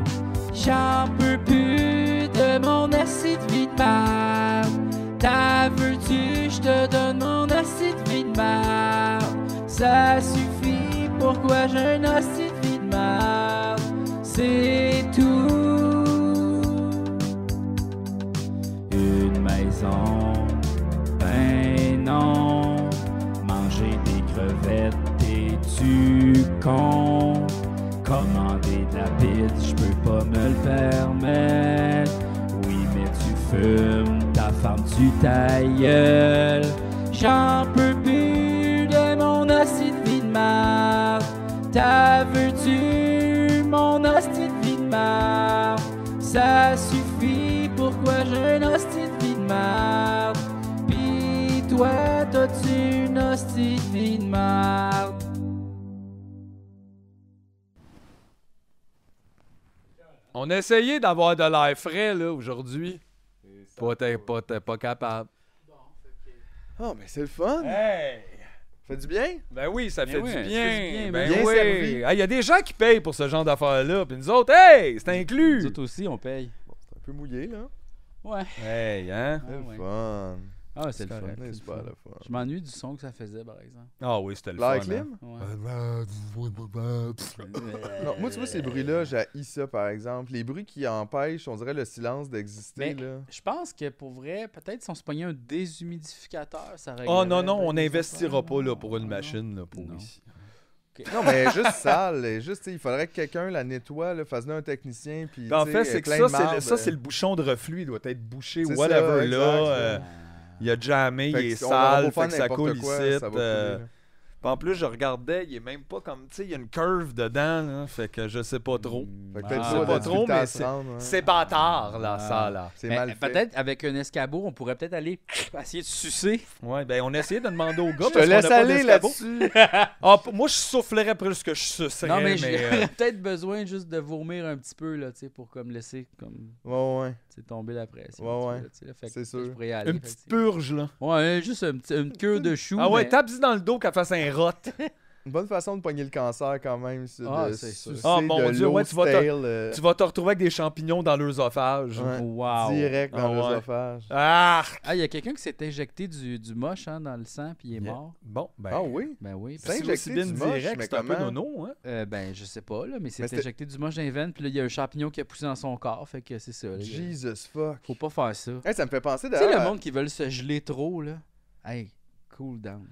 A: J'en peux plus de mon acide vie de merde. T'as veux-tu, je te donne mon acide vie de merde. Ça suffit, pourquoi j'ai un acide vie de merde. C'est tout. Une maison, ben non. Manger des crevettes, t'es-tu con? Commander de la pizza, je peux pas me le permettre. Oui, mais tu fumes, ta femme, tu ta gueule. J'en peux plus de mon acide vie de marde. T'as veux-tu mon hostie de vie de marde? Ça suffit, pourquoi j'ai un hostie de vie de marde? Pis toi, t'as-tu une hostie de vie de marde?
B: On a essayé d'avoir de l'air frais, là, aujourd'hui. Pas, t'es- pas, t'es pas capable.
D: Oh, mais c'est le fun.
B: Hey!
D: Fait du bien.
B: Ben oui, ça
A: Ben
B: fait
A: oui,
B: du
A: ça
B: bien.
A: fait du bien,
B: ben
D: bien
B: oui.
D: servi.
B: Il y a des gens qui payent pour ce genre d'affaires-là. Puis nous autres, hey, c'est
A: Nous
B: inclus.
A: autres aussi, on paye.
D: Un peu mouillé, là.
A: Ouais.
B: Hey, hein?
A: Ah,
D: C'est le
A: ouais.
D: fun.
A: Ah, c'est le fun.
D: C'est
A: c'est le
D: super
A: fun.
D: le fun.
A: Je m'ennuie du son que ça faisait, par exemple.
B: Ah oui, c'était le
D: L'air
B: fun. hein.
D: clim?
A: Ouais.
D: Non, moi, tu vois, ces bruits-là, j'ai ça, par exemple. Les bruits qui empêchent, on dirait, le silence d'exister,
A: Mais-
B: [laughs]
D: là.
A: Je pense que pour vrai, peut-être si on se pognait un déshumidificateur, ça réglerait
B: Oh non, non,
A: un peu
B: on
A: les
B: n'investira
A: affaires. Ah,
B: pas là, pour une
A: Non.
B: machine là, pour
A: Non.
B: ici.
D: Non, mais juste sale. et Juste, tu sais, il faudrait que quelqu'un la nettoie, là, fasse-le un technicien, puis
B: Puis Ben, en
D: tu
B: fait,
D: sais,
B: c'est que
D: euh, plein
B: ça,
D: de
B: c'est le,
D: marde. euh.
B: ça, c'est le bouchon de reflux. Il doit être bouché,
D: C'est ça,
B: whatever.
D: exact,
B: là,
D: ouais.
B: euh, il a jamais, il
D: Fait
B: est
D: qu'on va- on va
B: sale,
D: faire
B: fait que ça
D: n'importe
B: coule ici.
D: quoi, ça va couler,
B: euh,
D: là.
B: puis en plus, je regardais, il est même pas comme, tu sais, il y a une curve dedans, là, fait que je sais pas trop.
D: Fait que
A: Ah,
D: peut-être
B: c'est
D: ça, on a
B: pas
D: du
B: trop,
D: temps à
B: mais
D: se rendre, ouais.
B: C'est bâtard, là,
A: Ah.
B: ça, là.
D: C'est
A: Mais
D: mal fait.
A: Peut-être avec un escabeau, on pourrait peut-être aller [laughs] essayer de sucer.
B: Ouais, ben on a essayé de demander au gars. parce
D: Je te
B: qu'on a
D: laisse
B: pas
D: aller
B: d'escabeau.
D: là-dessus.
B: [laughs] Ah, p- moi, je soufflerais plus que je sucerais.
A: non, mais, j'aurais
D: [laughs]
B: euh,
A: [laughs] peut-être besoin juste de vomir un petit peu, là, tu sais, pour comme laisser comme,
D: Ouais, ouais.
A: tu sais, tomber la pression.
D: Ouais,
A: tu
D: ouais.
A: vois, là, tu sais, là. Fait que peut-être
D: C'est sûr.
A: Je pourrais y aller.
B: une
A: fait que
B: petite
A: c'est-
B: purge, là.
A: Ouais, juste un petit- une queue de chou.
B: Ah ouais,
A: mais-
B: tape-y dans le dos qu'elle fasse un rot.
D: Euh. Une bonne façon de pogner le cancer quand même, c'est
A: Ah,
D: de
A: c'est sûr.
D: sucer
B: Ah, mon
D: de
B: Dieu,
D: l'eau
B: ouais, tu vas te-
D: stale, euh,
B: Tu vas te retrouver avec des champignons dans l'œsophage.
D: Ouais.
A: Wow.
D: direct dans
B: Ah, ouais.
D: l'œsophage.
B: Ah!
A: Ah, il y a quelqu'un qui s'est injecté du, du moche hein, dans le sang, puis il est
B: Yeah.
A: mort.
B: Bon, ben.
D: Ah oui?
A: Ben oui.
D: C'est- injecté
B: bien
D: du moche,
B: direct,
D: mais
B: c'est un peu
D: comment?
B: nono, hein?
A: Euh, ben, je sais pas, là, mais c'est
D: c'était-
A: injecté du moche dans les veines, puis là, il y a un champignon qui a poussé dans son corps, fait que c'est ça. là, il y a-
D: Jesus fuck.
A: Faut pas faire ça.
D: Hey, ça me fait penser
A: Tu sais,
D: d'ailleurs.
A: le
D: à-
A: monde qui veulent se geler trop, là. Hey, cool
D: [laughs]
A: down.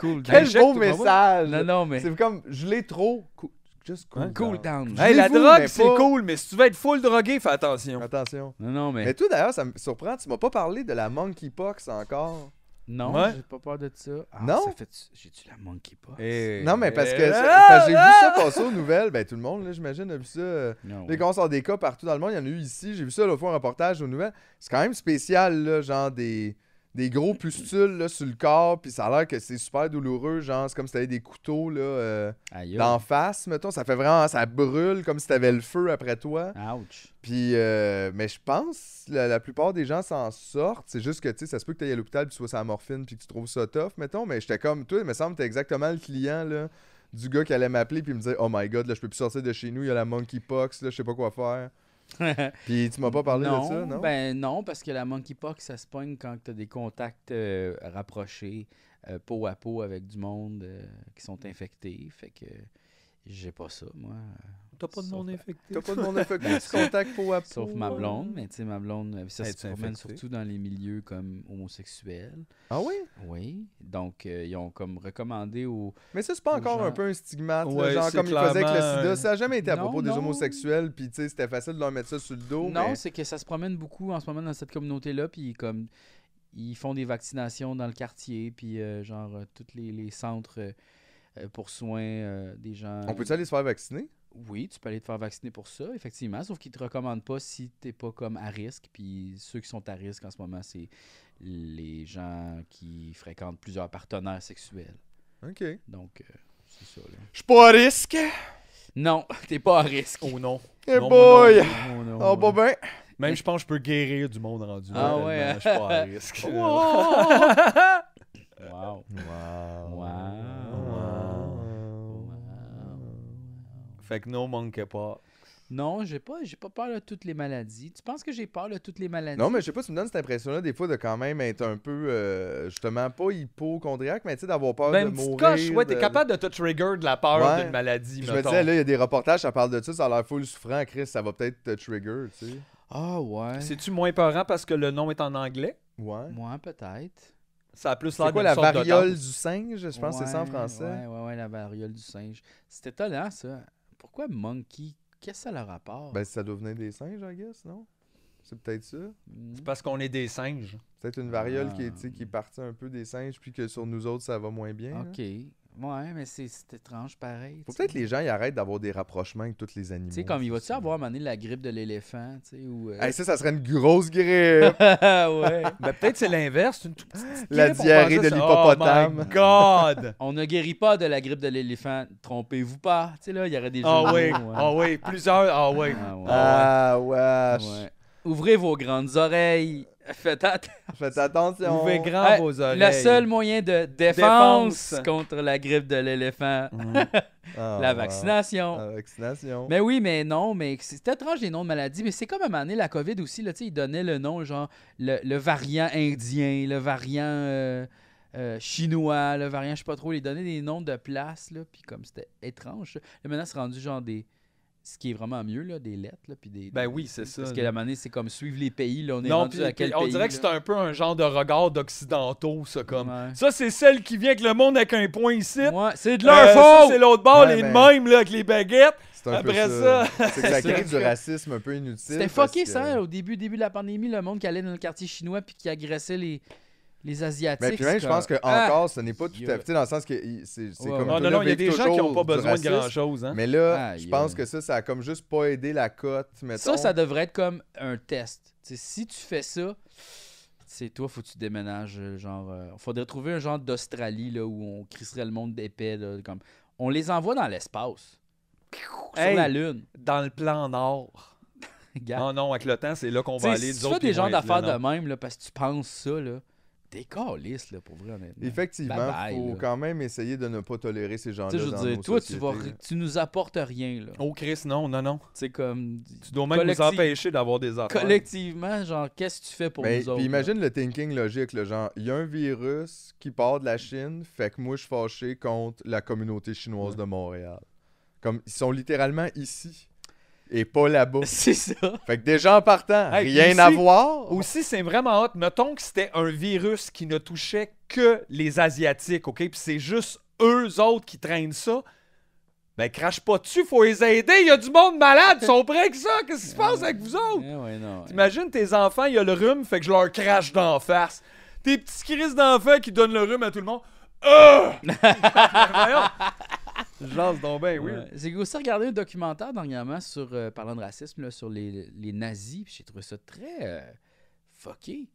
A: cool down.
D: Quel
B: Injecte-
D: beau
B: Ah ouais.
D: message!
A: Non, non, mais
D: C'est comme, je l'ai trop. cou- Just cool.
A: cool
D: down.
A: down.
B: Hey, la
D: l'ai vu,
B: drogue,
D: mais
B: c'est
D: pas-
B: cool, mais si tu veux être full drogué, fais attention.
D: Attention.
A: Non, non, mais.
D: Mais toi d'ailleurs, ça me surprend, tu m'as pas parlé de la monkeypox encore.
A: Non,
B: Ouais.
A: j'ai pas peur de ça. Ah,
D: Non?
A: ça fait- J'ai-tu la monkeypox?
D: Non mais parce que,
B: Eh
D: ça-
B: là,
D: parce que j'ai vu
B: là!
D: ça passer aux nouvelles, ben tout le monde là, j'imagine a vu ça. euh,
A: Non.
D: Les qu'on sort des cas partout dans le monde, il y en a eu ici. J'ai vu ça l'autre fois un reportage aux nouvelles. C'est quand même spécial, là, genre des, des gros pustules là, sur le corps, puis ça a l'air que c'est super douloureux, genre c'est comme si t'avais des couteaux là, euh,
A: Aïe,
D: d'en face, mettons. Ça fait vraiment, ça brûle comme si t'avais le feu après toi.
A: Ouch.
D: Puis, euh, mais je pense la, la plupart des gens s'en sortent. C'est juste que, tu sais, ça se peut que t'ailles à l'hôpital, puis tu sois sur la morphine, puis que tu trouves ça tough, mettons. Mais j'étais comme, toi, il me semble que t'es exactement le client, là. Du gars qui allait m'appeler puis me dire Oh my god, là je peux plus sortir de chez nous, il y a la monkeypox, là je sais pas quoi faire.
A: [laughs]
D: Puis tu m'as pas parlé
A: non,
D: de ça, non?
A: Ben non, parce que la monkeypox, ça se pogne quand tu as des contacts euh, rapprochés, euh, peau à peau avec du monde euh, qui sont infectés. Fait que j'ai pas ça, moi.
B: T'as pas de non
A: Sauf-
B: infecté.
D: T'as pas de monde infecté, tu contactes peau à peau.
A: Sauf ma blonde, mais tu sais, ma blonde, euh, ça
B: Es-tu
A: se promène
B: infectée?
A: surtout dans les milieux comme homosexuels.
D: Ah oui?
A: Oui. Donc, euh, ils ont comme recommandé aux.
D: Mais ça, c'est pas
A: Aux
D: encore un
A: gens.
D: peu un stigmate, là,
B: Ouais,
D: genre
B: c'est
D: comme ils faisaient avec le
B: clairement,
D: sida.
B: euh,
D: Ça a jamais été à
A: non,
D: propos des
A: non.
D: homosexuels, puis tu sais, c'était facile de leur mettre ça sur le dos.
A: non,
D: Oh, mais-
A: c'est que ça se promène beaucoup en ce moment dans cette communauté-là, puis comme. Ils font des vaccinations dans le quartier, puis euh, genre, euh, tous les, les centres euh, euh, pour soins euh, des gens.
D: On peut-tu aller se faire vacciner?
A: Oui, tu peux aller te faire vacciner pour ça, effectivement, sauf qu'ils te recommandent pas si t'es pas comme à risque. Puis ceux qui sont à risque en ce moment, c'est les gens qui fréquentent plusieurs partenaires sexuels.
D: Ok. Je
A: Donc, euh, c'est ça. là.
D: suis pas à risque!
A: Non, [laughs] t'es pas à risque.
B: Oh non.
D: Eh
B: Non, moi
D: boy!
B: non.
A: Oh, [laughs] non.
D: Oh, bah ben!
B: Même je pense que je peux guérir du monde rendu. là,
A: Ah
D: [laughs]
B: tellement
D: Oh,
A: ouais, hein?
B: Je suis pas à risque.
A: Oh! Wow.
B: Wow.
A: Wow.
B: Fait que no monkey pas.
A: Non, j'ai pas, j'ai pas peur de toutes les maladies. Tu penses que j'ai peur de toutes les maladies?
D: Non, mais je sais pas, tu me donnes cette impression-là des fois de quand même être un peu, euh, justement, pas hypochondriaque, mais tu sais, d'avoir peur
B: Ben,
D: de
B: une petite
D: mourir.
B: coche, ouais, t'es
D: de-
B: capable de te trigger de la peur
D: Ouais.
B: d'une maladie,
D: Je me
B: mettons.
D: disais, là, il y a des reportages, ça parle de ça, ça a l'air full souffrant, Chris, ça va peut-être te trigger, tu sais.
A: Ah ouais.
B: C'est-tu moins peurant parce que le nom est en anglais?
D: Ouais.
A: Moi, peut-être.
B: Ça a plus
D: C'est
B: l'air
D: quoi
B: d'une
D: la
B: sorte de
D: variole
B: danse.
D: du singe Je pense que c'est ça en
A: Ouais,
D: français.
A: Ouais, ouais, ouais, la variole du singe. C'était étonnant, ça. Pourquoi monkey? Qu'est-ce que ça a le rapport?
D: Ben, ça doit venir des singes, I guess, non C'est peut-être ça.
A: Hmm.
B: C'est parce qu'on est des singes.
D: C'est peut-être une variole qui, est,
A: Ah.
D: tu sais, qui est partie un peu des singes, puis que sur nous autres, ça va moins bien. là.
A: Ok. Ouais, mais c'est c'est étrange pareil.
D: Faut
A: tu sais.
D: peut-être les gens ils arrêtent d'avoir des rapprochements avec tous les animaux.
A: Tu sais, comme il va-tu
D: ça.
A: avoir à un moment donné la grippe de l'éléphant, tu sais, ou... euh, [laughs]
D: Hey, ça, ça serait une grosse grippe.
A: ouais.
B: Ben, peut-être c'est l'inverse, c'est une toute petite
D: La
B: grippe, on
D: diarrhée
B: pensait
D: de
B: ça.
D: l'hippopotame.
B: Oh my
D: [laughs]
B: god!
A: On ne guérit pas de la grippe de l'éléphant, trompez-vous pas. Tu sais, là, il y aurait des
B: Ah
A: jeux de
B: oui,
A: mots, ouais.
B: ah oui, plusieurs, ah oui.
A: [laughs] Ah ouais.
D: ah, wesh.
A: Ouais. Ouvrez vos grandes oreilles. Faites attention.
D: Faites attention.
B: Ouvrez grand
A: Hey,
B: vos oreilles.
A: Le seul moyen de défense,
B: Défense.
A: contre la grippe de l'éléphant,
D: Ah,
A: la
D: ouais.
A: vaccination.
D: La vaccination.
A: Mais ben oui, mais non, mais c'est étrange les noms de maladies, mais c'est comme à un moment donné, la COVID aussi, là, tu sais, ils donnaient le nom, genre le, le variant indien, le variant euh, euh, chinois, le variant, je sais pas trop, ils donnaient des noms de places, là, puis comme c'était étrange. ça. Là, maintenant, c'est rendu genre des. Ce qui est vraiment mieux, là, des lettres, là, puis des.
B: Ben oui, c'est ça.
A: Parce que la manée, c'est comme suivre les pays, là, on est
B: Non,
A: rendu
B: puis-
A: à quel
B: puis on
A: pays.
B: dirait que c'est un peu un genre de regard d'occidentaux, ça, comme.
A: Ouais.
B: Ça, c'est celle qui vient avec le monde avec un point ici.
A: Moi, c'est de
B: Euh, ça,
A: leur faute!
B: c'est l'autre bord,
D: Ouais,
B: les
D: ben-
B: mêmes, là, avec les baguettes.
D: C'est un
B: Après
D: peu
B: ça-
D: ça.
A: [laughs]
D: C'est que ça
B: C'est
D: crée du
B: ça.
D: racisme un peu inutile.
A: C'était
D: parce
A: fucké,
D: que-
A: ça, hein, au début, début de la pandémie, le monde qui allait dans le quartier chinois puis qui agressait les, les Asiatiques.
D: Mais Ben, puis même,
A: c'est
D: je pense que
A: comme- Ah!
D: encore, ce n'est pas tout à
A: Yeah.
D: fait. tu sais, Dans le sens que il- c'est c'est
A: Ouais,
D: comme.
A: ouais.
B: Non,
D: tout
B: non,
D: le
B: non, il y a
D: vivre
B: des gens qui
D: toujours
B: n'ont pas
D: du
B: besoin de
D: racisme.
B: grand-chose, hein.
D: Mais là,
A: Aïe,
D: je pense
A: aïe.
D: que ça, ça a comme juste pas aidé la cote. mettons.
A: ah, Ça, ça devrait être comme un test. Tu sais, si tu fais ça, c'est toi, faut que tu déménages. euh, Genre, euh, faudrait trouver un genre d'Australie là, où on crisserait le monde d'épais. là, comme... On les envoie dans l'espace. Sur
B: Hey.
A: la Lune. [laughs]
B: Dans le plan nord. Ah
A: Regarde.
D: Ah,
B: Non, non, avec le temps, c'est là qu'on
A: Tu sais,
B: va aller. nous
A: si tu
B: autres,
A: fais des
B: ils vont
A: genres
B: être là,
A: d'affaires de
B: non.
A: même là, parce que tu penses ça, là, t'es caliste, là, pour vrai, honnêtement.
D: Effectivement,
A: Bye-bye,
D: faut
A: là.
D: quand même essayer de ne pas tolérer ces gens-là.
A: Tu sais, je
D: dans
A: veux dire,
D: nos
A: toi, tu,
D: sociétés,
A: vas,
D: là.
A: tu nous apportes rien. Là.
B: Oh, Chris, non, non, non.
A: Tu sais, comme.
B: Tu dois même
A: Collectif-
B: nous empêcher d'avoir des affaires.
A: Collectivement, genre, qu'est-ce que tu fais pour
B: Ben,
D: Mais
A: nous autres?
D: Ben, puis
A: là?
D: imagine le thinking logique, le genre, il y a un virus qui part de la Chine, fait que moi je suis fâché contre la communauté chinoise de Montréal. Comme ils sont littéralement ici et
B: [laughs]
D: pas là-bas.
A: [laughs] C'est ça.
D: fait que déjà en partant,
B: Hey,
D: rien
B: puis
D: à
B: aussi-
D: voir.
B: Aussi, c'est vraiment hot. Mettons que c'était un virus qui ne touchait que les Asiatiques, OK? Puis c'est juste eux autres qui traînent ça. Ben, crache pas dessus, faut les aider. Il y a du monde malade, ils sont prêts que ça. Qu'est-ce qui se passe avec vous autres?
A: Eh ouais, non, ouais.
B: T'imagines tes enfants, il y a le rhume, fait que je leur crache d'en face. Tes petits crises d'enfants qui donnent le rhume à tout le monde. Ah! [laughs] Voyons. Je lance donc ben, oui.
A: Ouais. J'ai aussi regardé un documentaire dernièrement sur, euh, parlant de racisme, là, sur les, les nazis, puis j'ai trouvé ça très euh, fucké.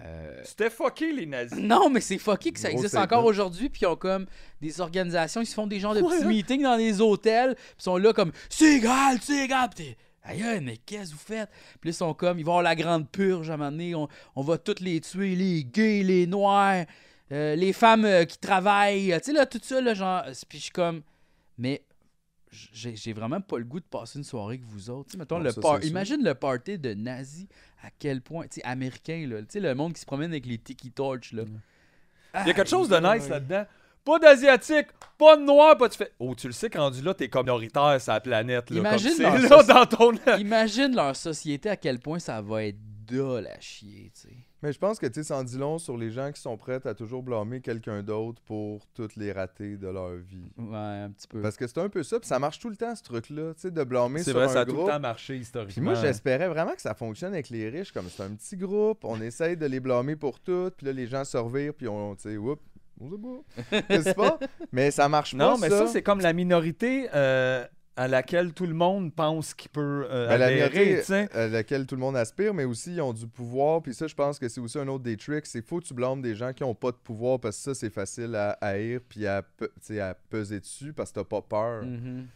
A: Euh, [laughs]
B: C'était fucké, les nazis.
A: Non, mais c'est fucké que ça
D: Gros
A: existe
D: statement.
A: encore aujourd'hui, puis ils ont comme des organisations, ils se font des genres de
B: Ouais,
A: petits
B: hein.
A: meetings dans des hôtels, puis ils sont là comme « C'est égal, c'est égal! » Puis t'es, Aïe, aïe, mais qu'est-ce que vous faites? Puis là, ils sont comme, ils vont avoir la grande purge à un moment donné, on, on va toutes les tuer, les gays, les noirs, euh, les femmes euh, qui travaillent, tu sais, là, tout ça, là, genre, puis je suis comme, mais j'ai j'ai vraiment pas le goût de passer une soirée avec vous autres. Tu sais, mettons,
D: Non,
A: le
D: ça,
A: par-
D: c'est sûr.
A: imagine le party de nazis, à quel point, tu sais, américain, là, tu sais, le monde qui se promène avec les tiki torch, là.
B: Il y a quelque chose de nice là-dedans. Pas d'asiatique, pas de noir, pas de fait. Oh, tu le sais, quand rendu là, t'es comme minoritaire sur la planète. Là,
A: Imagine
B: comme c'est
A: dans
B: là
A: ça-
B: [laughs] dans ton.
A: Imagine leur société à quel point ça va être dole à chier, tu sais.
D: Mais je pense que tu sais, sans dit long sur les gens qui sont prêts à toujours blâmer quelqu'un d'autre pour toutes les ratés de leur vie.
A: Ouais, un petit peu.
D: Parce que c'est un peu ça, puis ça marche tout le temps ce truc-là, tu sais, de blâmer
B: C'est
D: sur
B: vrai,
D: un
B: ça a tout
D: groupe.
B: le temps marché historiquement.
D: Puis moi, j'espérais vraiment que ça fonctionne avec les riches, comme c'est un petit groupe, on essaye de les blâmer pour tout, puis là, les gens se revirent, puis on, tu sais, oups, on
B: [laughs]
D: sait pas. N'est-ce pas? Mais ça marche pas.
B: Non, mais ça, c'est comme la minorité euh, à laquelle tout le monde pense qu'il peut euh,
D: Ben, la
B: adhérer,
D: minorité-
B: tu sais.
D: à laquelle euh, tout le monde aspire, mais aussi ils ont du pouvoir. Puis ça, je pense que c'est aussi un autre des tricks. C'est faut que tu blâmes des gens qui ont pas de pouvoir parce que ça, c'est facile à à haïr puis à, pe- tu sais, à peser dessus parce que t'as pas peur.
B: Mm.
A: Mhm.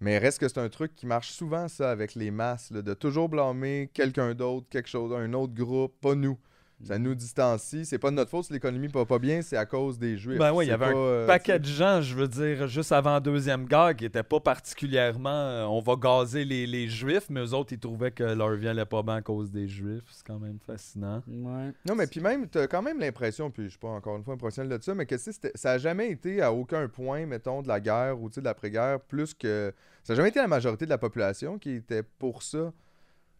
D: Mais reste que c'est un truc qui marche souvent, ça, avec les masses, là, de toujours blâmer quelqu'un d'autre, quelque chose, un autre groupe, pas nous.
B: Mm.
D: Ça nous distancie. C'est pas de notre faute si l'économie va pas bien, c'est à cause des Juifs.
B: Ben oui, il y
D: C'est
B: avait
D: pas, euh,
B: un paquet de gens, je veux dire, juste avant la Deuxième Guerre, qui n'étaient pas particulièrement euh, on va gazer les, les Juifs, mais eux autres, ils trouvaient que leur vie allait pas bien à cause des Juifs. C'est quand même fascinant.
A: Ouais.
D: Non, mais puis même, t'as quand même l'impression, puis je suis pas encore une fois un professionnel de ça, mais que tu sais, c'était- ça a jamais été à aucun point, mettons, de la guerre ou tu sais, de l'après-guerre, plus que. Ça a jamais été la majorité de la population qui était pour ça.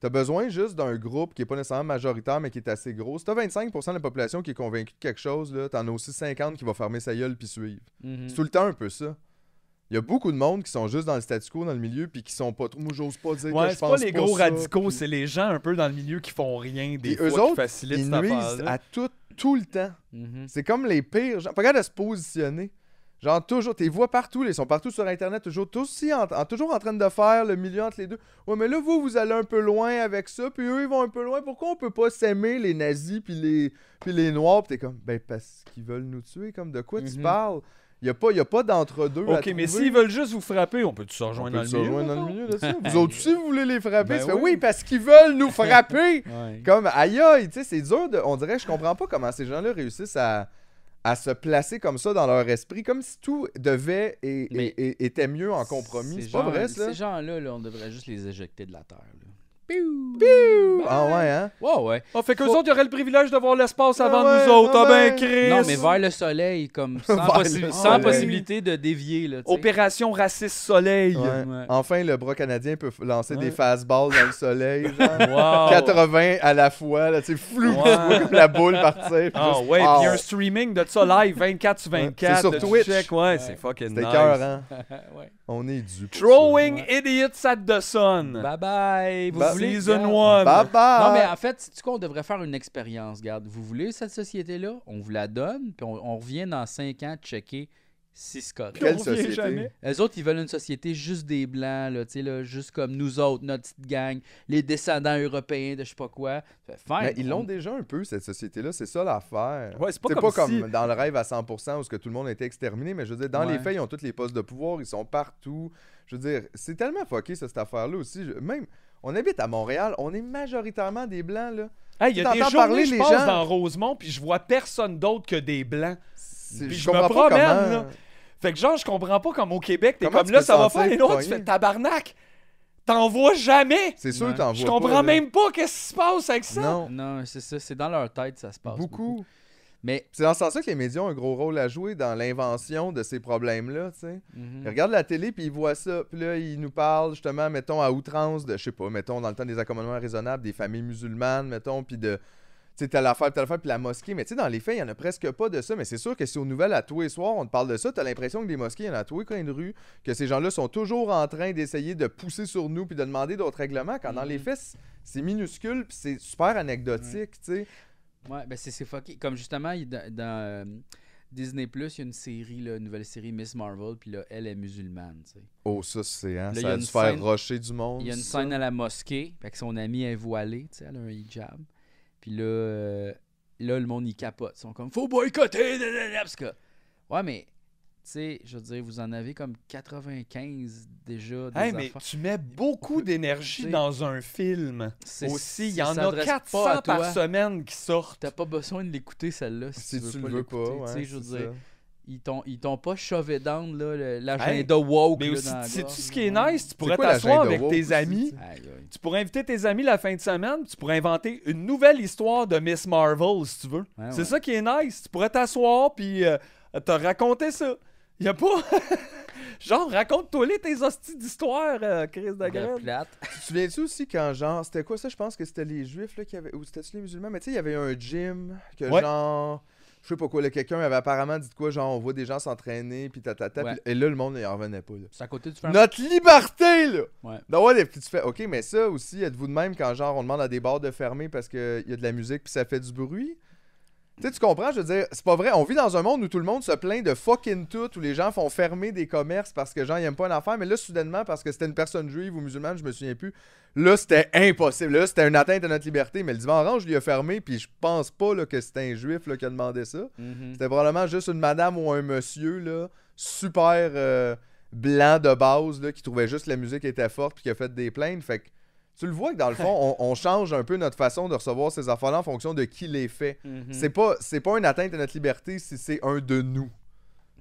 D: T'as besoin juste d'un groupe qui est pas nécessairement majoritaire, mais qui est assez gros. Si t'as 25% de la population qui est convaincue de quelque chose, là, t'en as aussi 50 qui va fermer sa gueule puis suivre.
A: Mhm.
B: Mm.
D: C'est tout le temps un peu ça. Il y a beaucoup de monde qui sont juste dans le statu quo, dans le milieu, puis qui sont pas trop. Moi, j'ose pas dire que
B: Ouais,
D: je
B: c'est pas
D: pense
B: les
D: pas
B: gros
D: ça,
B: radicaux,
D: puis-
B: c'est les gens un peu dans le milieu qui font rien des
D: Puis
B: fois,
D: eux
B: qui
D: autres,
B: facilitent
D: Ils
B: cette
D: nuisent
B: affaire-là.
D: à tout, tout le temps.
A: Mhm.
D: C'est comme les pires gens. Pas capable de se positionner. Genre, toujours, t'es vois partout, là, ils sont partout sur Internet, toujours, tous aussi en, en- toujours en train de faire le milieu entre les deux. Ouais, mais là, vous, vous allez un peu loin avec ça, puis eux, ils vont un peu loin. Pourquoi on peut pas s'aimer, les nazis, puis les, puis les noirs? Puis t'es comme, ben, parce qu'ils veulent nous tuer, comme de quoi tu
A: Mhm.
D: parles? Il a pas, y a pas d'entre-deux. à
B: Ok, mais
D: trouver.
B: s'ils veulent juste vous frapper, on peut se
D: On
B: rejoindre
D: peut
B: dans le
D: se
B: milieu?
D: rejoindre dans le
B: mettons?
D: milieu
B: [laughs]
D: de ça. Vous autres aussi, vous voulez les frapper?
B: Ben
D: Tu fais,
B: oui.
D: oui, parce qu'ils
B: [laughs]
D: veulent nous frapper!
A: Ouais.
D: Comme aïe aïe, tu sais, c'est dur de. On dirait, je comprends pas comment ces gens-là réussissent à, à se placer comme ça dans leur esprit, comme si tout devait et, et-
A: Mais-
D: et- était mieux en compromis.
A: Ces
D: C'est pas
A: gens-
D: vrai, ça?
A: Ces gens-là, là, on devrait juste les éjecter de la terre. là.
D: Ah ouais, hein?
A: Ouais, ouais.
B: Ah, fait qu'eux
A: Faut-
B: autres, ils auraient le privilège d'avoir l'espace
D: Ah
B: avant
D: ouais,
B: nous autres.
D: ah
B: Ah ben,
D: ben.
B: Chris!
A: Non, mais vers le soleil,
D: [laughs]
A: comme sans,
D: Vers
A: possi-
D: le
A: sans
D: soleil.
A: possibilité de dévier. Là, tu sais.
B: Opération Raciste Soleil.
D: Ouais.
A: Ouais.
D: [laughs] Enfin, le bras canadien peut f- lancer
B: Ouais.
D: des fastballs dans le soleil,
B: [laughs]
D: genre.
B: Wow.
D: 80 à la fois, là, tu sais, flou,
B: Ouais.
D: tu vois comme la boule partir. puis
B: Ah
D: juste,
B: ouais,
D: ah,
B: puis un streaming de ça live 24 sur 24.
D: C'est sur
B: là, tu
D: Twitch.
B: check, ouais, c'est fucking
D: C'était
B: nice.
D: cœur, hein?
A: Ouais.
D: On est du.
B: Throwing Idiots at the Sun.
A: Bye bye. Vous
D: Bah-
A: voulez.
B: Season
A: Regarde.
B: 1.
D: Bye bye!
A: Non, mais en fait, c'est quoi, on devrait faire une expérience. Garde, vous voulez cette société-là? On vous la donne, puis on, on revient dans 5 ans checker si c'est correct.
D: Quelle
B: on revient
D: société?
B: jamais.
A: Eux autres, ils veulent une société juste des Blancs, là, tu sais, là, juste comme nous autres, notre petite gang, les descendants européens de je sais pas quoi. Fait, fine,
D: Mais ils l'ont
A: on-
D: déjà un peu, cette société-là. C'est ça l'affaire.
B: Ouais, c'est pas
D: c'est
B: comme,
D: pas comme
B: si...
D: dans le rêve à 100% où ce que tout le monde a été exterminé, mais je veux dire, dans les
A: Ouais.
D: faits, ils ont tous les postes de pouvoir, ils sont partout. Je veux dire, c'est tellement fucké, ça, cette affaire-là aussi. Je- Même, on habite à Montréal, on est majoritairement des Blancs, là.
B: Hey, il y a des
D: Tu t'entends
B: journées,
D: parler,
B: je
D: les
B: passe
D: gens.
B: dans Rosemont, puis je vois personne d'autre que des Blancs.
D: C'est-
B: Puis je
D: comprends
B: me
D: pas
B: promène,
D: comment-
B: là. Fait que genre, je comprends pas comme au Québec, t'es
D: Comment
B: comme
D: tu
B: là,
D: peux
B: ça va
D: sentir
B: faire. Et l'autre, tu
D: pogné?
B: fais tabarnak. T'en vois jamais.
D: C'est sûr,
A: Ouais.
D: t'en vois
B: Je
D: pas,
B: comprends
D: là.
B: même pas qu'est-ce qui se passe avec ça.
D: Non,
A: Non, c'est ça, c'est dans leur tête, ça se passe.
D: beaucoup.
A: Mais.
D: C'est dans ce sens-là que les médias ont un gros rôle à jouer dans l'invention de ces problèmes-là, tu sais.
A: mhm.
D: Ils regardent la télé, puis ils voient ça. Puis là, ils nous parlent, justement, mettons, à outrance de, je sais pas, mettons, dans le temps des accommodements raisonnables, des familles musulmanes, mettons, puis de, tu sais, telle affaire, telle affaire, puis la mosquée. Mais tu sais, dans les faits, il y en a presque pas de ça. Mais c'est sûr que si aux nouvelles, à tous les soirs, on te parle de ça, t'as l'impression que les mosquées, il y en a à tous les coins de rue, que ces gens-là sont toujours en train d'essayer de pousser sur nous, puis de demander d'autres règlements, quand dans les
A: Mhm.
D: faits, c'est- c'est minuscule, puis c'est super anecdotique,
A: Mm.
D: tu sais.
A: Ouais, ben c'est c'est fucké. Comme justement, il- dans, dans, euh, Disney Plus, il y a une série, là, une nouvelle série Miss Marvel, puis là, elle est musulmane, tu sais.
D: Oh, ça, c'est,
A: Là,
D: hein,
A: il y
D: ça
A: a
D: a
A: une
D: dû faire
A: scène-
D: rocher du monde.
A: Il y a une
D: ça.
A: scène à la mosquée, fait que son amie est voilée, tu sais, elle a un hijab. Puis là, euh, là, le monde, il capote. Ils sont comme, faut boycotter, da, da, da, parce que... Ouais, mais, tu sais, je veux dire, vous en avez comme 95 déjà des
B: Hey, mais
A: affaires.
B: tu mets beaucoup d'énergie
A: T'sais.
B: dans un film.
A: C'est-
B: Aussi, il y
A: ça
B: en a
A: s'adresse pas
B: 400
A: à toi.
B: par semaine qui sortent.
A: T'as pas besoin de l'écouter, celle-là, si,
D: Si tu
A: pas
D: le veux pas,
A: l'écouter,
D: ouais,
A: tu sais, je
D: c'est
A: veux
D: ça.
A: dire, ils t'ont, ils t'ont pas chové down, là, le- l'agenda woke,
B: Mais
A: là,
B: aussi,
A: dans la
B: sais-tu
A: gorge,
B: ce qui est
A: ouais.
B: nice? Tu pourrais
D: quoi l'agenda
B: t'asseoir avec
D: woke
B: tes
D: aussi,
B: amis.
D: tu sais?
A: Aïe, aïe.
B: Tu pourrais inviter tes amis la fin de semaine. Tu pourrais inventer une nouvelle histoire de Miss Marvel, si tu veux.
A: Ouais,
B: C'est
A: ouais.
B: ça qui est nice. Tu pourrais t'asseoir puis euh, te raconter ça. Y a pas... [laughs] Genre, raconte-toi les tes hosties d'histoire, euh, Chris de
A: Vraie
B: Graine.
A: plate.
D: Tu te souviens-tu aussi quand, genre, c'était quoi ça? Je pense que c'était les Juifs, là, qui avaient. Ou c'était-tu les musulmans? Mais tu sais, il y avait un gym, que
B: Ouais.
D: genre. Je sais pas quoi, là, quelqu'un avait apparemment dit de quoi, genre, on voit des gens s'entraîner, puis tatata.
A: Ouais.
D: puis- Et là, le monde, il en revenait pas, là.
A: C'est à côté du
D: Notre liberté, là!
A: Ouais.
D: Donc, ouais, des petits faits. Ok, mais ça aussi, êtes-vous de même quand, genre, on demande à des bars de fermer parce qu'il y a de la musique, puis ça fait du bruit? Tu sais, tu comprends? Je veux dire, c'est pas vrai. On vit dans un monde où tout le monde se plaint de fucking tout, où les gens font fermer des commerces parce que, genre, ils aiment pas une affaire. Mais là, soudainement, parce que c'était une personne juive ou musulmane, je me souviens plus, là, c'était impossible. Là, c'était une atteinte à notre liberté. Mais le divan orange lui a fermé, puis je pense pas là, que c'était un juif là, qui a demandé ça.
A: Mhm.
D: C'était probablement juste une madame ou un monsieur, là, super euh, blanc de base, là, qui trouvait juste que la musique était forte puis qui a fait des plaintes. Fait que Tu le vois que dans le fond, on, on change un peu notre façon de recevoir ces affaires-là en fonction de qui les fait.
B: Hmm.
A: Mhm.
D: C'est pas c'est pas une atteinte à notre liberté si c'est un de nous,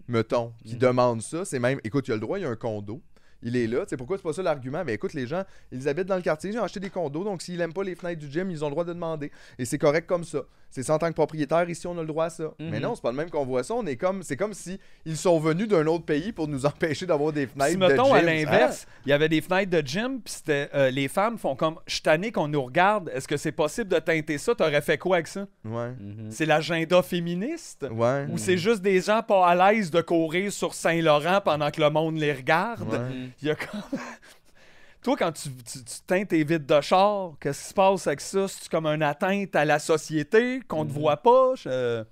D: mettons, qui
B: Hmm.
A: Mhm.
D: demande ça. C'est même, écoute, il a le droit, il y a un condo. Il est là. Tu sais pourquoi c'est pas ça l'argument? Mais écoute, les gens, ils habitent dans le quartier, ils ont acheté des condos, donc s'ils aiment pas les fenêtres du gym, ils ont le droit de demander. Et c'est correct comme ça. C'est ça en tant que propriétaire, ici, on a le droit à ça. Mais
B: Hmm.
A: Mhm.
D: non, c'est pas le même qu'on voit ça. On est comme, c'est comme si ils sont venus d'un autre pays pour nous [laughs] empêcher d'avoir des fenêtres
B: Si,
D: de
B: mettons, à
D: gyms.
B: l'inverse, il y avait des fenêtres de gym, puis c'était euh, les femmes font comme Je suis tanné qu'on nous regarde, est-ce que c'est possible de teinter ça T'aurais fait quoi avec ça
D: Ah, ouais.
A: Mhm.
B: C'est l'agenda féministe
D: Ouais.
B: Ou c'est juste des gens pas à l'aise de courir sur Saint-Laurent pendant que le monde les regarde
D: Ouais.
A: Mhm.
B: [laughs] Il y a comme. Toi, quand tu, tu, tu teintes tes vides de char, qu'est-ce qui se passe avec ça? C'est comme une atteinte à la société qu'on te
A: Mhm.
B: voit pas? Je-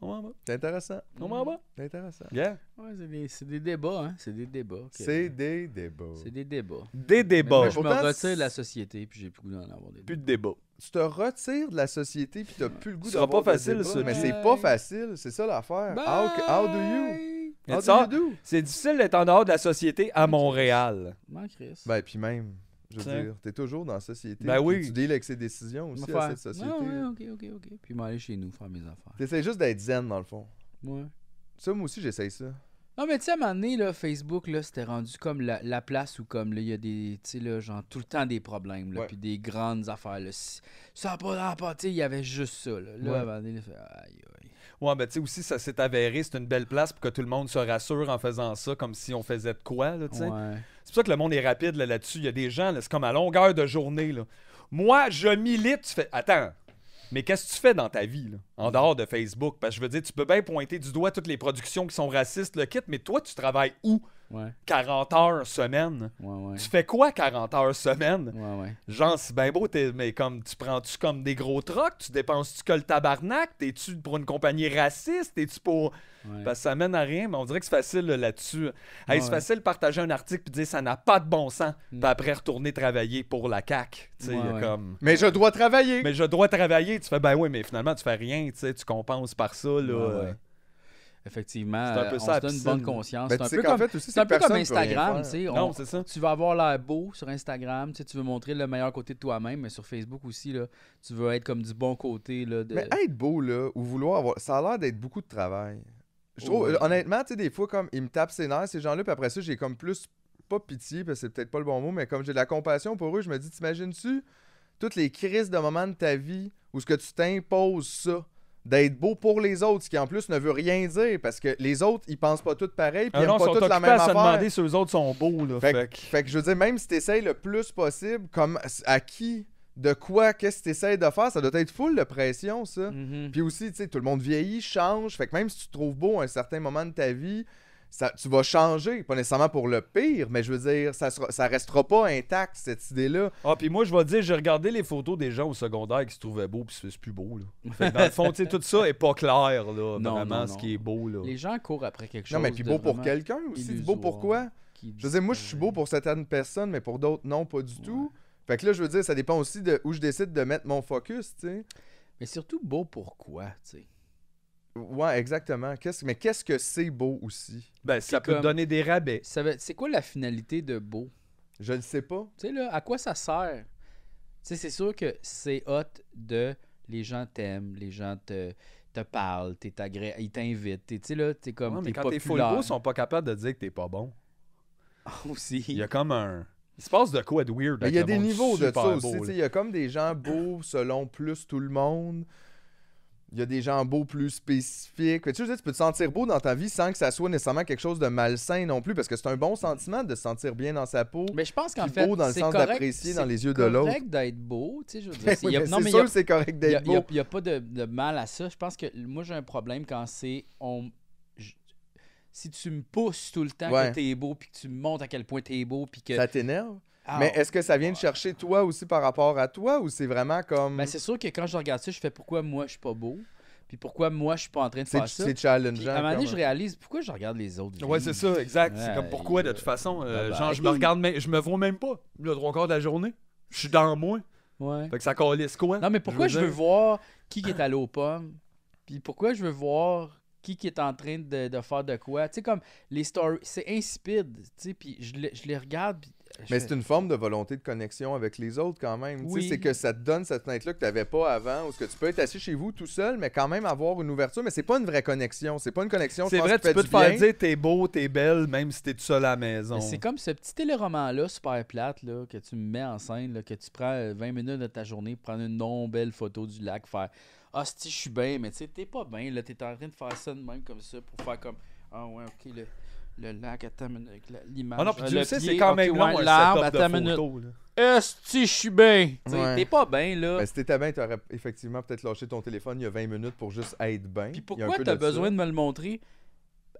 B: On m'en va.
D: C'est intéressant.
B: On m'en va.
D: C'est intéressant.
B: Yeah.
A: Ouais, c'est des, c'est des débats, hein. C'est des débats. que-
D: C'est des débats.
A: C'est des débats.
B: Des
A: Mais
B: débats.
A: moi, je me
D: Pourtant,
A: retire de la
D: c'est-
A: société, puis j'ai plus le goût d'en avoir des
B: Plus de débats.
D: Tu te retires de la société puis t'as plus le goût
B: Ce sera
D: d'avoir
B: pas
D: des
B: facile,
D: débats.
B: ça,
D: Mais
A: Jay.
D: c'est pas facile, c'est ça l'affaire. How, how do you?
B: Mais
D: How
B: tu
D: do
B: sors-
D: you do?
B: C'est difficile d'être en dehors de la société à Montréal.
A: Non, Chris.
D: Ben, puis même, je veux
B: Tiens.
D: dire, t'es toujours dans la société.
B: Ben
D: puis
B: oui.
D: Tu deals avec ses décisions aussi à cette société.
A: Ben Ouais,
D: là.
A: ok, ok, ok. Puis m'aller chez nous faire mes affaires.
D: T'essaies juste d'être zen, dans le fond.
A: Ouais.
D: Ça, moi aussi, j'essaye ça.
A: Non, mais tu sais, à un moment donné, là, Facebook, là, c'était rendu comme la, la place où, comme, là, il y a des, tu sais, là, genre, tout le temps des problèmes, là,
D: Ouais.
A: puis des grandes affaires, là. Si- Ça n'a pas rapport, tu sais, il y avait juste ça, là. Là,
D: Ouais.
A: à un moment donné, là, fait, aïe, aïe.
B: Ouais, ben tu sais, aussi, ça s'est avéré, c'est une belle place pour que tout le monde se rassure en faisant ça, comme si on faisait de quoi, là, tu sais.
A: Ouais.
B: C'est pour ça que le monde est rapide là, là-dessus. Il y a des gens, là, c'est comme à longueur de journée. Là. Moi, je milite. Tu fais. Attends, mais qu'est-ce que tu fais dans ta vie, là, en dehors de Facebook? Parce que je veux dire, tu peux bien pointer du doigt toutes les productions qui sont racistes, le kit, mais toi, tu travailles où?
A: Ouais,
B: 40 heures semaine.
A: ouais, ouais.
B: Tu fais quoi 40 heures semaine?
A: Ouais, ouais.
B: Genre, c'est bien beau, t'es- mais comme tu prends-tu comme des gros trocs, tu dépenses-tu que le tabarnak, t'es-tu pour une compagnie raciste, t'es-tu pour.
A: ouais.
B: Parce que ça mène à rien, mais on dirait que c'est facile là, là-dessus. Hey, C'est
A: Ouais.
B: facile de partager un article puis de dire ça n'a pas de bon sens,
A: Mm.
B: puis après retourner travailler pour la CAQ. Tu sais,
A: Ouais,
B: il y a
A: ouais.
B: comme.
D: Mais je dois travailler!
B: Mais je dois travailler. Tu fais, ben oui, mais finalement, tu fais rien, tu sais, tu compenses par ça. Là,
A: Ouais,
B: euh.
A: ouais. Effectivement,
B: c'est un
A: euh,
B: peu
A: on
B: ça, la
A: se donne une
B: piscine.
A: bonne conscience.
D: Ben,
A: c'est un
D: tu sais
A: peu
D: qu'en
A: comme,
D: fait aussi,
A: c'est un peu
D: personne
A: comme
D: peut rien
A: Instagram, tu
D: faire.
A: sais. on-
B: Non, c'est ça.
A: tu vas avoir l'air beau sur Instagram, tu sais, tu veux montrer le meilleur côté de toi-même, mais sur Facebook aussi, là, tu veux être comme du bon côté. Là, de...
D: Mais être beau, là, ou vouloir avoir. Ça a l'air d'être beaucoup de travail. Je trouve,
A: Ouais.
D: honnêtement, tu sais, des fois, comme, ils me tapent ses nerfs, ces gens-là, puis après ça, j'ai comme plus. Pas pitié, parce que c'est peut-être pas le bon mot, mais comme j'ai de la compassion pour eux, je me dis, t'imagines-tu toutes les crises de moments de ta vie où ce que tu t'imposes ça, d'être beau pour les autres, ce qui en plus ne veut rien dire, parce que les autres, ils pensent pas toutes pareil, puis
B: Ah
D: ils
B: non,
D: aiment
B: ils sont
D: pas toutes
B: occupés
D: la même
B: à se
D: affaire.
B: demander si eux autres sont beaux. Là,
D: Fait,
B: fait,
D: que-
B: que-
D: fait que je veux dire, même si t'essayes le plus possible, comme à qui, de quoi, qu'est-ce que t'essayes de faire, ça doit être full de pression, ça.
A: Mhm.
D: Puis aussi, tu sais, tout le monde vieillit, change. Fait que même si tu te trouves beau à un certain moment de ta vie, ça, tu vas changer. Pas nécessairement pour le pire, mais je veux dire, ça, sera- ça restera pas intact, cette idée-là.
B: Ah, puis moi, je vais te dire, j'ai regardé les photos des gens au secondaire qui se trouvaient beaux, puis c'est c'est plus beau. Là. Fait que dans le fond, tu sais, tout ça est pas clair, là,
A: Non,
B: vraiment,
A: non,
B: ce
A: non.
B: qui est beau. Là.
A: Les gens courent après quelque
D: Non,
A: chose.
D: mais puis
A: de
D: beau pour
A: vraiment
D: quelqu'un aussi. Beau
A: illusoire
D: pourquoi?
A: qui euh,
D: Je veux dire, moi, je suis beau pour certaines personnes, mais pour d'autres, non, pas du tout. Fait que là, je veux dire, ça dépend aussi de où je décide de mettre mon focus, tu sais.
A: Mais surtout, beau pourquoi, tu sais.
D: Ouais, exactement. Qu'est-ce- mais qu'est-ce que c'est beau aussi?
B: Ben, ça peut
A: comme-
B: te donner des rabais.
A: Ça veut- C'est quoi la finalité de beau?
D: Je le sais pas.
A: Tu sais, là, à quoi ça sert? Tu sais, c'est sûr que c'est hot de les gens t'aiment, les gens te, te parlent, t'es agré... ils t'invitent. t'es- Tu sais, là, t'es comme.
B: Ouais, mais
A: t'es
B: quand t'es full
A: populaire.
B: beau, ils sont pas capables de dire que t'es pas bon. Il y
A: [laughs] aussi.
B: a comme un. Il se passe de quoi de weird.
A: Ben,
B: avec
D: Mais il y a
B: le
D: des
B: monde
D: niveaux de
B: super beau,
D: ça aussi.
B: là.
D: tu sais, Il y a comme des gens beaux selon plus tout le monde. Il y a des gens beaux plus spécifiques. Mais tu sais, je veux dire, tu peux te sentir beau dans ta vie sans que ça soit nécessairement quelque chose de malsain non plus, parce que c'est un bon sentiment de se sentir bien dans sa peau.
A: Mais je pense qu'en
D: Puis
A: fait,
D: beau dans le
A: c'est
D: sens
A: correct-
D: d'apprécier dans
A: c'est
D: les yeux de
A: [laughs]
D: l'autre.
A: correct d'être beau, tu sais, je veux dire.
D: Ben
A: c'est-
D: oui,
A: y a-
D: mais
A: non,
D: c'est
A: mais
D: sûr
A: y a-
D: que c'est correct
A: Il n'y
D: d'être beau.
A: a, y a pas de, de mal à ça. Je pense que moi, j'ai un problème quand c'est. on je- Si tu me pousses tout le temps
D: Ouais.
A: que t'es beau, puis que tu me montres à quel point t'es beau, puis que.
D: Ça t'énerve.
A: Ah,
D: mais est-ce que ça vient de chercher toi aussi par rapport à toi ou c'est vraiment comme.
A: ben, c'est sûr que quand je regarde ça, je fais pourquoi moi je suis pas beau, puis pourquoi moi je suis pas en train de
D: c'est
A: faire ça.
D: c'est
A: Puis,
D: challengeant.
A: à un moment donné,
D: comme-
A: je réalise pourquoi je regarde les autres.
B: Ouais, c'est ça, exact. c'est
A: Ouais, Ben,
B: comme pourquoi,
A: il-
B: de toute façon, euh,
A: bye
B: genre, je me
A: bye.
B: regarde, mais je me vois même pas le trois quarts de la journée. Je suis dans moi.
A: Ouais.
B: Fait que ça calisse quoi?
A: Non, mais pourquoi je veux
B: dire.
A: voir qui qui est allé aux pommes, puis pourquoi je veux voir qui qui est en train de, de faire de quoi. Tu sais, comme les stories, c'est insipide, tu sais, puis je, les- je les regarde, puis je fais-
D: Mais c'est une forme de volonté de connexion avec les autres quand même. Tu sais,
A: Oui.
D: C'est que ça te donne cette fenêtre-là que tu n'avais pas avant, où ce que tu peux être assis chez vous tout seul, mais quand même avoir une ouverture. Mais c'est pas une vraie connexion. C'est pas une connexion. je
B: C'est
D: pense,
B: vrai,
D: qui
B: tu
D: fait
B: peux
D: du
B: te faire
D: bien.
B: dire t'es beau, t'es belle, même si t'es tout seul à la maison.
A: Mais C'est comme ce petit téléroman-là, super plate, là, que tu mets en scène, là, que tu prends euh, 20 minutes de ta journée pour prendre une non belle photo du lac, faire Ah, si, je suis bien, mais tu sais, t'es pas bien, là, t'es en train de faire ça de même comme ça pour faire comme Ah, ouais, ok, le, le lac, attends, une minute, la- l'image.
B: Ah non, puis
A: ah,
B: Dieu
A: le
B: sait,
A: pied,
B: c'est quand
A: ok,
B: même
A: ouais,
B: long
A: l'arbre,
B: un
A: attends
B: setup
A: une
B: de
A: minute.
B: photos. là.
A: Esti, je suis bien. Tu sais,
D: Ouais. Ben,
A: T'es pas bien, là.
D: Mais si t'étais bien, t'aurais effectivement peut-être lâché ton téléphone il y a 20 minutes pour juste être bien.
A: Puis
D: Il y a un
A: pourquoi
D: peu
A: t'as
D: de ça.
A: besoin de me le montrer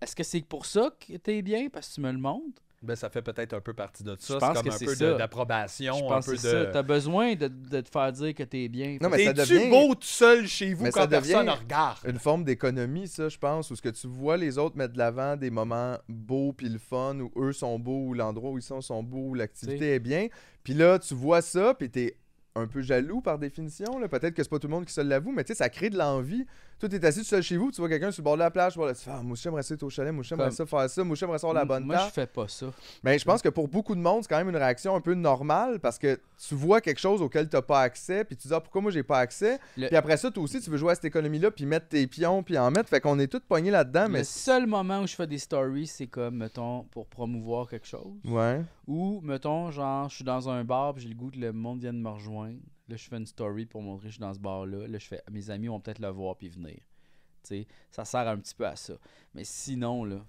A: Est-ce que c'est pour ça que t'es bien Parce que tu me le montres
B: Ben, ça fait peut-être un peu partie de ça.
A: Je
B: C'est
A: pense
B: comme
A: que
B: un
A: c'est
B: peu
A: ça.
B: de- d'approbation,
A: Je
B: un
A: pense
B: peu
A: que
B: de.
A: c'est ça. T'as besoin de, de te faire dire que t'es bien.
D: Non, mais ça
B: T'es-tu
D: devient
B: beau tout seul chez vous
D: Mais
B: quand
D: ça devient-
B: personne ne regarde?
D: une forme d'économie, ça, je pense, où ce que tu vois les autres mettre de l'avant des moments beaux puis le fun, où eux sont beaux, où l'endroit où ils sont sont beaux, où
A: Tu
D: l'activité est bien. Puis là, tu vois ça, puis t'es un peu jaloux par définition. là. Peut-être que c'est pas tout le monde qui se l'avoue, mais tu sais, ça crée de l'envie. Toi, t'es assis tout seul chez vous, tu vois quelqu'un sur le bord de la plage, tu vois, là, tu fais Ah, moi, j'aimerais ça être au chalet, moi, j'aimerais
A: Comme-
D: ça faire ça, moi, j'aimerais ça avoir la
A: M-
D: bonne
A: Moi,
D: tarte.
A: je fais pas ça.
D: Mais Ben, je pense que pour beaucoup de monde, c'est quand même une réaction un peu normale parce que tu vois quelque chose auquel tu n'as pas accès, puis tu dis ah, pourquoi moi j'ai pas accès.
A: Le-
D: Puis après ça, toi aussi, tu veux jouer à cette économie-là, puis mettre tes pions, puis en mettre. Fait qu'on est tous pognés là-dedans, mais.
A: Le seul moment où je fais des stories, c'est comme, mettons, pour promouvoir quelque chose.
D: Ouais.
A: Ou, mettons, genre, je suis dans un bar puis j'ai le goût que le monde vienne me rejoindre. Là, je fais une story pour montrer que je suis dans ce bar-là. Là, je fais, mes amis vont peut-être le voir puis venir. Tu sais, ça sert un petit peu à ça. Mais sinon, là,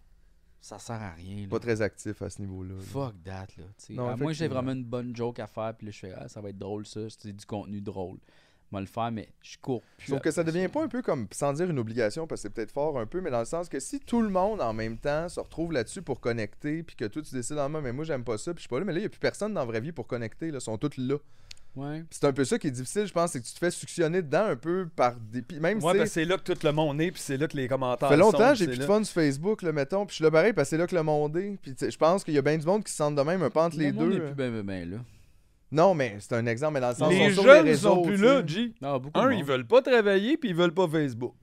A: ça sert à rien. là.
D: Pas très actif à ce niveau-là. là.
A: Fuck that, là. tu sais.
D: Non,
A: à moins que j'ai
D: effectivement.
A: vraiment une bonne joke à faire, puis là, je fais, ah, ça va être drôle, ça. C'est du contenu drôle. Moi, le faire, mais je cours plus.
D: Sauf que ça
A: après
D: devient pas un peu comme, sans dire une obligation, parce que c'est peut-être fort un peu, mais dans le sens que si tout le monde en même temps se retrouve là-dessus pour connecter, puis que toi tu décides, ah, mais moi j'aime pas ça, puis je suis pas là, mais là, il n'y a plus personne dans la vraie vie pour connecter, là, ils sont tous là.
A: Ouais.
D: Puis c'est un peu ça qui est difficile, je pense, c'est que tu te fais suctionner dedans un peu par des. puis même
B: Moi,
D: tu sais,
B: c'est là que tout le monde est, puis c'est là que les commentaires.
D: Ça fait
B: sont,
D: longtemps
B: puis
D: j'ai
B: c'est
D: plus de
B: là-
D: fun sur Facebook, là, mettons. Puis je suis là pareil parce que c'est là que le monde est. Puis tu sais, je pense qu'il y a bien du monde qui se sentent de même un peu entre les
A: Le monde
D: deux. euh.
A: est plus ben, ben, ben, là.
D: Non, mais c'est un exemple, mais dans le sens
B: Les
D: ils sont sur
B: jeunes
D: réseaux,
B: sont plus
D: tu
B: là,
D: sais.
B: G.
A: Non, beaucoup de
B: Un, ils
A: monde.
B: veulent pas travailler, puis ils veulent pas Facebook.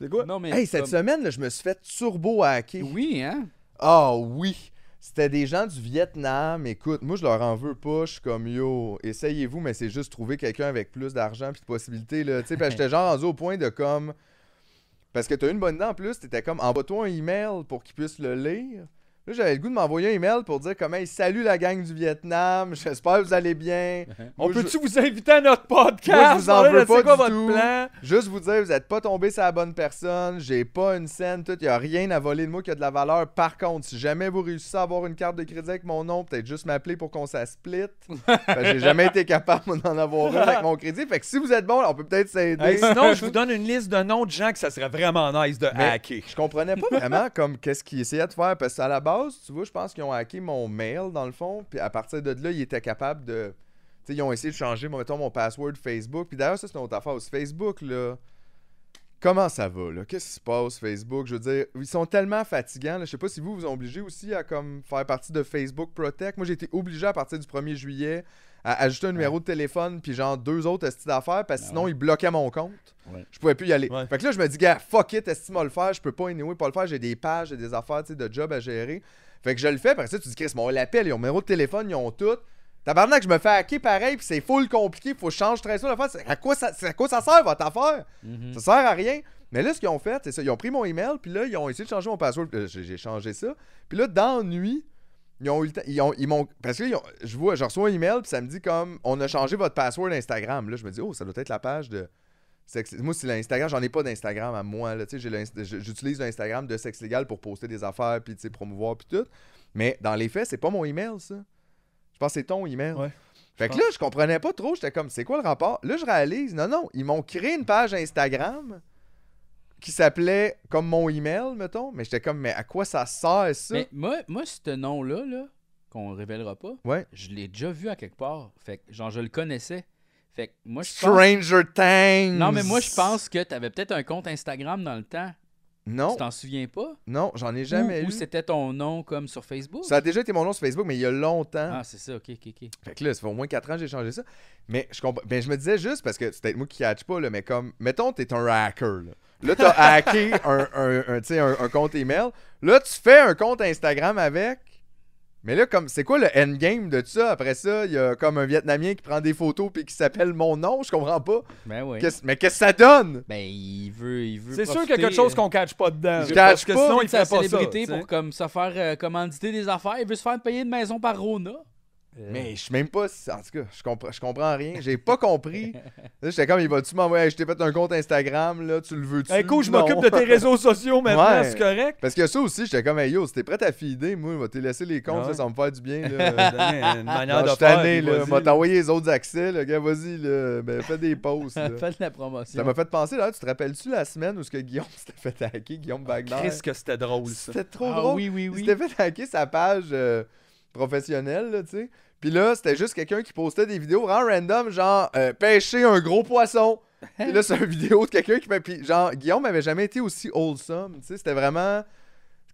B: C'est quoi?
A: Non, mais.
D: Hey, cette
A: comme-
D: semaine, là, je me suis fait turbo hacker.
A: Oui, hein?
D: Ah oui! C'était des gens du Vietnam. Écoute, moi, je leur en veux pas. Je suis comme, yo, essayez-vous, mais c'est juste trouver quelqu'un avec plus d'argent puis de possibilités, là. Tu sais, parce que j'étais genre rendu au point de comme. Parce que t'as une bonne idée en plus, t'étais comme, envoie-toi un email pour qu'ils puissent le lire. Là, j'avais le goût de m'envoyer un email pour dire, comme, hey, salut la gang du Vietnam, [laughs] j'espère que vous allez bien.
B: [laughs] On
D: Moi, je-
B: peut-tu vous inviter à notre podcast?
D: Moi, je vous en
B: Voilà,
D: veux
B: c'est
D: pas
B: quoi
D: du
B: votre
D: tout.
B: plan?
D: Juste vous dire, vous n'êtes pas tombé sur la bonne personne, j'ai pas une scène, tout, il a rien à voler de moi qui a de la valeur. Par contre, si jamais vous réussissez à avoir une carte de crédit avec mon nom, peut-être juste m'appeler pour qu'on
B: [laughs]
D: ça split. Fait que j'ai jamais été capable moi, d'en avoir une avec mon crédit. Fait que si vous êtes bon, on peut peut-être s'aider.
B: Hey, sinon, je vous donne une liste de noms de gens que ça serait vraiment nice de
D: Mais-
B: hacker.
D: Je comprenais pas vraiment [laughs] comme qu'est-ce qu'ils essayaient de faire parce qu'à la base, tu vois, je pense qu'ils ont hacké mon mail dans le fond, puis à partir de là, ils étaient capables de tu sais, ils ont essayé de changer mettons, mon password Facebook. Puis d'ailleurs, ça c'est une autre affaire aussi Facebook là. Comment ça va là Qu'est-ce qui se passe Facebook Je veux dire, ils sont tellement fatigants, là. je sais pas si vous vous ont obligé aussi à comme faire partie de Facebook Protect. Moi, j'ai été obligé à partir du 1er juillet à ajouter un numéro de téléphone puis genre deux autres esti d'affaires parce
B: Ben
D: que
A: Ah
D: sinon
A: ouais.
D: ils bloquaient mon compte.
A: Ouais.
D: Je pouvais plus y aller.
B: Ouais.
D: Fait que là je me dis gars, fuck it, est-ce que tu m'as le faire, je peux pas anyway pas le faire, j'ai des pages, j'ai des affaires tu sais, de job à gérer. Fait que je le fais parce que tu dis Chris, mon l'appel, ils ont mon numéro de téléphone, ils ont tout. Tabarnak, je me fais hacker pareil, puis c'est full compliqué, faut que je change très souvent l'affaire. C'est- À quoi ça c'est à quoi ça sert votre affaire
A: Mhm.
D: ça sert à rien. Mais là, ce qu'ils ont fait, c'est ça. Ils ont pris mon email, puis là, ils ont essayé de changer mon password. Euh, J'ai j'ai changé ça. Puis là, dans la nuit, ils ont eu le temps- Ils ont, ils m'ont- parce que là, ils ont- je vois, je reçois un email, puis ça me dit comme on a changé votre password Instagram. Là, je me dis, oh, ça doit être la page de. Sex... Moi, c'est l'Instagram. J'en ai pas d'Instagram à moi. là, tu sais, j'ai l'Inst- j- J'utilise l'Instagram de Sexe Légal pour poster des affaires, puis tu sais, promouvoir, puis tout. Mais dans les faits, c'est pas mon email, ça. Je pense que c'est ton email.
B: Ouais.
D: Fait que là, je comprenais pas trop. J'étais comme, c'est quoi le rapport? Là, je réalise, non, non, ils m'ont créé une page Instagram qui s'appelait comme mon email, mettons. Mais j'étais comme, mais à quoi ça sert ça?
A: Mais moi, moi ce nom-là, là, qu'on révélera pas,
D: Ouais.
A: je l'ai déjà vu à quelque part. Fait que, genre, je le connaissais. Fait que, moi, je pense.
D: Stranger Things!
A: Non, mais moi, je pense que t'avais peut-être un compte Instagram dans le temps.
D: Non,
A: Tu t'en souviens pas?
D: non, j'en ai Oh. jamais
A: ou, ou
D: eu.
A: c'était ton nom comme sur Facebook?
D: Ça a déjà été mon nom sur Facebook, mais il y a longtemps.
A: Ah, c'est ça, ok, ok, ok.
D: Fait que là, ça fait au moins 4 ans que j'ai changé ça. Mais je, compre- ben, je me disais juste, parce que c'est peut-être moi qui catch pas, là, mais comme, mettons, t'es un hacker. Là,
B: [laughs]
D: là t'as hacké un, un- un, tu sais, un- un compte email. Là, tu fais un compte Instagram avec. Mais là, comme c'est quoi le endgame de tout ça? Après ça, il y a comme un Vietnamien qui prend des photos puis qui s'appelle mon nom, je comprends pas.
A: Ben oui.
D: Qu'est-ce- mais qu'est-ce que ça donne?
A: Ben, il veut. Il veut
B: C'est sûr qu'il y a
A: profiter,
B: quelque chose
A: euh,
B: qu'on catch pas dedans.
D: Je
B: Parce
D: catch
B: que
D: pas,
B: sinon,
D: c'est
B: il
A: sa
B: fait pas ça.
A: célébrité
B: tu sais.
A: pour comme se faire euh, commanditer des affaires. Il veut se faire payer de maison par Rona.
B: Euh.
D: Mais je sais même pas si- En tout cas, je comprends, je comprends rien. J'ai
B: [laughs]
D: pas compris. Là, j'étais comme, il va-tu m'envoyer acheter peut-être un compte Instagram, là, tu le veux-tu?
B: Hey, cool, je
D: Non.
B: m'occupe de tes réseaux sociaux maintenant,
D: Ouais.
B: c'est correct?
D: Parce que ça aussi, j'étais comme, hey yo, si t'es prêt à fider, moi, je vais te laisser les comptes,
B: Ah
D: ça,
B: ouais.
D: ça va me faire du bien,
B: Euh, [laughs]
D: là.
B: donner une manière
D: Non,
B: de
D: Ben, je suis
B: faire,
D: tanné,
B: puis
D: là.
B: vas-y.
D: M'a t'envoyé les autres accès, là, gars, vas-y, là. Ben, fais des
A: [laughs]
D: pauses, là.
A: Faites de la promotion.
D: Ça m'a fait penser, là, tu te rappelles-tu la semaine où ce que Guillaume [laughs] s'était fait hacker, Guillaume Wagner?
B: Chris, que c'était drôle, ça.
D: C'était trop
A: ah,
D: drôle.
A: oui, oui, oui.
D: Il s'était fait hacker sa page euh, professionnelle, là, tu sais. Puis là, c'était juste quelqu'un qui postait des vidéos vraiment random, genre euh, pêcher un gros poisson. Puis là, c'est une vidéo de quelqu'un qui. Puis genre, Guillaume avait jamais été aussi wholesome, tu sais. C'était vraiment.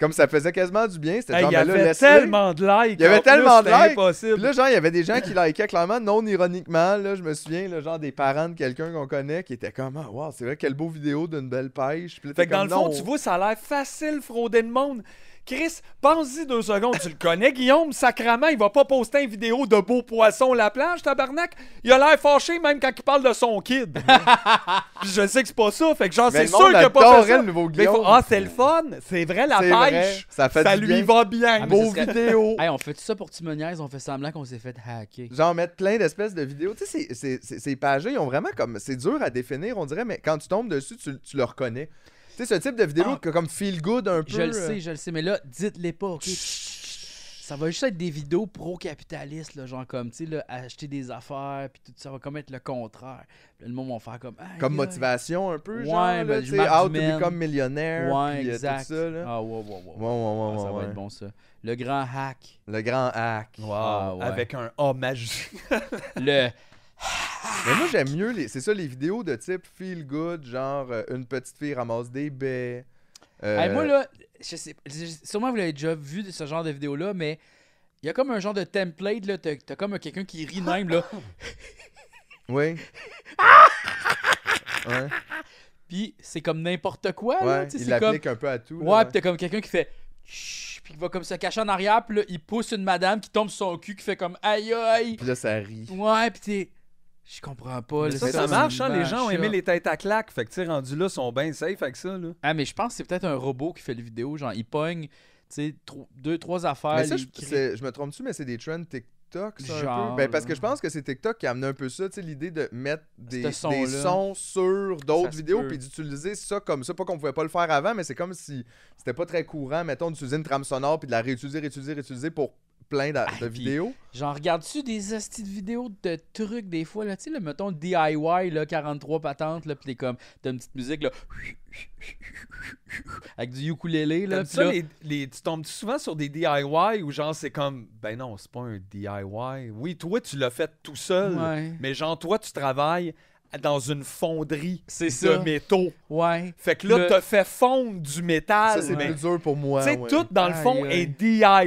D: Comme ça faisait quasiment du bien. C'était
B: Hey,
D: genre,
B: il y
D: ben là,
B: avait
D: laisse-le.
B: tellement de likes.
D: Il y avait
B: en plus,
D: tellement de
B: c'était
D: likes.
B: impossible.
D: Puis là, genre, il y avait des gens qui likaient clairement, non ironiquement. Là, je me souviens, là, genre, des parents de quelqu'un qu'on connaît qui étaient comme, ah, wow, c'est vrai, quelle beau vidéo d'une belle pêche. Puis là,
B: Fait
D: t'es
B: que dans
D: comme,
B: le fond,
D: non.
B: tu vois, ça a l'air facile frauder le monde. Chris, pense-y deux secondes, tu le connais, Guillaume, sacrament, il va pas poster une vidéo de beau poisson à la plage, tabarnak. Il a l'air fâché même quand il parle de son
D: [laughs]
B: kid. Puis je sais que c'est pas ça, fait que genre,
D: Mais
B: c'est
D: le
B: sûr
D: monde
B: qu'il a pas
D: adorait
B: fait ça.
D: le nouveau
B: Mais il faut-
D: Guillaume.
B: Ah, c'est le fun, c'est vrai, la
D: C'est vrai,
B: pêche,
D: ça fait du
B: lui
D: bien.
B: va bien.
A: Ah, mais
D: Beau
A: ce serait-
D: vidéo.
A: [laughs] Hey, on fait tout ça pour Timoniaise, on fait semblant qu'on s'est fait hacker.
D: Genre mettre plein d'espèces de vidéos. Tu sais, ces- ces- ces ces pages-là, ils ont vraiment comme. C'est dur à définir, on dirait, mais quand tu tombes dessus, tu, tu le reconnais. Tu sais, ce type de vidéo
A: Ah.
D: que comme feel good un peu.
A: Je le
D: euh,
A: sais, je le sais, mais là, dites-les pas, ok? Ça va juste être des vidéos pro-capitalistes, là, genre comme, tu sais, là, acheter des affaires, puis tout ça va comme être le contraire. Puis là, le monde va faire comme. Aïe,
D: Comme
A: aïe.
D: motivation un peu.
A: Ouais,
D: genre, là,
A: ben,
D: tu
A: je
D: sais,
A: marque
D: How to
A: du man.
D: become millionaire.
A: Ouais,
D: puis, euh,
A: exact.
D: tout ça, là.
A: Ah, ouais, ouais, ouais. ouais.
D: Ouais, ouais, ouais,
A: Ah,
D: ouais,
A: ça va
D: ouais.
A: être bon, ça. Le grand hack.
D: Le grand hack.
B: Wow,
A: Ah, ouais.
B: avec un A magique.
A: Le.
D: Mais moi, j'aime mieux, les... c'est ça, les vidéos de type feel good, genre euh, une petite fille ramasse des baies. euh,
A: Hey, moi, là, je sais, je- sûrement vous l'avez déjà vu de ce genre de vidéo-là, mais il y a comme un genre de template, là. T'as t'as comme quelqu'un qui rit de même,
D: [laughs]
A: là. [laughs]
D: Oui.
A: Ah!
D: Ouais,
A: Puis c'est comme n'importe quoi, là,
D: ouais,
A: Ah, tu sais,
D: il
A: c'est comme.
D: l'applique un peu à tout. là,
A: Ouais, pis t'as comme quelqu'un qui fait. Chut Puis qui va comme se cacher en arrière, puis là, il pousse une madame qui tombe sur son cul, qui fait comme aïe aïe.
D: Puis là, ça rit.
A: Ouais, puis t'es. Je comprends pas.
B: Mais
A: là,
B: ça,
A: c'est
B: ça
A: comme
B: marche, hein,
A: une
B: les gens ont
A: vache,
B: aimé
A: là.
B: les têtes à claque. Fait que tu sais, rendus là, sont bien safe avec ça, là.
A: Ah, mais je pense que c'est peut-être un robot qui fait les vidéos. Genre, il pogne, tu sais, tro- deux, trois affaires.
D: Mais ça,
A: les
D: je,
A: cré-
D: c'est- je me trompe-tu, mais c'est des trends TikTok, ça, un
A: Genre,
D: peu? Ben, parce que
A: là.
D: je pense que c'est TikTok qui a amené un peu ça, tu sais, l'idée de mettre des,
A: Ce son-là.
D: des sons sur
A: Ça
D: d'autres
A: se
D: vidéos,
A: peut.
D: puis d'utiliser ça comme ça, pas qu'on pouvait pas le faire avant, mais c'est comme si c'était pas très courant, mettons, d'utiliser une trame sonore, puis de la réutiliser, réutiliser, réutiliser pour plein d'a-
B: Ah,
D: de,
A: puis-
D: vidéos.
A: Genre, regardes-tu des hosties de vidéos de trucs des fois, là, tu sais, là, mettons DIY, là, 43 patentes, là, pis t'es comme, t'as une petite musique, là, [laughs] avec du ukulélé, là,
B: T'aimes
A: pis
B: ça,
A: là,
B: les, les- tu tombes souvent sur des DIY où genre c'est comme ben non, c'est pas un DIY. Oui, toi tu l'as fait tout seul,
A: Ouais.
B: mais genre toi tu travailles dans une fonderie
A: c'est
B: de
A: ça,
B: métaux.
A: ouais.
B: Fait que là
A: Le-
B: t'as fait fondre du métal.
D: Ça, c'est
B: Ah, mais-
D: plus dur pour moi.
B: tu sais,
D: ouais.
B: tout dans le fond
A: Aïe, aïe.
B: est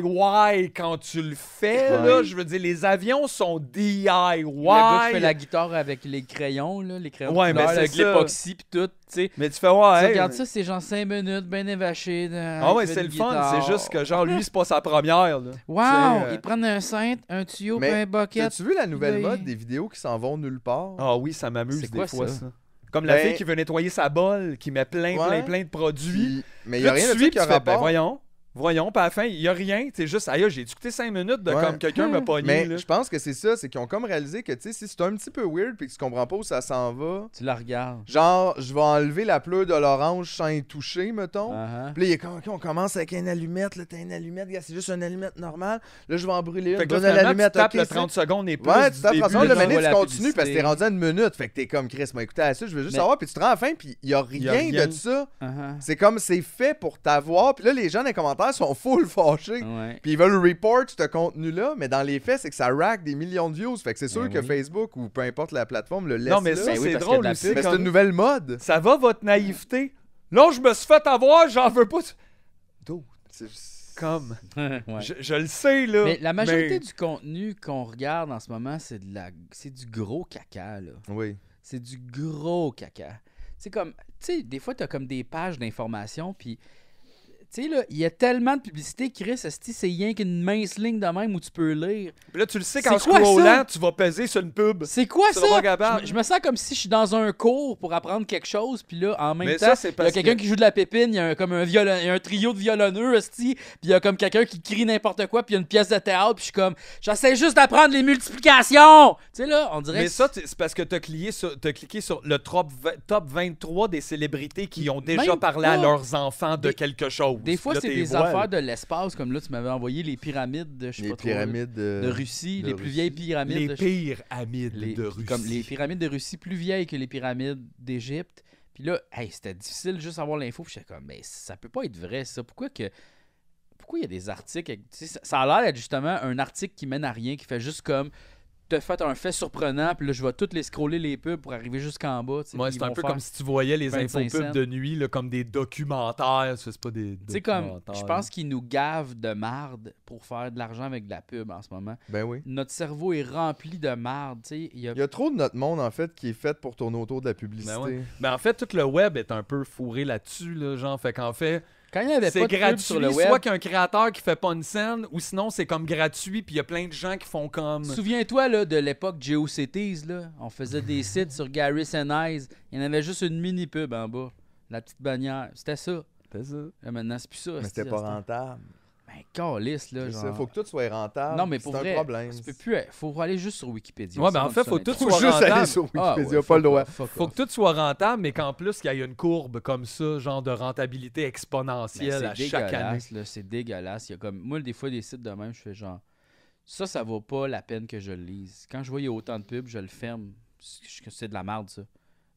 B: DIY quand tu le fais.
D: Ouais.
B: Là, je veux dire, les avions sont DIY.
A: Le gars qui fait la guitare avec les crayons, là, les crayons de
B: Ouais, mais
A: couleur,
B: c'est
A: avec
B: ça.
A: l'époxy pis tout, tu sais.
B: Mais tu fais ouais.
A: Tu
B: hey,
A: regardes ça, c'est genre 5 minutes, ben évaché.
B: Ah ouais, c'est le fun. C'est juste que genre lui c'est pas sa première. là.
A: Wow!
D: C'est, euh,
A: Ils prennent un cintre, un tuyau,
D: Mais
A: puis un bucket.
D: As-tu vu la nouvelle
A: Oui.
D: mode des vidéos qui s'en vont nulle part?
B: Ah oui, ça m'amuse
A: C'est
B: des
A: quoi
B: fois,
A: ça?
B: ça. Comme la
D: Ben-
B: fille qui veut nettoyer sa bolle, qui met plein,
D: Ouais.
B: plein, plein de produits.
D: Puis- mais
B: Puis
D: il n'y a
B: là, tu
D: rien de
B: suis,
D: ça qui a
B: puis tu fais, ben
D: rapport.
B: voyons, voyons, puis à la fin, il y a rien. C'est juste, aïe, j'ai discuté 5 minutes de
D: Ouais.
B: comme quelqu'un
A: Hum.
B: m'a pogné.
D: mais
B: là.
D: je pense que c'est ça, c'est qu'ils ont comme réalisé que, tu sais, si c'est un petit peu weird, puis que tu comprends pas où ça s'en va,
A: Tu la regardes.
D: Genre, je vais enlever la pleure de l'orange sans y toucher, mettons.
A: Ah, ah.
D: Puis là, il est comme, OK, on commence avec une allumette. Là, t'as une allumette, gars, c'est juste une allumette normale. Là, je vais en brûler une.
B: Fait que là,
D: Bonne
B: finalement,
D: allumette,
B: tu tapes
D: OK,
B: le
D: c'est-
B: 30 secondes et plus.
D: Ouais,
B: du
D: tu tapes
B: début,
D: 30 secondes.
A: là,
D: Le
A: tu
B: genre.
A: minute.
D: mané,
A: vois
D: tu
A: la
D: continues
A: publicité.
D: parce que t'es rendu à une minute. Fait que t'es comme, Chris, m'a écouté à ça, je veux juste
A: Mais-
D: savoir. Puis tu te rends à la fin, puis il y a rien,
B: Y a rien.
D: de ça.
A: ah,
D: C'est comme, c'est fait pour t'avoir. Puis là, les gens dans les commentaires sont full fâchés.
A: ah. Ouais.
D: Puis ils veulent report ce contenu-là, mais dans les faits, c'est que ça rack des millions de views. Fait que c'est sûr
A: Ben
D: que
A: oui.
D: Facebook ou peu importe la plateforme le laisse.
B: Non, mais
D: là.
B: ça,
A: Ben oui,
B: c'est
A: parce qu'il y a de
B: drôle
A: la
B: aussi.
A: pub.
D: mais c'est
B: comme-
D: une nouvelle mode.
B: Ça va, votre naïveté? Là, je me suis fait avoir, j'en veux pas. D'où?
D: C'est-
B: Comme.
A: [laughs] Ouais.
B: Je, je le sais, là.
A: Mais la majorité
B: mais-
A: du contenu qu'on regarde en ce moment, c'est de la c'est du gros caca là.
D: Oui.
A: C'est du gros caca. C'est comme tu sais, des fois tu as comme des pages d'informations puis Tu sais, là, il y a tellement de publicité, Chris, esti, c'est rien qu'une mince ligne de même où tu peux lire.
B: Puis là, tu le sais
A: C'est
B: qu'en
A: quoi ça?
B: scrollant, tu vas peser sur une pub.
A: C'est quoi
B: C'est
A: ça?
B: vraiment capable.
A: Je, me- je me sens comme si je suis dans un cours pour apprendre quelque chose, puis là, en même
B: Mais
A: temps,
B: ça, c'est
A: il y
B: parce
A: a quelqu'un
B: que-
A: qui joue de la pépine, il y a un, comme un, violon, il y a un trio de violonneux, esti, puis il y a comme quelqu'un qui crie n'importe quoi, puis il y a une pièce de théâtre, puis je suis comme, j'essaie juste d'apprendre les multiplications! Tu sais, là, on dirait
B: Mais
A: que
B: ça, tu- c'est parce que t'as cliqué sur, t'as cliqué sur le top, vingt- top 23 des célébrités qui ont déjà
A: Même
B: parlé à
A: pas.
B: leurs enfants de
A: Des-
B: quelque chose.
A: des fois,
B: Là,
A: c'est
B: t'es
A: des
B: voiles.
A: affaires de l'espace, comme là, tu m'avais envoyé les pyramides de, je sais
D: Les
A: pas trop, euh,
D: pyramides euh, de,
A: de Russie,
D: de
A: les plus
D: Russie.
A: vieilles pyramides
B: Les
A: de-
B: pires amis de-
A: les-
B: de Russie.
A: Comme les pyramides de Russie plus vieilles que les pyramides d'Égypte. Puis là, hey, c'était difficile juste avoir l'info. Puis j'étais comme, mais ça peut pas être vrai, ça. Pourquoi que. Pourquoi il y a des articles. avec- tu sais, Ça, ça a l'air d'être justement un article qui mène à rien, qui fait juste comme. Te fait un fait surprenant, puis là, je vais toutes les scroller les pubs pour arriver jusqu'en bas. tu sais,
B: Ouais,
A: puis ils
B: c'est un
A: vont
B: peu
A: faire-
B: comme si tu voyais les
A: 25
B: infopubs
A: cents.
B: de nuit là, comme des documentaires. Ça, C'est pas des
A: Tu sais, comme. Je
B: documentaires.
A: pense qu'ils nous gavent de marde pour faire de l'argent avec de la pub en ce moment.
D: Ben oui.
A: Notre cerveau est rempli de marde, tu sais. Il y a
D: Il y a trop de notre monde, en fait, qui est fait pour tourner autour de la publicité.
B: Ben ouais. Mais en fait, tout le web est un peu fourré là-dessus, là, genre. Fait qu'en fait,
A: Quand il n'y avait
B: c'est
A: pas de pub
B: gratuit.
A: sur le web,
B: soit qu'il y a un créateur qui fait pas une scène, ou sinon c'est comme gratuit, puis il y a plein de gens qui font comme.
A: Souviens-toi là, de l'époque GeoCities, là. On faisait des sites sur Garris and Eyes. Il y en avait juste une mini pub en bas. La petite bannière. C'était ça. Là, maintenant, c'est plus ça.
D: Mais
A: c'est-
D: c'était pas
A: c'est-
D: rentable.
A: Ben, calisse, là.
D: Il
A: Genre...
D: faut que tout soit rentable.
A: Non, mais pour
D: c'est
A: vrai,
D: un problème.
A: tu peux
D: [laughs]
A: plus. être- Faut aller juste sur Wikipédia.
B: Ouais,
A: Ça,
B: ben en
A: on
B: fait,
A: dit
B: faut
A: ça,
B: que tout
A: honnêtement.
D: Faut
B: soit
D: juste aller
B: rentable.
D: sur
A: Ah, ouais,
D: Wikipédia,
A: fuck
D: pas le
A: off,
D: droit.
A: fuck
B: Faut
A: off.
B: que tout soit rentable, mais qu'en plus, qu'il y ait une courbe comme ça, genre de rentabilité
A: Mais
B: exponentielle à
A: Ben, c'est
B: chaque année.
A: dégueulasse, là, C'est dégueulasse. Il y a comme... Moi, des fois, des sites de même, je fais genre. Ça, ça vaut pas la peine que je le lise. Quand je vois il y a autant de pubs, je le ferme. C'est c'est de la merde, ça.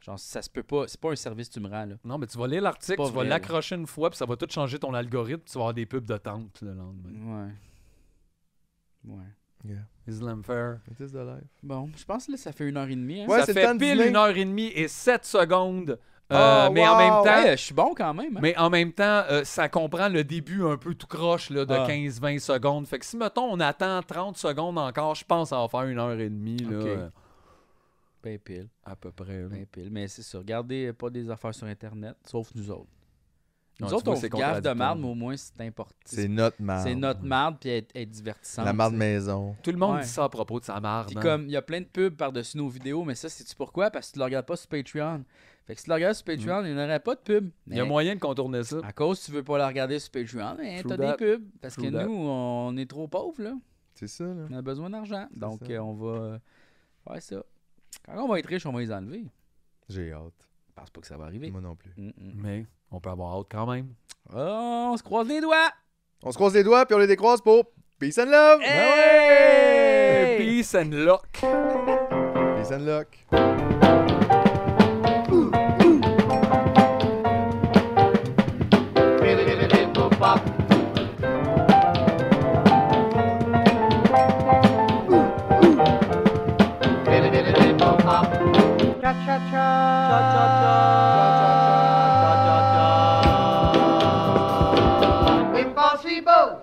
A: Genre, ça se peut pas. C'est pas un service que tu me rends, là.
B: Non, mais tu vas lire l'article,
A: Pas
B: tu vas
A: vrai,
B: l'accrocher une fois, puis ça va tout changer ton algorithme, puis tu vas avoir des pubs de tente le lendemain.
A: Ouais. Ouais.
B: Islam Fair.
D: It is the life.
A: Bon, je pense que là, ça fait une heure et demie. Hein?
D: Ouais,
B: ça
D: c'est le
B: fait
D: temps de
B: pile
D: dîner.
B: une heure et demie et sept secondes.
D: Oh,
B: Euh, mais en
D: wow.
B: même temps,
A: Ah, Ouais, je suis bon quand même. hein.
B: mais en même temps, euh, ça comprend le début un peu tout croche là, de
A: Ah.
B: 15-20 secondes. Fait que si mettons on attend 30 secondes encore, je pense que ça va faire une heure et demie là,
A: Ok.
B: euh,
A: Ben pile,
B: à peu près. là.
A: ben pile. Mais c'est ça. Regardez euh, pas des affaires sur Internet, sauf nous autres. Nous
B: Non, tu
A: autres,
B: vois,
A: on
B: c'est
A: se gaffe de
B: contradictoire.
A: marde, mais au moins, c'est important.
D: C'est notre marde.
A: C'est notre marde, puis être, être divertissant.
D: La marde maison.
B: Tout le monde
A: Ouais.
B: dit ça à propos de sa marde.
A: Puis
B: hein.
A: comme, il y a plein de pubs par-dessus nos vidéos, mais ça, c'est-tu pourquoi? Parce que tu le regardes pas sur Patreon. Fait que si tu le regardes sur Patreon, il n'y aurait pas de pub.
B: Mm. Il y a
A: Mais
B: moyen de contourner ça.
A: À cause, tu veux pas la regarder sur Patreon, mais
B: True
A: t'as
B: that.
A: des pubs. Parce
B: True
A: que
B: that.
A: nous, on est trop pauvres, là.
D: C'est ça, là.
A: On a besoin d'argent.
D: C'est
A: Donc,
D: ça.
A: euh, on va euh, faire ça. Quand on va être riche, on va les enlever.
D: J'ai hâte.
A: Je pense pas que ça va arriver.
D: Moi non plus.
A: Mm, mm.
B: Mais on peut avoir hâte quand même.
A: Oh, on se croise les doigts.
D: On se croise les doigts, puis on les décroise pour Peace and
B: Ben
D: Love!
A: Hey!
B: Peace and luck.
A: Eh!
D: Peace and Luck.
C: Impossible!